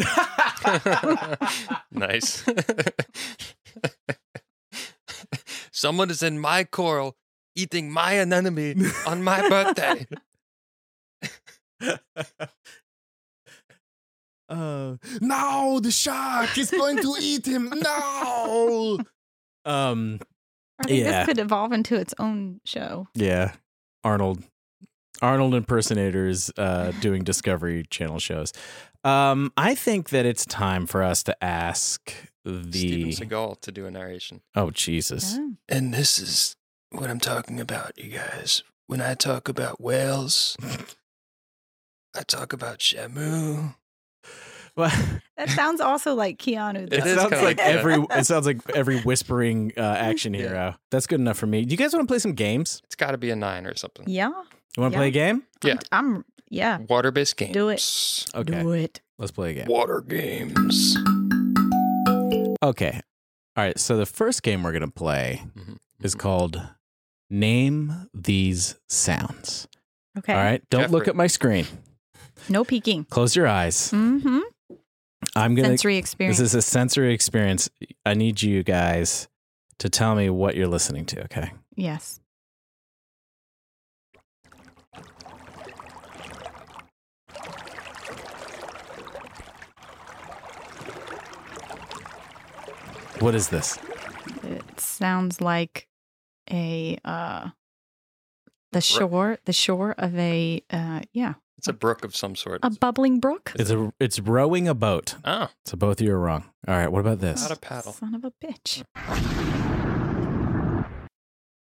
[SPEAKER 1] (laughs) nice. Someone is in my coral eating my anemone on my birthday.
[SPEAKER 9] (laughs)
[SPEAKER 1] (laughs)
[SPEAKER 9] Uh, no, the shark is going to eat him. No.
[SPEAKER 2] (laughs) Um,
[SPEAKER 3] I think
[SPEAKER 2] Yeah.
[SPEAKER 3] this could evolve into its own show.
[SPEAKER 2] yeah, Arnold, Arnold impersonators uh, doing Discovery Channel shows. Um, I think that it's time for us to ask the.
[SPEAKER 1] Steven Seagal to do a narration.
[SPEAKER 2] Oh Jesus!
[SPEAKER 1] And this is what I'm talking about, you guys. When I talk about whales, I talk about Shamu.
[SPEAKER 2] Well,
[SPEAKER 3] That sounds also like Keanu.
[SPEAKER 1] It
[SPEAKER 2] (laughs) It
[SPEAKER 1] is
[SPEAKER 2] sounds
[SPEAKER 1] kinda
[SPEAKER 2] like
[SPEAKER 1] like that.
[SPEAKER 2] every
[SPEAKER 1] (laughs)
[SPEAKER 2] it sounds like every whispering uh, action
[SPEAKER 1] Yeah.
[SPEAKER 2] hero. That's good enough for me. Do you guys want to play some games?
[SPEAKER 1] It's got to be a nine or something.
[SPEAKER 3] Yeah.
[SPEAKER 2] You want to
[SPEAKER 3] Yeah.
[SPEAKER 2] play a game?
[SPEAKER 1] Yeah.
[SPEAKER 3] I'm, I'm- yeah.
[SPEAKER 1] Water based games.
[SPEAKER 3] Do
[SPEAKER 2] Okay,
[SPEAKER 3] Do it.
[SPEAKER 2] let's play a game.
[SPEAKER 1] Water games.
[SPEAKER 2] Okay, all right. So the first game we're gonna play
[SPEAKER 1] Mhm.
[SPEAKER 2] is called Name These Sounds.
[SPEAKER 3] Okay.
[SPEAKER 2] All right, don't look
[SPEAKER 1] Jeffrey.
[SPEAKER 2] at my screen.
[SPEAKER 3] No peeking.
[SPEAKER 2] Close your eyes.
[SPEAKER 3] Mm-hmm.
[SPEAKER 2] I'm gonna.
[SPEAKER 3] Sensory experience.
[SPEAKER 2] This is a sensory experience. I need you guys to tell me what you're listening to. Okay.
[SPEAKER 3] yes.
[SPEAKER 2] What is this?
[SPEAKER 3] It sounds like a uh the shore, the shore of a uh yeah,
[SPEAKER 1] It's a brook of some sort.
[SPEAKER 3] a bubbling brook.
[SPEAKER 2] It's a. It's rowing a boat.
[SPEAKER 1] oh,
[SPEAKER 2] So both of you are wrong. All right. What about this?
[SPEAKER 1] not a paddle.
[SPEAKER 3] Son of a bitch.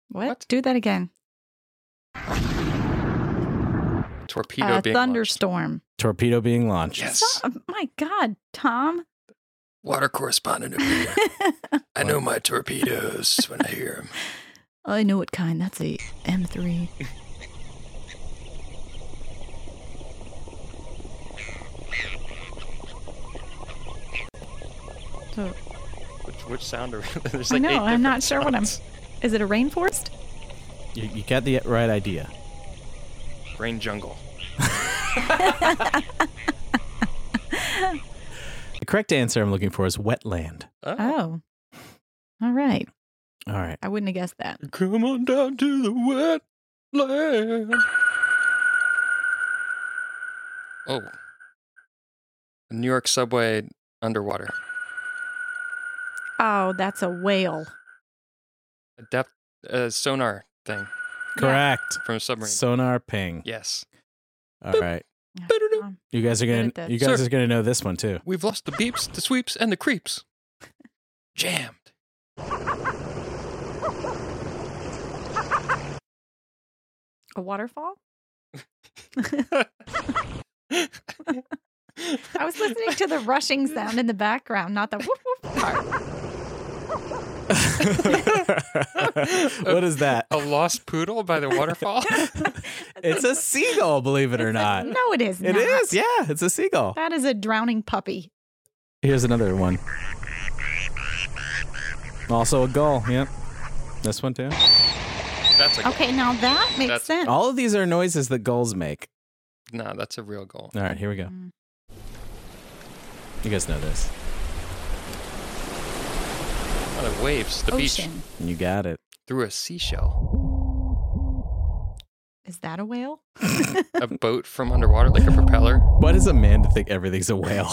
[SPEAKER 3] What?
[SPEAKER 1] What?
[SPEAKER 3] Do that again.
[SPEAKER 1] Torpedo
[SPEAKER 3] Uh,
[SPEAKER 1] being launched.
[SPEAKER 3] thunderstorm.
[SPEAKER 2] Torpedo being launched.
[SPEAKER 1] Yes.
[SPEAKER 3] Oh, my God, Tom.
[SPEAKER 1] Water correspondent. over here.
[SPEAKER 3] (laughs)
[SPEAKER 1] I know my torpedoes when I hear them.
[SPEAKER 3] I know what kind. That's a M3. so,
[SPEAKER 1] Which, which sound are (laughs) there's
[SPEAKER 3] I
[SPEAKER 1] like eight
[SPEAKER 3] know. I'm not
[SPEAKER 1] different
[SPEAKER 3] sure what I'm.
[SPEAKER 1] sounds.
[SPEAKER 3] Is it a rainforest?
[SPEAKER 2] You, you got the right idea.
[SPEAKER 1] Rain jungle.
[SPEAKER 2] The correct answer I'm looking for is wetland.
[SPEAKER 3] Oh. All right.
[SPEAKER 2] All right.
[SPEAKER 3] I wouldn't have guessed that.
[SPEAKER 1] Come on down to the wet land. Oh. The New York subway underwater.
[SPEAKER 3] Oh, that's a whale.
[SPEAKER 1] A depth uh, sonar thing
[SPEAKER 2] Correct.
[SPEAKER 1] from a submarine.
[SPEAKER 2] Sonar ping.
[SPEAKER 1] yes.
[SPEAKER 2] All right.
[SPEAKER 3] Yeah,
[SPEAKER 1] Ba-da-da.
[SPEAKER 3] Tom.
[SPEAKER 2] You guys are gonna
[SPEAKER 3] Good at this.
[SPEAKER 2] you guys
[SPEAKER 1] Sir.
[SPEAKER 2] are gonna know this one too. (laughs)
[SPEAKER 1] We've lost the beeps, the sweeps, and the creeps. Jammed.
[SPEAKER 3] A (laughs) waterfall? I was listening to the rushing sound in the background, not the whoop whoop part.
[SPEAKER 2] what is
[SPEAKER 3] (laughs)
[SPEAKER 2] that?
[SPEAKER 1] A lost poodle by the (laughs) waterfall?
[SPEAKER 2] It's a seagull, believe it or not.
[SPEAKER 3] No, it is
[SPEAKER 2] It
[SPEAKER 3] not.
[SPEAKER 2] is, yeah. It's a seagull.
[SPEAKER 3] That is a drowning puppy.
[SPEAKER 2] Here's another one. Also a gull. Yep. This one too.
[SPEAKER 1] that's a
[SPEAKER 3] Okay, now that makes
[SPEAKER 1] That's-
[SPEAKER 3] sense.
[SPEAKER 2] All of these are noises that gulls make.
[SPEAKER 1] no. That's a real goal.
[SPEAKER 2] All right, here we go.
[SPEAKER 3] Mm.
[SPEAKER 2] You guys know this.
[SPEAKER 1] Oh, the waves, the beach
[SPEAKER 3] Ocean.
[SPEAKER 2] You got it.
[SPEAKER 1] through a seashell,
[SPEAKER 3] Is that a whale? (laughs)
[SPEAKER 1] (laughs) a boat from underwater like a propeller.
[SPEAKER 2] What is a man to think everything's a whale?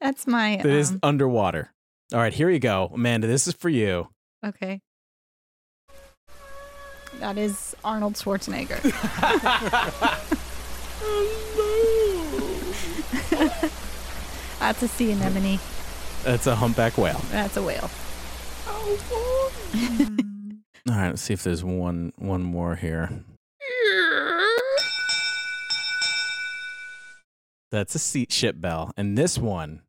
[SPEAKER 3] That's my.
[SPEAKER 2] That is
[SPEAKER 3] um,
[SPEAKER 2] underwater. All right, here you go. Amanda, this is for you.
[SPEAKER 3] Okay. That is Arnold Schwarzenegger.
[SPEAKER 2] (laughs)
[SPEAKER 3] (laughs) That's a sea anemone.
[SPEAKER 2] That's a humpback whale.
[SPEAKER 3] That's a whale.
[SPEAKER 2] All right, let's see if there's one one more here. That's a sea ship bell. And this one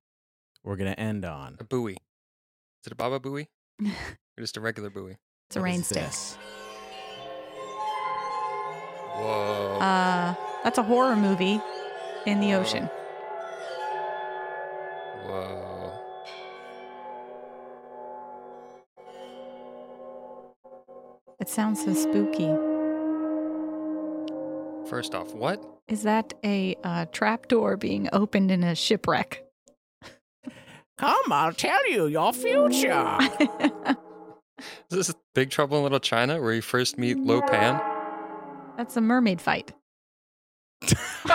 [SPEAKER 2] we're going to end on.
[SPEAKER 1] A buoy. Is it a baba buoy? or just a regular buoy?
[SPEAKER 3] It's a
[SPEAKER 2] What is
[SPEAKER 3] rain stick.
[SPEAKER 2] this?
[SPEAKER 1] Whoa.
[SPEAKER 3] Uh, that's a horror movie in the ocean.
[SPEAKER 1] Whoa.
[SPEAKER 3] It sounds so spooky.
[SPEAKER 1] First off, what?
[SPEAKER 3] Is that a uh, trapdoor being opened in a shipwreck?
[SPEAKER 2] Come, I'll tell you your future.
[SPEAKER 1] Is this Big Trouble in Little China where you first meet Lo Pan?
[SPEAKER 3] (laughs) That's a mermaid fight.
[SPEAKER 7] Come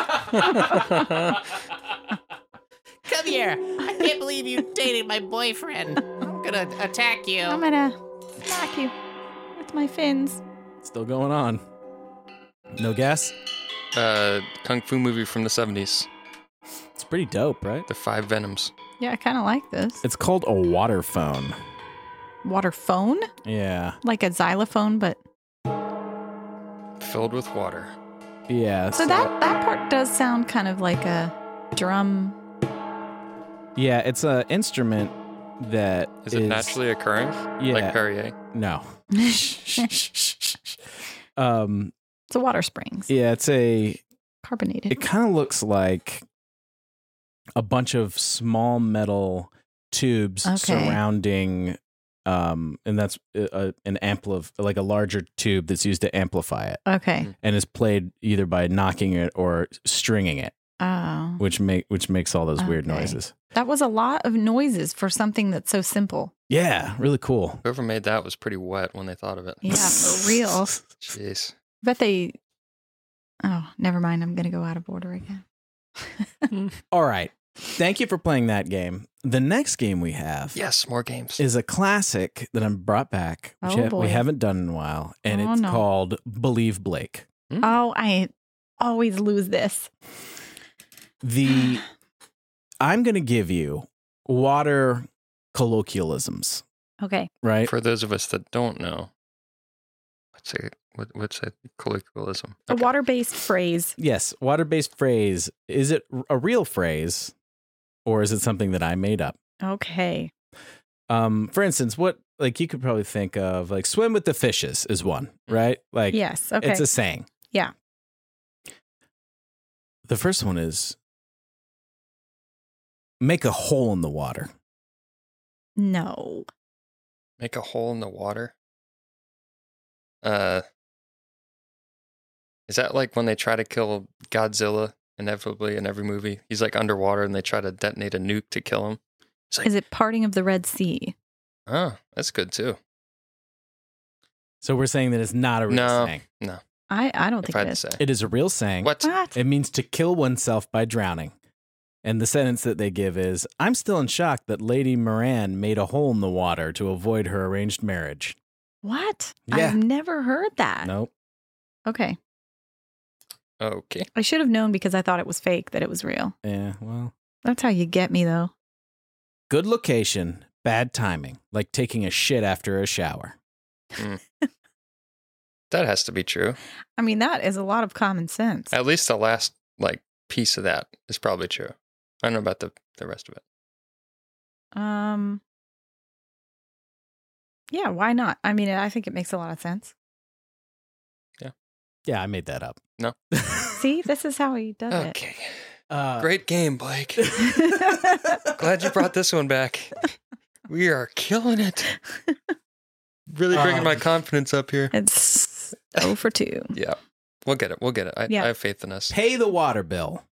[SPEAKER 7] here. I can't believe you dated my boyfriend. I'm gonna attack you.
[SPEAKER 3] I'm gonna smack you with my fins.
[SPEAKER 2] Still going on. No guess?
[SPEAKER 1] uh, Kung Fu movie from the 70s.
[SPEAKER 2] It's pretty dope, right?
[SPEAKER 1] The Five Venoms.
[SPEAKER 3] Yeah, I kind of like this.
[SPEAKER 2] It's called a water phone.
[SPEAKER 3] Water phone?
[SPEAKER 2] Yeah.
[SPEAKER 3] Like a xylophone, but.
[SPEAKER 1] Filled with water.
[SPEAKER 2] Yeah.
[SPEAKER 3] So that, that part does sound kind of like a drum. (laughs)
[SPEAKER 2] Yeah, it's an instrument that
[SPEAKER 1] Is it naturally occurring?
[SPEAKER 2] Yeah.
[SPEAKER 1] Like Perrier.
[SPEAKER 3] (laughs)
[SPEAKER 2] No.
[SPEAKER 3] it's
[SPEAKER 2] um
[SPEAKER 3] a water springs.
[SPEAKER 2] yeah, it's a
[SPEAKER 3] Carbonated.
[SPEAKER 2] It kind of looks like a bunch of small metal tubes
[SPEAKER 3] Okay.
[SPEAKER 2] surrounding, um, and that's a, a- an ampli like a larger tube that's used to amplify it,
[SPEAKER 3] okay.
[SPEAKER 2] and is played either by knocking it or stringing it,
[SPEAKER 3] Oh.
[SPEAKER 2] which make which makes all those weird
[SPEAKER 3] Okay.
[SPEAKER 2] noises.
[SPEAKER 3] That was a lot of noises for something that's so simple.
[SPEAKER 2] Yeah, really cool.
[SPEAKER 1] Whoever made that was pretty wet when they thought of it.
[SPEAKER 3] Yeah,
[SPEAKER 2] (laughs)
[SPEAKER 3] for real.
[SPEAKER 1] Jeez.
[SPEAKER 3] Bet they. Oh, never mind. I'm gonna go out of order again.
[SPEAKER 2] All right, thank you for playing that game. The next game we have.
[SPEAKER 1] Yes, more games.
[SPEAKER 2] Is a classic that I'm brought back, which
[SPEAKER 3] Oh,
[SPEAKER 2] ha-
[SPEAKER 3] boy.
[SPEAKER 2] we haven't done in a while, and
[SPEAKER 3] Oh,
[SPEAKER 2] it's
[SPEAKER 3] no.
[SPEAKER 2] called Believe Blake.
[SPEAKER 3] Oh, I always lose this. (sighs)
[SPEAKER 2] the I'm going to give you water colloquialisms,
[SPEAKER 3] Okay.
[SPEAKER 2] right?
[SPEAKER 1] For those of us that don't know, It's a what, what's a colloquialism?
[SPEAKER 3] A water based phrase.
[SPEAKER 2] Yes, water based phrase. Is it a real phrase or is it something that I made up?
[SPEAKER 3] Okay.
[SPEAKER 2] Um, for instance, what like you could probably think of like swim with the fishes is one,
[SPEAKER 3] Mm.
[SPEAKER 2] right? Like
[SPEAKER 3] yes. Okay.
[SPEAKER 2] it's a saying.
[SPEAKER 3] Yeah.
[SPEAKER 2] The first one is make a hole in the water.
[SPEAKER 3] no.
[SPEAKER 1] Make a hole in the water. Uh, is that like when they try to kill Godzilla inevitably in every movie? He's like underwater and they try to detonate a nuke to kill him. It's like,
[SPEAKER 3] Is it parting of the Red Sea?
[SPEAKER 1] oh, that's good too.
[SPEAKER 2] So we're saying that it's not a real
[SPEAKER 1] No.
[SPEAKER 2] saying.
[SPEAKER 1] No,
[SPEAKER 3] I, I don't
[SPEAKER 1] if
[SPEAKER 3] think
[SPEAKER 1] I had
[SPEAKER 3] it
[SPEAKER 1] to
[SPEAKER 3] is.
[SPEAKER 1] say,
[SPEAKER 2] It is a real saying.
[SPEAKER 1] what?
[SPEAKER 3] What?
[SPEAKER 2] It means to kill oneself by drowning. And the sentence that they give is I'm still in shock that Lady Moran made a hole in the water to avoid her arranged marriage.
[SPEAKER 3] What?
[SPEAKER 2] Yeah.
[SPEAKER 3] I've never heard that.
[SPEAKER 2] Nope.
[SPEAKER 3] Okay.
[SPEAKER 1] Okay,
[SPEAKER 3] I should have known because I thought it was fake that it was real.
[SPEAKER 2] Yeah, Eh, well.
[SPEAKER 3] That's how you get me though.
[SPEAKER 2] Good location, bad timing, like taking a shit after a shower.
[SPEAKER 1] that has to be true.
[SPEAKER 3] I mean, that is a lot of common sense.
[SPEAKER 1] At least the last like piece of that is probably true. I don't know about the the rest of it.
[SPEAKER 3] Um Yeah, why not? I mean, I think it makes a lot of sense.
[SPEAKER 2] Yeah, I made that up. (laughs)
[SPEAKER 1] No.
[SPEAKER 3] See, this is how he does it.
[SPEAKER 1] Okay,
[SPEAKER 2] Uh,
[SPEAKER 1] great game,
[SPEAKER 2] (laughs)
[SPEAKER 1] Blake. (laughs) Glad you brought this one back. We are killing it. Really bringing my
[SPEAKER 2] Um,
[SPEAKER 1] confidence up here.
[SPEAKER 3] (laughs) It's 0 for 2.
[SPEAKER 1] Yeah. We'll get it. We'll get it. I,
[SPEAKER 3] Yeah.
[SPEAKER 1] I have faith in us.
[SPEAKER 2] Pay the water bill.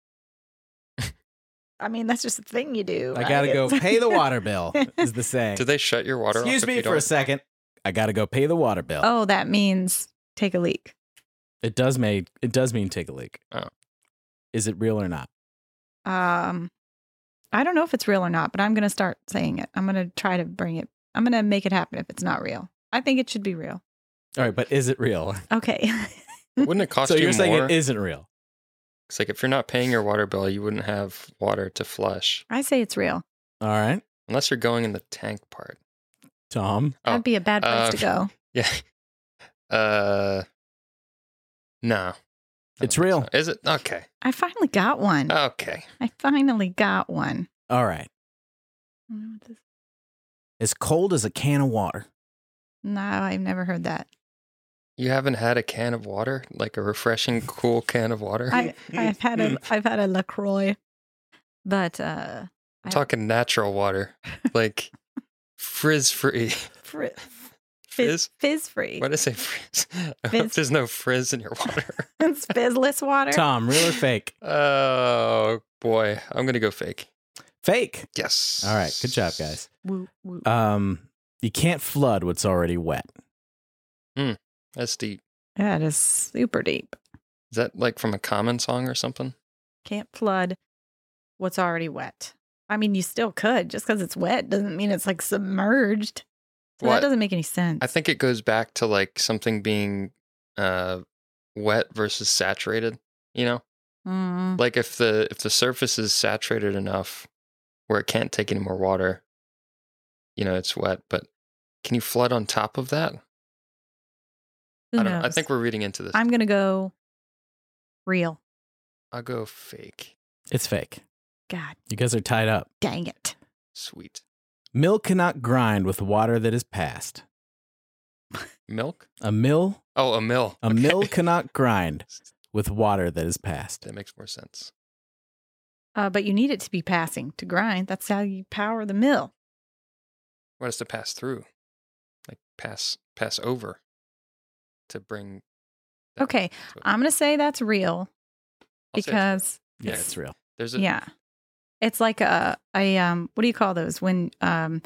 [SPEAKER 3] I mean, that's just a thing you do.
[SPEAKER 2] I gotta
[SPEAKER 1] (laughs)
[SPEAKER 3] right?
[SPEAKER 2] go
[SPEAKER 3] It's-
[SPEAKER 2] pay the water bill, is the saying.
[SPEAKER 1] Do they shut your water
[SPEAKER 2] Excuse
[SPEAKER 1] off?
[SPEAKER 2] me
[SPEAKER 1] if you
[SPEAKER 2] for
[SPEAKER 1] don't?
[SPEAKER 2] a second. I gotta go pay the water bill.
[SPEAKER 3] (laughs) Oh, that means take a leak.
[SPEAKER 2] It does make it does mean take a leak.
[SPEAKER 1] Oh.
[SPEAKER 2] Is it real or not?
[SPEAKER 3] Um I don't know if it's real or not, but I'm going to start saying it. I'm going to try to bring it. I'm going to make it happen if it's not real. I think it should be real.
[SPEAKER 2] All right, but is it real?
[SPEAKER 3] Okay. (laughs)
[SPEAKER 1] Wouldn't it cost
[SPEAKER 2] so
[SPEAKER 1] you
[SPEAKER 2] you're
[SPEAKER 1] more?
[SPEAKER 2] saying it isn't real.
[SPEAKER 1] It's like if you're not paying your water bill, you wouldn't have water to flush
[SPEAKER 3] I say it's real.
[SPEAKER 2] All right,
[SPEAKER 1] unless you're going in the tank part. (laughs)
[SPEAKER 2] Tom.
[SPEAKER 1] Oh,
[SPEAKER 3] That'd be a bad place
[SPEAKER 1] uh,
[SPEAKER 3] to go.
[SPEAKER 1] Yeah. Uh. No. I don't
[SPEAKER 2] It's
[SPEAKER 1] think
[SPEAKER 2] real.
[SPEAKER 1] so. Is it? Okay.
[SPEAKER 3] I finally got one.
[SPEAKER 1] uh. Okay.
[SPEAKER 3] I finally got one.
[SPEAKER 2] All right. As cold as a can of water.
[SPEAKER 3] No, I've never
[SPEAKER 1] (laughs)
[SPEAKER 3] heard that.
[SPEAKER 1] You haven't had a can of water, like a refreshing, cool can of water.
[SPEAKER 3] I, I've had a I've had a Lacroix, but uh, I-
[SPEAKER 1] I'm talking natural
[SPEAKER 3] (laughs)
[SPEAKER 1] water, like frizz free.
[SPEAKER 3] fri-
[SPEAKER 1] Fizz?
[SPEAKER 3] fizz fizz free.
[SPEAKER 1] Why did I say frizz? (laughs) I hope
[SPEAKER 3] Fizz.
[SPEAKER 1] There's no frizz in your water.
[SPEAKER 3] (laughs) it's fizzless water.
[SPEAKER 2] Tom, real or fake?
[SPEAKER 1] Oh boy, I'm gonna go fake.
[SPEAKER 2] Fake.
[SPEAKER 1] Yes.
[SPEAKER 2] All right, good job,
[SPEAKER 1] (sighs)
[SPEAKER 2] guys.
[SPEAKER 3] Woo, woo.
[SPEAKER 2] Um, you can't flood what's already wet.
[SPEAKER 1] That's deep.
[SPEAKER 3] that is super deep.
[SPEAKER 1] Is that like from a common song or something?
[SPEAKER 3] Can't flood what's already wet. I mean, you still could. Just because it's wet doesn't mean it's like submerged. So
[SPEAKER 1] What?
[SPEAKER 3] that doesn't make any sense.
[SPEAKER 1] I think it goes back to like something being uh, wet versus saturated. You know,
[SPEAKER 3] Mm,
[SPEAKER 1] like if the if the surface is saturated enough where it can't take any more water, you know, it's wet. But can you flood on top of that?
[SPEAKER 3] who
[SPEAKER 1] I don't. know. I
[SPEAKER 3] knows?
[SPEAKER 1] think we're reading into this.
[SPEAKER 3] I'm gonna go real.
[SPEAKER 1] I'll go fake.
[SPEAKER 2] It's fake.
[SPEAKER 3] God
[SPEAKER 2] You guys are tied up.
[SPEAKER 3] dang it.
[SPEAKER 1] Sweet
[SPEAKER 2] Mill cannot grind with water that is passed.
[SPEAKER 1] milk.
[SPEAKER 2] A mill,
[SPEAKER 1] Oh, a mill.
[SPEAKER 2] a
[SPEAKER 1] Okay.
[SPEAKER 2] mill cannot (laughs) grind with water that is passed.
[SPEAKER 1] (laughs) That makes more sense.
[SPEAKER 3] Uh, but you need it to be passing to grind. That's how you power the mill.
[SPEAKER 1] What is to pass through? Like pass pass over to bring. that
[SPEAKER 3] Okay,
[SPEAKER 1] to it.
[SPEAKER 3] I'm gonna say that's real
[SPEAKER 1] I'll say it's
[SPEAKER 3] because
[SPEAKER 2] Yeah,
[SPEAKER 1] Yes.
[SPEAKER 2] it's real.
[SPEAKER 1] there's a
[SPEAKER 3] yeah, it's like a a um what do you call those when um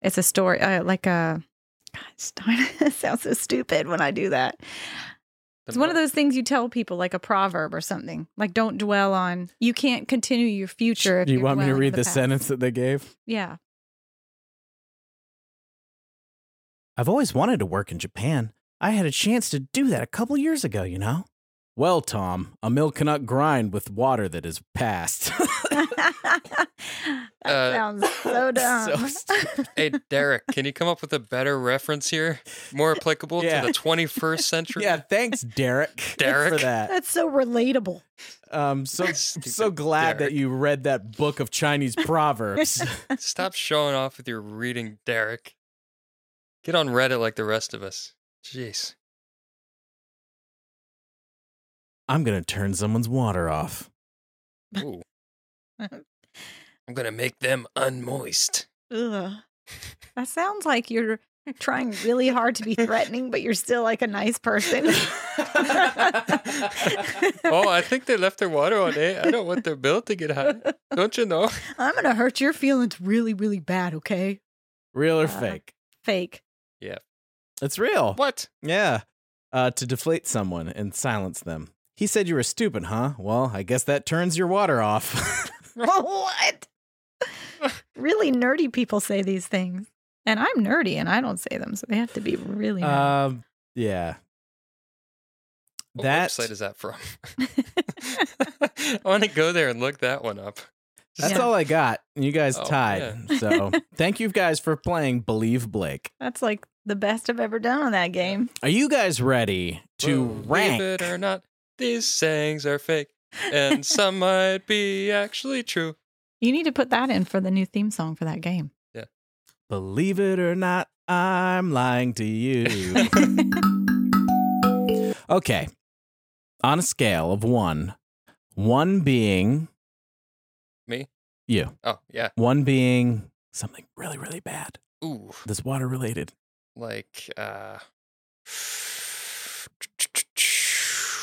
[SPEAKER 3] it's a story uh, like a God, it's- it (laughs) sounds so stupid when I do that.
[SPEAKER 1] the
[SPEAKER 3] it's one of
[SPEAKER 1] mill-
[SPEAKER 3] those things you tell people like a proverb or something. Like don't dwell on you can't continue your future. If
[SPEAKER 2] Do you
[SPEAKER 3] you're
[SPEAKER 2] want me to
[SPEAKER 3] dwelling on
[SPEAKER 2] read the,
[SPEAKER 3] past.
[SPEAKER 2] sentence that they gave? (laughs)
[SPEAKER 3] Yeah.
[SPEAKER 2] I've always wanted to work in Japan. I had a chance to do that a couple years ago, you know? Well, Tom, a mill cannot grind with water that is passed. (laughs)
[SPEAKER 3] that
[SPEAKER 1] Uh, (laughs)
[SPEAKER 3] sounds so dumb.
[SPEAKER 2] stupid.
[SPEAKER 3] (laughs)
[SPEAKER 1] Hey, Derek, can you come up with a better reference here? More applicable
[SPEAKER 2] Yeah.
[SPEAKER 3] (laughs)
[SPEAKER 1] to the 21st century?
[SPEAKER 2] yeah, thanks, (laughs) Derek. for
[SPEAKER 1] Derek.
[SPEAKER 3] (laughs)
[SPEAKER 2] that.
[SPEAKER 3] That's so relatable.
[SPEAKER 1] (laughs)
[SPEAKER 2] Um, so so
[SPEAKER 1] Stupid
[SPEAKER 2] glad that
[SPEAKER 1] Derek.
[SPEAKER 2] you read that book of
[SPEAKER 3] (laughs)
[SPEAKER 2] Chinese proverbs. (laughs)
[SPEAKER 1] Stop showing off with your reading, Derek. Get on Reddit like the rest of us. Jeez.
[SPEAKER 2] I'm gonna turn someone's water off.
[SPEAKER 3] (laughs)
[SPEAKER 1] Ooh. I'm going to make them
[SPEAKER 3] (laughs)
[SPEAKER 2] (laughs)
[SPEAKER 1] unmoist. (laughs)
[SPEAKER 3] Ugh. That sounds like you're trying really hard to be threatening, but you're still like a nice person.
[SPEAKER 1] (laughs)
[SPEAKER 3] (laughs)
[SPEAKER 1] Oh, I think they left their water on, eh? I don't want their bill to get high. Don't you know? (laughs)
[SPEAKER 3] I'm gonna hurt your feelings really, really bad, okay?
[SPEAKER 2] Real or
[SPEAKER 3] Uh,
[SPEAKER 2] fake?
[SPEAKER 3] Fake.
[SPEAKER 2] It's real.
[SPEAKER 1] What?
[SPEAKER 2] Yeah. Uh, to deflate someone and silence them. He said you were stupid, huh? Well, I guess that turns your water off. (laughs)
[SPEAKER 3] what? really nerdy people say these things. And I'm nerdy and I don't say them, so they have to be really nerdy.
[SPEAKER 2] um, yeah.
[SPEAKER 1] What
[SPEAKER 2] That-
[SPEAKER 1] website is that from? (laughs) I want to go there and look that one up.
[SPEAKER 2] That's
[SPEAKER 3] Yeah.
[SPEAKER 2] all I got. You guys
[SPEAKER 1] Oh,
[SPEAKER 2] tied. So thank you guys for playing Believe Blake.
[SPEAKER 3] (laughs) That's like the best I've ever done on that game.
[SPEAKER 2] Are you guys ready to
[SPEAKER 1] Believe
[SPEAKER 2] rank?
[SPEAKER 1] it or not, these sayings are fake, and
[SPEAKER 2] (laughs)
[SPEAKER 1] some might be actually true.
[SPEAKER 3] You need to put that in for the new theme song for that game.
[SPEAKER 2] Believe it or not, I'm lying to you. okay. On a scale of one, one being
[SPEAKER 1] Me?
[SPEAKER 2] you.
[SPEAKER 1] Oh yeah.
[SPEAKER 2] One being something really, really bad
[SPEAKER 1] Ooh,
[SPEAKER 2] that's water related.
[SPEAKER 1] like uh,
[SPEAKER 2] (sighs)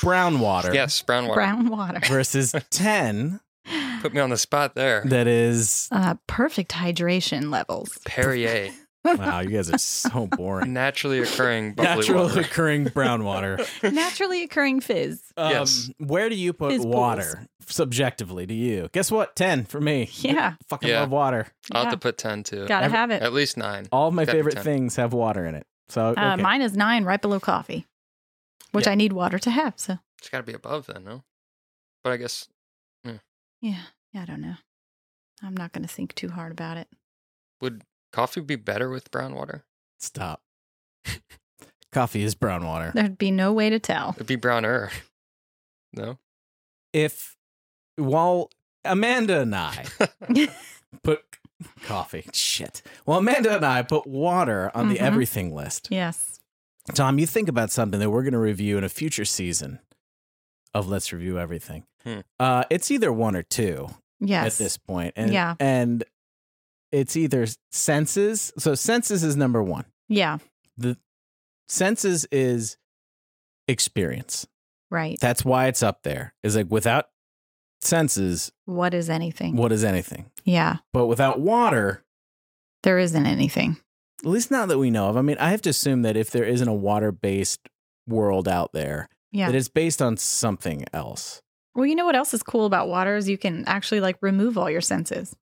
[SPEAKER 2] Brown water
[SPEAKER 1] yes, brown water.
[SPEAKER 3] Brown water.
[SPEAKER 1] (laughs)
[SPEAKER 2] versus 10
[SPEAKER 1] Put me on the spot there.
[SPEAKER 2] that is.
[SPEAKER 3] Uh, perfect hydration levels.
[SPEAKER 1] Perrier,
[SPEAKER 2] (laughs) Wow, you guys are so boring.
[SPEAKER 1] naturally occurring bubbly
[SPEAKER 2] Natural
[SPEAKER 1] water.
[SPEAKER 2] occurring brown water.
[SPEAKER 3] (laughs)
[SPEAKER 1] (laughs)
[SPEAKER 3] Naturally occurring fizz.
[SPEAKER 2] Um,
[SPEAKER 1] Yes.
[SPEAKER 2] Where do you put
[SPEAKER 3] Fizz pools.
[SPEAKER 2] water subjectively to you? Guess what? 10 for me.
[SPEAKER 3] Yeah.
[SPEAKER 2] (laughs) Fucking
[SPEAKER 1] Yeah.
[SPEAKER 2] love water.
[SPEAKER 1] I'll
[SPEAKER 3] yeah.
[SPEAKER 1] have to put ten too.
[SPEAKER 3] Gotta
[SPEAKER 2] every-
[SPEAKER 3] have it.
[SPEAKER 1] At least nine.
[SPEAKER 2] All of my
[SPEAKER 1] Gotta be
[SPEAKER 2] favorite
[SPEAKER 1] 10.
[SPEAKER 2] things have water in it. So okay.
[SPEAKER 3] Uh, mine is nine, right below coffee, which
[SPEAKER 1] Yeah.
[SPEAKER 3] I need water to have. So,
[SPEAKER 1] It's got to be above then, no? But I guess
[SPEAKER 3] yeah, yeah, I don't know. I'm not going to think too hard about it.
[SPEAKER 1] would coffee be better with brown water?
[SPEAKER 2] Stop. (laughs) Coffee is brown water.
[SPEAKER 3] There'd be no way to tell.
[SPEAKER 1] It'd be browner. (laughs) No.
[SPEAKER 2] If while Amanda
[SPEAKER 1] (laughs)
[SPEAKER 2] and
[SPEAKER 3] (laughs)
[SPEAKER 2] I put coffee, shit. Well, Amanda and I put water on the
[SPEAKER 3] Mhm.
[SPEAKER 2] everything list.
[SPEAKER 3] Yes.
[SPEAKER 2] Tom, you think about something that we're going to review in a future season of Let's Review Everything.
[SPEAKER 1] Hmm.
[SPEAKER 2] Uh, it's either one or two
[SPEAKER 3] Yes.
[SPEAKER 2] at this point, and
[SPEAKER 3] Yeah.
[SPEAKER 2] and it's either senses. So senses is number one.
[SPEAKER 3] Yeah.
[SPEAKER 2] Senses is experience.
[SPEAKER 3] Right.
[SPEAKER 2] That's why it's up there. Is like without senses,
[SPEAKER 3] What is anything?
[SPEAKER 2] what is anything?
[SPEAKER 3] Yeah.
[SPEAKER 2] But without water,
[SPEAKER 3] There isn't anything.
[SPEAKER 2] at least not that we know of. I mean, I have to assume that if there isn't a water based world out there,
[SPEAKER 3] Yeah.
[SPEAKER 2] that it's based on something else.
[SPEAKER 3] Well, you know what else is cool about water is you can actually like remove all your senses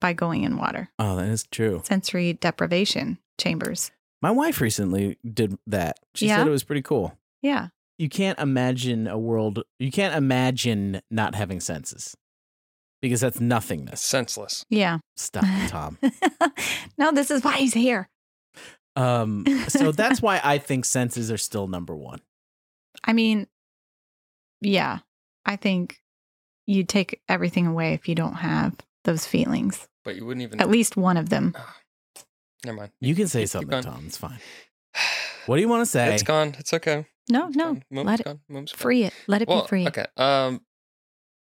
[SPEAKER 3] by going in water.
[SPEAKER 2] Oh, that is true.
[SPEAKER 3] Sensory deprivation chambers.
[SPEAKER 2] My wife recently did that. She
[SPEAKER 3] Yeah?
[SPEAKER 2] said it was pretty cool.
[SPEAKER 3] Yeah.
[SPEAKER 2] You can't imagine a world, you can't imagine not having senses because that's
[SPEAKER 1] It's
[SPEAKER 2] nothingness.
[SPEAKER 1] senseless.
[SPEAKER 3] Yeah. (laughs)
[SPEAKER 2] Stop, Tom.
[SPEAKER 3] no, this is why he's here.
[SPEAKER 2] Um, so that's why I think senses are still number one.
[SPEAKER 3] I mean, yeah, I think you take everything away if you don't have those feelings,
[SPEAKER 1] But you wouldn't even.
[SPEAKER 3] at least one of them.
[SPEAKER 1] Never mind.
[SPEAKER 2] You can say
[SPEAKER 1] keep
[SPEAKER 2] something,
[SPEAKER 1] going.
[SPEAKER 2] Tom. It's fine. What do you want to
[SPEAKER 1] (sighs)
[SPEAKER 2] say?
[SPEAKER 1] It's gone. It's okay.
[SPEAKER 3] No,
[SPEAKER 1] It's
[SPEAKER 3] no,
[SPEAKER 1] gone. Moment's
[SPEAKER 3] let it
[SPEAKER 1] gone. Moment's gone.
[SPEAKER 3] free it. Let it
[SPEAKER 1] Well,
[SPEAKER 3] be free.
[SPEAKER 1] Okay. Um,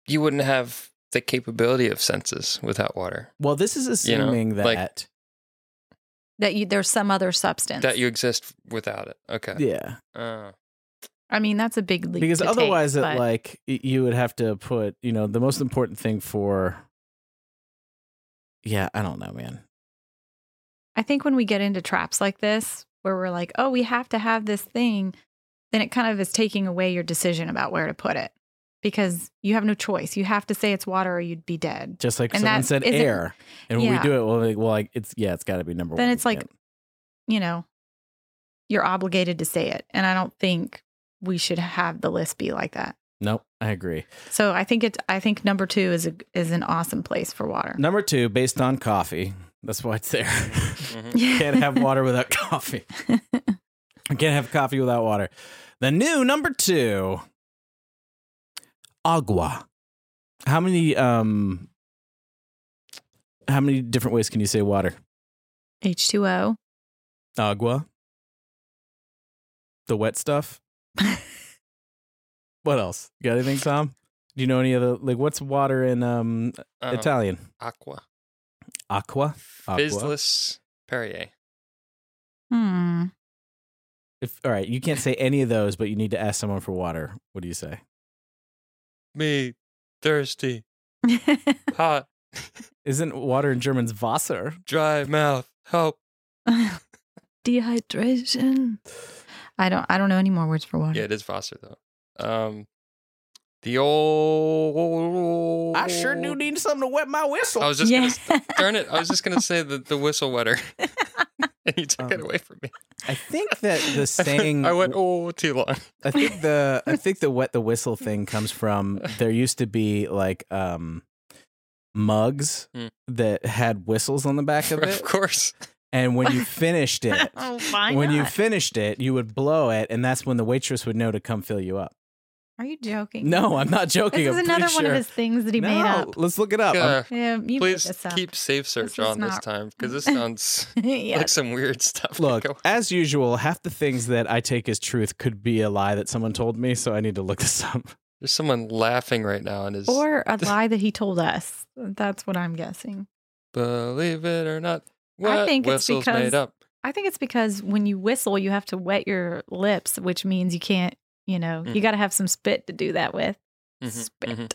[SPEAKER 1] you wouldn't have the capability of senses without water.
[SPEAKER 2] Well, this is
[SPEAKER 1] You know,
[SPEAKER 2] assuming
[SPEAKER 1] like-
[SPEAKER 2] that.
[SPEAKER 3] That you there's some other substance.
[SPEAKER 1] That you exist without it. Okay.
[SPEAKER 2] yeah.
[SPEAKER 1] Uh,
[SPEAKER 3] I mean, that's a big leap.
[SPEAKER 2] Because
[SPEAKER 3] to
[SPEAKER 2] otherwise,
[SPEAKER 3] take,
[SPEAKER 2] it
[SPEAKER 3] but-
[SPEAKER 2] like y- you would have to put, you know, the most important thing for. Yeah, I don't know, man.
[SPEAKER 3] I think when we get into traps like this, where we're like, oh, we have to have this thing, then it kind of is taking away your decision about where to put it because you have no choice. You have to say it's water or you'd be dead.
[SPEAKER 2] Just like
[SPEAKER 3] And
[SPEAKER 2] someone
[SPEAKER 3] that
[SPEAKER 2] said,
[SPEAKER 3] isn't-
[SPEAKER 2] air, and when we
[SPEAKER 3] Yeah.
[SPEAKER 2] do it, well, like, well, like it's yeah, it's got to be number one.
[SPEAKER 3] Then it's like-
[SPEAKER 2] again.
[SPEAKER 3] you know, you're obligated to say it. And I don't think we should have the list be like that.
[SPEAKER 2] Nope, I agree.
[SPEAKER 3] So I think it. I think number two is a is an awesome place for water.
[SPEAKER 2] Number two, based on coffee. That's why it's there. (laughs)
[SPEAKER 1] mm-hmm.
[SPEAKER 3] (laughs) Yeah.
[SPEAKER 2] Can't have water without coffee. Can't have coffee without water. The new number two, agua. How many um, how many different ways can you say water?
[SPEAKER 3] H two O.
[SPEAKER 2] Agua. The wet stuff. what else? You got anything, Tom? Do you know any other like what's water in um
[SPEAKER 1] Um,
[SPEAKER 2] Italian?
[SPEAKER 1] Aqua.
[SPEAKER 2] Aqua. Aqua.
[SPEAKER 1] Fizzless Perrier.
[SPEAKER 3] Hmm. (laughs)
[SPEAKER 2] If, all right, you can't say any of those, but you need to ask someone for water. What do you say?
[SPEAKER 1] Me thirsty, hot,
[SPEAKER 2] Isn't water in German's Wasser?
[SPEAKER 1] dry mouth. Help.
[SPEAKER 3] (laughs) Dehydration. I don't. I don't know any more words for water.
[SPEAKER 1] Yeah, it is Foster though. Um, the old.
[SPEAKER 2] I sure
[SPEAKER 3] Oh.
[SPEAKER 2] do need something to wet my whistle.
[SPEAKER 1] I was
[SPEAKER 3] (laughs)
[SPEAKER 1] just
[SPEAKER 3] Yeah.
[SPEAKER 1] gonna, darn it! I was just gonna say the, the whistle wetter, (laughs) and you
[SPEAKER 3] Um,
[SPEAKER 1] took it away from me.
[SPEAKER 2] I think that
[SPEAKER 3] (laughs)
[SPEAKER 2] the
[SPEAKER 1] (laughs)
[SPEAKER 2] saying
[SPEAKER 1] I went oh too long. (laughs)
[SPEAKER 2] I think the
[SPEAKER 3] oh.
[SPEAKER 2] I think the wet the whistle thing comes from there used to be like um mugs
[SPEAKER 1] Hmm.
[SPEAKER 2] that had whistles on the back of
[SPEAKER 1] Of
[SPEAKER 2] it.
[SPEAKER 1] course,
[SPEAKER 2] And
[SPEAKER 3] (laughs)
[SPEAKER 2] when you finished it,
[SPEAKER 3] oh, why
[SPEAKER 2] when you
[SPEAKER 3] not?
[SPEAKER 2] finished it, you would blow it, and that's when the waitress would know to come fill you up.
[SPEAKER 3] Are you joking?
[SPEAKER 2] No, I'm not joking.
[SPEAKER 3] This is
[SPEAKER 2] I'm pretty
[SPEAKER 3] another one
[SPEAKER 2] sure.
[SPEAKER 3] of his things that he
[SPEAKER 2] no,
[SPEAKER 3] made up.
[SPEAKER 2] Let's look it up. I'm-
[SPEAKER 1] Uh,
[SPEAKER 3] Yeah, you made
[SPEAKER 1] please
[SPEAKER 3] this up.
[SPEAKER 1] keep safe search
[SPEAKER 3] This is
[SPEAKER 1] on this
[SPEAKER 3] not-
[SPEAKER 1] time because this sounds
[SPEAKER 3] (laughs) yeah.
[SPEAKER 1] like some weird stuff.
[SPEAKER 2] Look,
[SPEAKER 1] Go-
[SPEAKER 2] as usual, half the things that I take as truth could be a lie that someone told me, so I need to look this up.
[SPEAKER 1] there's someone laughing right now, and is
[SPEAKER 3] Or
[SPEAKER 2] (laughs)
[SPEAKER 3] a lie that he told us. That's what I'm guessing.
[SPEAKER 1] believe it or not. What
[SPEAKER 3] I think it's
[SPEAKER 1] whistles
[SPEAKER 3] because-
[SPEAKER 1] made up?
[SPEAKER 3] I think it's because when you whistle, you have to wet your lips, which means you can't. You know, you
[SPEAKER 2] Mm-hmm.
[SPEAKER 1] Mm.
[SPEAKER 3] got to have some spit to do that with.
[SPEAKER 1] Mhm,
[SPEAKER 3] spit.
[SPEAKER 1] mhm.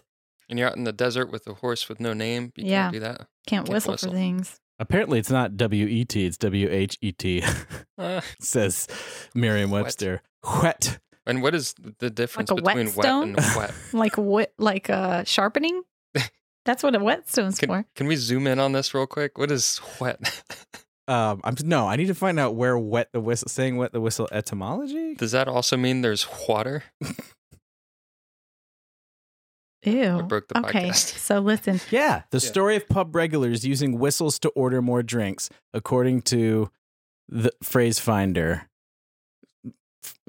[SPEAKER 1] And you're out in the desert with a horse with no name. You
[SPEAKER 3] Yeah.
[SPEAKER 1] can't do that.
[SPEAKER 3] Can't,
[SPEAKER 1] Can't
[SPEAKER 3] whistle,
[SPEAKER 1] whistle.
[SPEAKER 3] for things.
[SPEAKER 2] Apparently, it's not W E T, it's W H E T, (laughs)
[SPEAKER 1] Uh,
[SPEAKER 2] says Merriam Webster. Wet.
[SPEAKER 1] and what is the difference
[SPEAKER 3] a wet
[SPEAKER 1] between wet
[SPEAKER 3] stone?
[SPEAKER 1] and
[SPEAKER 3] (laughs)
[SPEAKER 1] wet?
[SPEAKER 3] Like what? Like
[SPEAKER 2] (laughs)
[SPEAKER 3] uh, sharpening. That's what a whetstone's
[SPEAKER 1] Can,
[SPEAKER 3] for.
[SPEAKER 1] can we zoom in on this real quick? What is wet? (laughs)
[SPEAKER 2] Um, I'm no, I need to find out where wet the whistle saying wet the whistle etymology.
[SPEAKER 1] Does that also mean there's water?
[SPEAKER 3] Ew.
[SPEAKER 1] broke the
[SPEAKER 3] okay,
[SPEAKER 1] podcast. (laughs)
[SPEAKER 3] so listen.
[SPEAKER 2] Yeah, the
[SPEAKER 1] Yeah.
[SPEAKER 2] story of pub regulars using whistles to order more drinks, according to the phrase finder.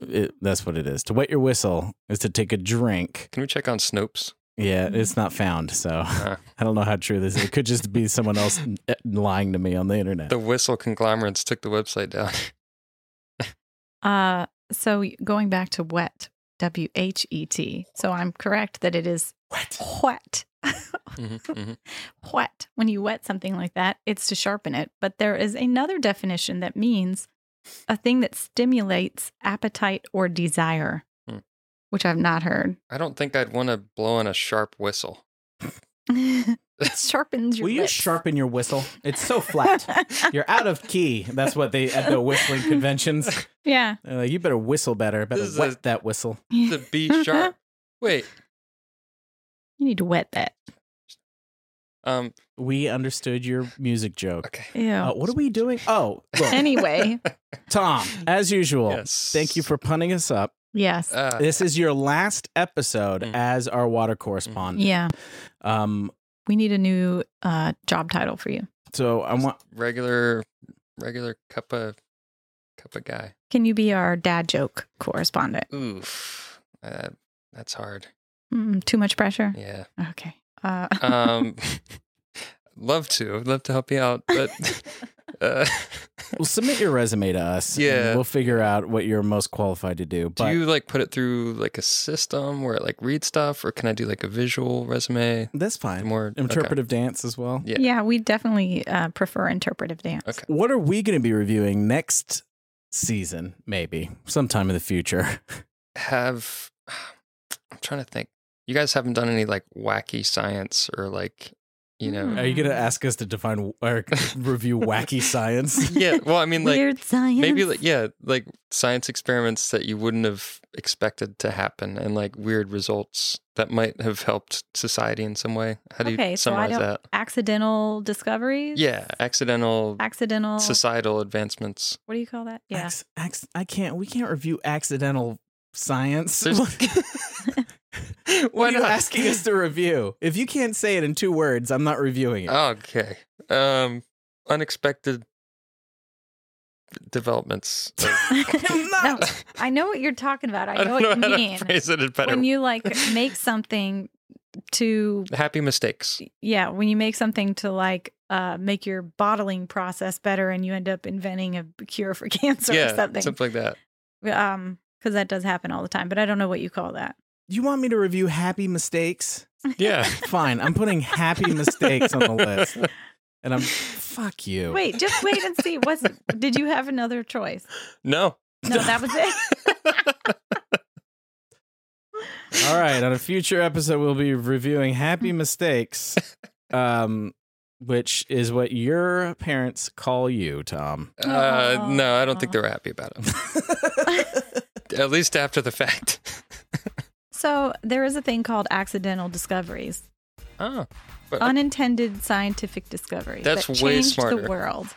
[SPEAKER 2] It- that's what it is. To wet your whistle is to take a drink.
[SPEAKER 1] Can we check on Snopes?
[SPEAKER 2] Yeah, it's not found, so (laughs) I don't know how true this is. It could just be someone else n- eh, lying to me on the internet.
[SPEAKER 1] The whistle conglomerates took the website
[SPEAKER 3] (laughs)
[SPEAKER 1] down.
[SPEAKER 3] Uh, so going back to wet, W H E T. So I'm correct that it is wet. (laughs)
[SPEAKER 1] Mhm, mhm.
[SPEAKER 3] Wet. When you wet something like that, it's to sharpen it. But there is another definition that means a thing that stimulates appetite or desire,
[SPEAKER 1] Hmm.
[SPEAKER 3] which I've not heard. (laughs)
[SPEAKER 1] I don't think I'd want to blow on a sharp whistle. (laughs)
[SPEAKER 3] it sharpens your
[SPEAKER 2] Will you
[SPEAKER 3] lips. (laughs)
[SPEAKER 2] sharpen your whistle? It's so flat. You're out of key. That's what they at the whistling conventions.
[SPEAKER 3] yeah.
[SPEAKER 2] They're like, Uh, you better whistle better. Better
[SPEAKER 1] This is
[SPEAKER 2] wet
[SPEAKER 1] a-
[SPEAKER 2] that whistle.
[SPEAKER 1] The B sharp. Wait.
[SPEAKER 3] You need to wet that.
[SPEAKER 1] Um.
[SPEAKER 2] We understood your music joke.
[SPEAKER 1] Okay.
[SPEAKER 3] Ew.
[SPEAKER 2] Uh, what are we doing? Oh, look,
[SPEAKER 3] Eh, anyway,
[SPEAKER 2] (laughs) Tom, as usual,
[SPEAKER 1] Yes.
[SPEAKER 2] thank you for punning us up.
[SPEAKER 3] yes.
[SPEAKER 1] Uh,
[SPEAKER 2] This is your last episode
[SPEAKER 1] Mm.
[SPEAKER 2] as our water correspondent.
[SPEAKER 3] yeah.
[SPEAKER 2] Um,
[SPEAKER 3] We need a new uh, job title for you.
[SPEAKER 2] so I want
[SPEAKER 1] regular, regular cup of, cup of guy.
[SPEAKER 3] Can you be our dad joke correspondent?
[SPEAKER 1] Oof. Uh, that's hard.
[SPEAKER 3] Mm, too much pressure?
[SPEAKER 1] Yeah.
[SPEAKER 3] Okay. Uh, (laughs)
[SPEAKER 1] Um. love to. I'd love to help you out, but.
[SPEAKER 3] (laughs)
[SPEAKER 1] Uh,
[SPEAKER 2] well, submit your resume to us. and
[SPEAKER 1] Yeah.
[SPEAKER 2] we'll figure out what you're most qualified to do.
[SPEAKER 1] Do
[SPEAKER 2] But
[SPEAKER 1] you like put it through like a system where it like reads stuff, or can I do like a visual resume?
[SPEAKER 2] that's fine.
[SPEAKER 1] More okay.
[SPEAKER 2] Interpretive dance as well.
[SPEAKER 1] Yeah.
[SPEAKER 3] yeah. we definitely uh, prefer interpretive dance.
[SPEAKER 1] Okay.
[SPEAKER 2] What are we going to be reviewing next season? Maybe sometime in the future. (laughs)
[SPEAKER 1] Have (sighs) I'm trying to think. You guys haven't done any like wacky science or like you know.
[SPEAKER 3] Mm.
[SPEAKER 2] Are you going to ask us to define or review wacky
[SPEAKER 1] (laughs)
[SPEAKER 2] science?
[SPEAKER 1] Yeah. Well, I mean, like
[SPEAKER 3] Weird science.
[SPEAKER 1] maybe like yeah, like science experiments that you wouldn't have expected to happen, and like weird results that might have helped society in some way. How do
[SPEAKER 3] Okay,
[SPEAKER 1] you
[SPEAKER 3] so I
[SPEAKER 1] summarize
[SPEAKER 3] don't-
[SPEAKER 1] that?
[SPEAKER 3] accidental discoveries?
[SPEAKER 1] Yeah, accidental
[SPEAKER 3] Accidental.
[SPEAKER 1] societal advancements.
[SPEAKER 3] what do you call that? Yeah.
[SPEAKER 2] (laughs)
[SPEAKER 1] (laughs)
[SPEAKER 2] Acc- acc- I can't. We can't review accidental science.
[SPEAKER 1] There's-
[SPEAKER 2] Look, What
[SPEAKER 1] Why
[SPEAKER 2] are you
[SPEAKER 1] not?
[SPEAKER 2] asking us to review? If you can't say it in two words, I'm not reviewing
[SPEAKER 1] Oh,
[SPEAKER 2] it.
[SPEAKER 1] Okay. Um, unexpected developments.
[SPEAKER 2] (laughs)
[SPEAKER 3] (laughs) no, I know what you're talking about. I,
[SPEAKER 1] I
[SPEAKER 3] know
[SPEAKER 1] don't
[SPEAKER 3] what
[SPEAKER 1] know
[SPEAKER 3] you
[SPEAKER 1] how
[SPEAKER 3] mean.
[SPEAKER 1] to phrase it better.
[SPEAKER 3] When you like
[SPEAKER 1] (laughs)
[SPEAKER 3] make something to
[SPEAKER 1] Happy mistakes.
[SPEAKER 3] yeah, when you make something to like uh, make your bottling process better, and you end up inventing a cure for (laughs) cancer
[SPEAKER 1] yeah,
[SPEAKER 3] or something,
[SPEAKER 1] like
[SPEAKER 3] (laughs)
[SPEAKER 1] that.
[SPEAKER 3] um, because that does happen all the time. But I don't know what you call that.
[SPEAKER 2] You want me to review happy mistakes?
[SPEAKER 1] Yeah.
[SPEAKER 2] Fine, I'm putting happy mistakes on the list. And I'm fuck you.
[SPEAKER 3] Wait, just wait and see. What's did you have another choice?
[SPEAKER 1] (laughs) No.
[SPEAKER 3] No, that was
[SPEAKER 1] (laughs)
[SPEAKER 3] it.
[SPEAKER 2] All right, on a future episode we'll be reviewing happy mistakes. Um which is what your parents call you, Tom.
[SPEAKER 1] Uh, no, I don't think
[SPEAKER 3] Aw.
[SPEAKER 1] they were happy about
[SPEAKER 3] (laughs)
[SPEAKER 1] it. At least after the fact. (laughs)
[SPEAKER 3] So there is a thing called accidental discoveries,
[SPEAKER 1] oh, but
[SPEAKER 3] unintended scientific discoveries.
[SPEAKER 1] That's
[SPEAKER 3] that
[SPEAKER 1] way
[SPEAKER 3] changed
[SPEAKER 1] smarter.
[SPEAKER 3] The world.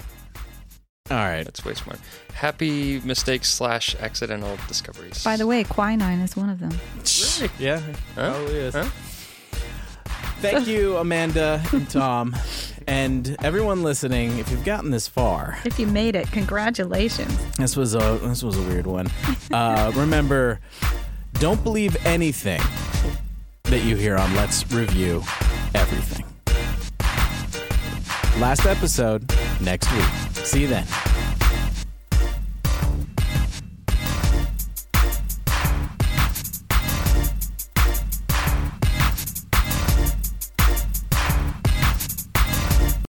[SPEAKER 2] All right.
[SPEAKER 1] that's way smart. Happy mistakes slash accidental discoveries.
[SPEAKER 3] By the way, quinine is one of them.
[SPEAKER 2] Yeah.
[SPEAKER 1] Huh?
[SPEAKER 2] Probably is.
[SPEAKER 1] Huh?
[SPEAKER 2] Thank you, Amanda and Tom. and everyone listening, if you've gotten this far,
[SPEAKER 3] If you made it, congratulations.
[SPEAKER 2] This was a this was a weird one. Uh, (laughs) remember, don't believe anything that you hear on Let's Review Everything. Last episode next week. See you then.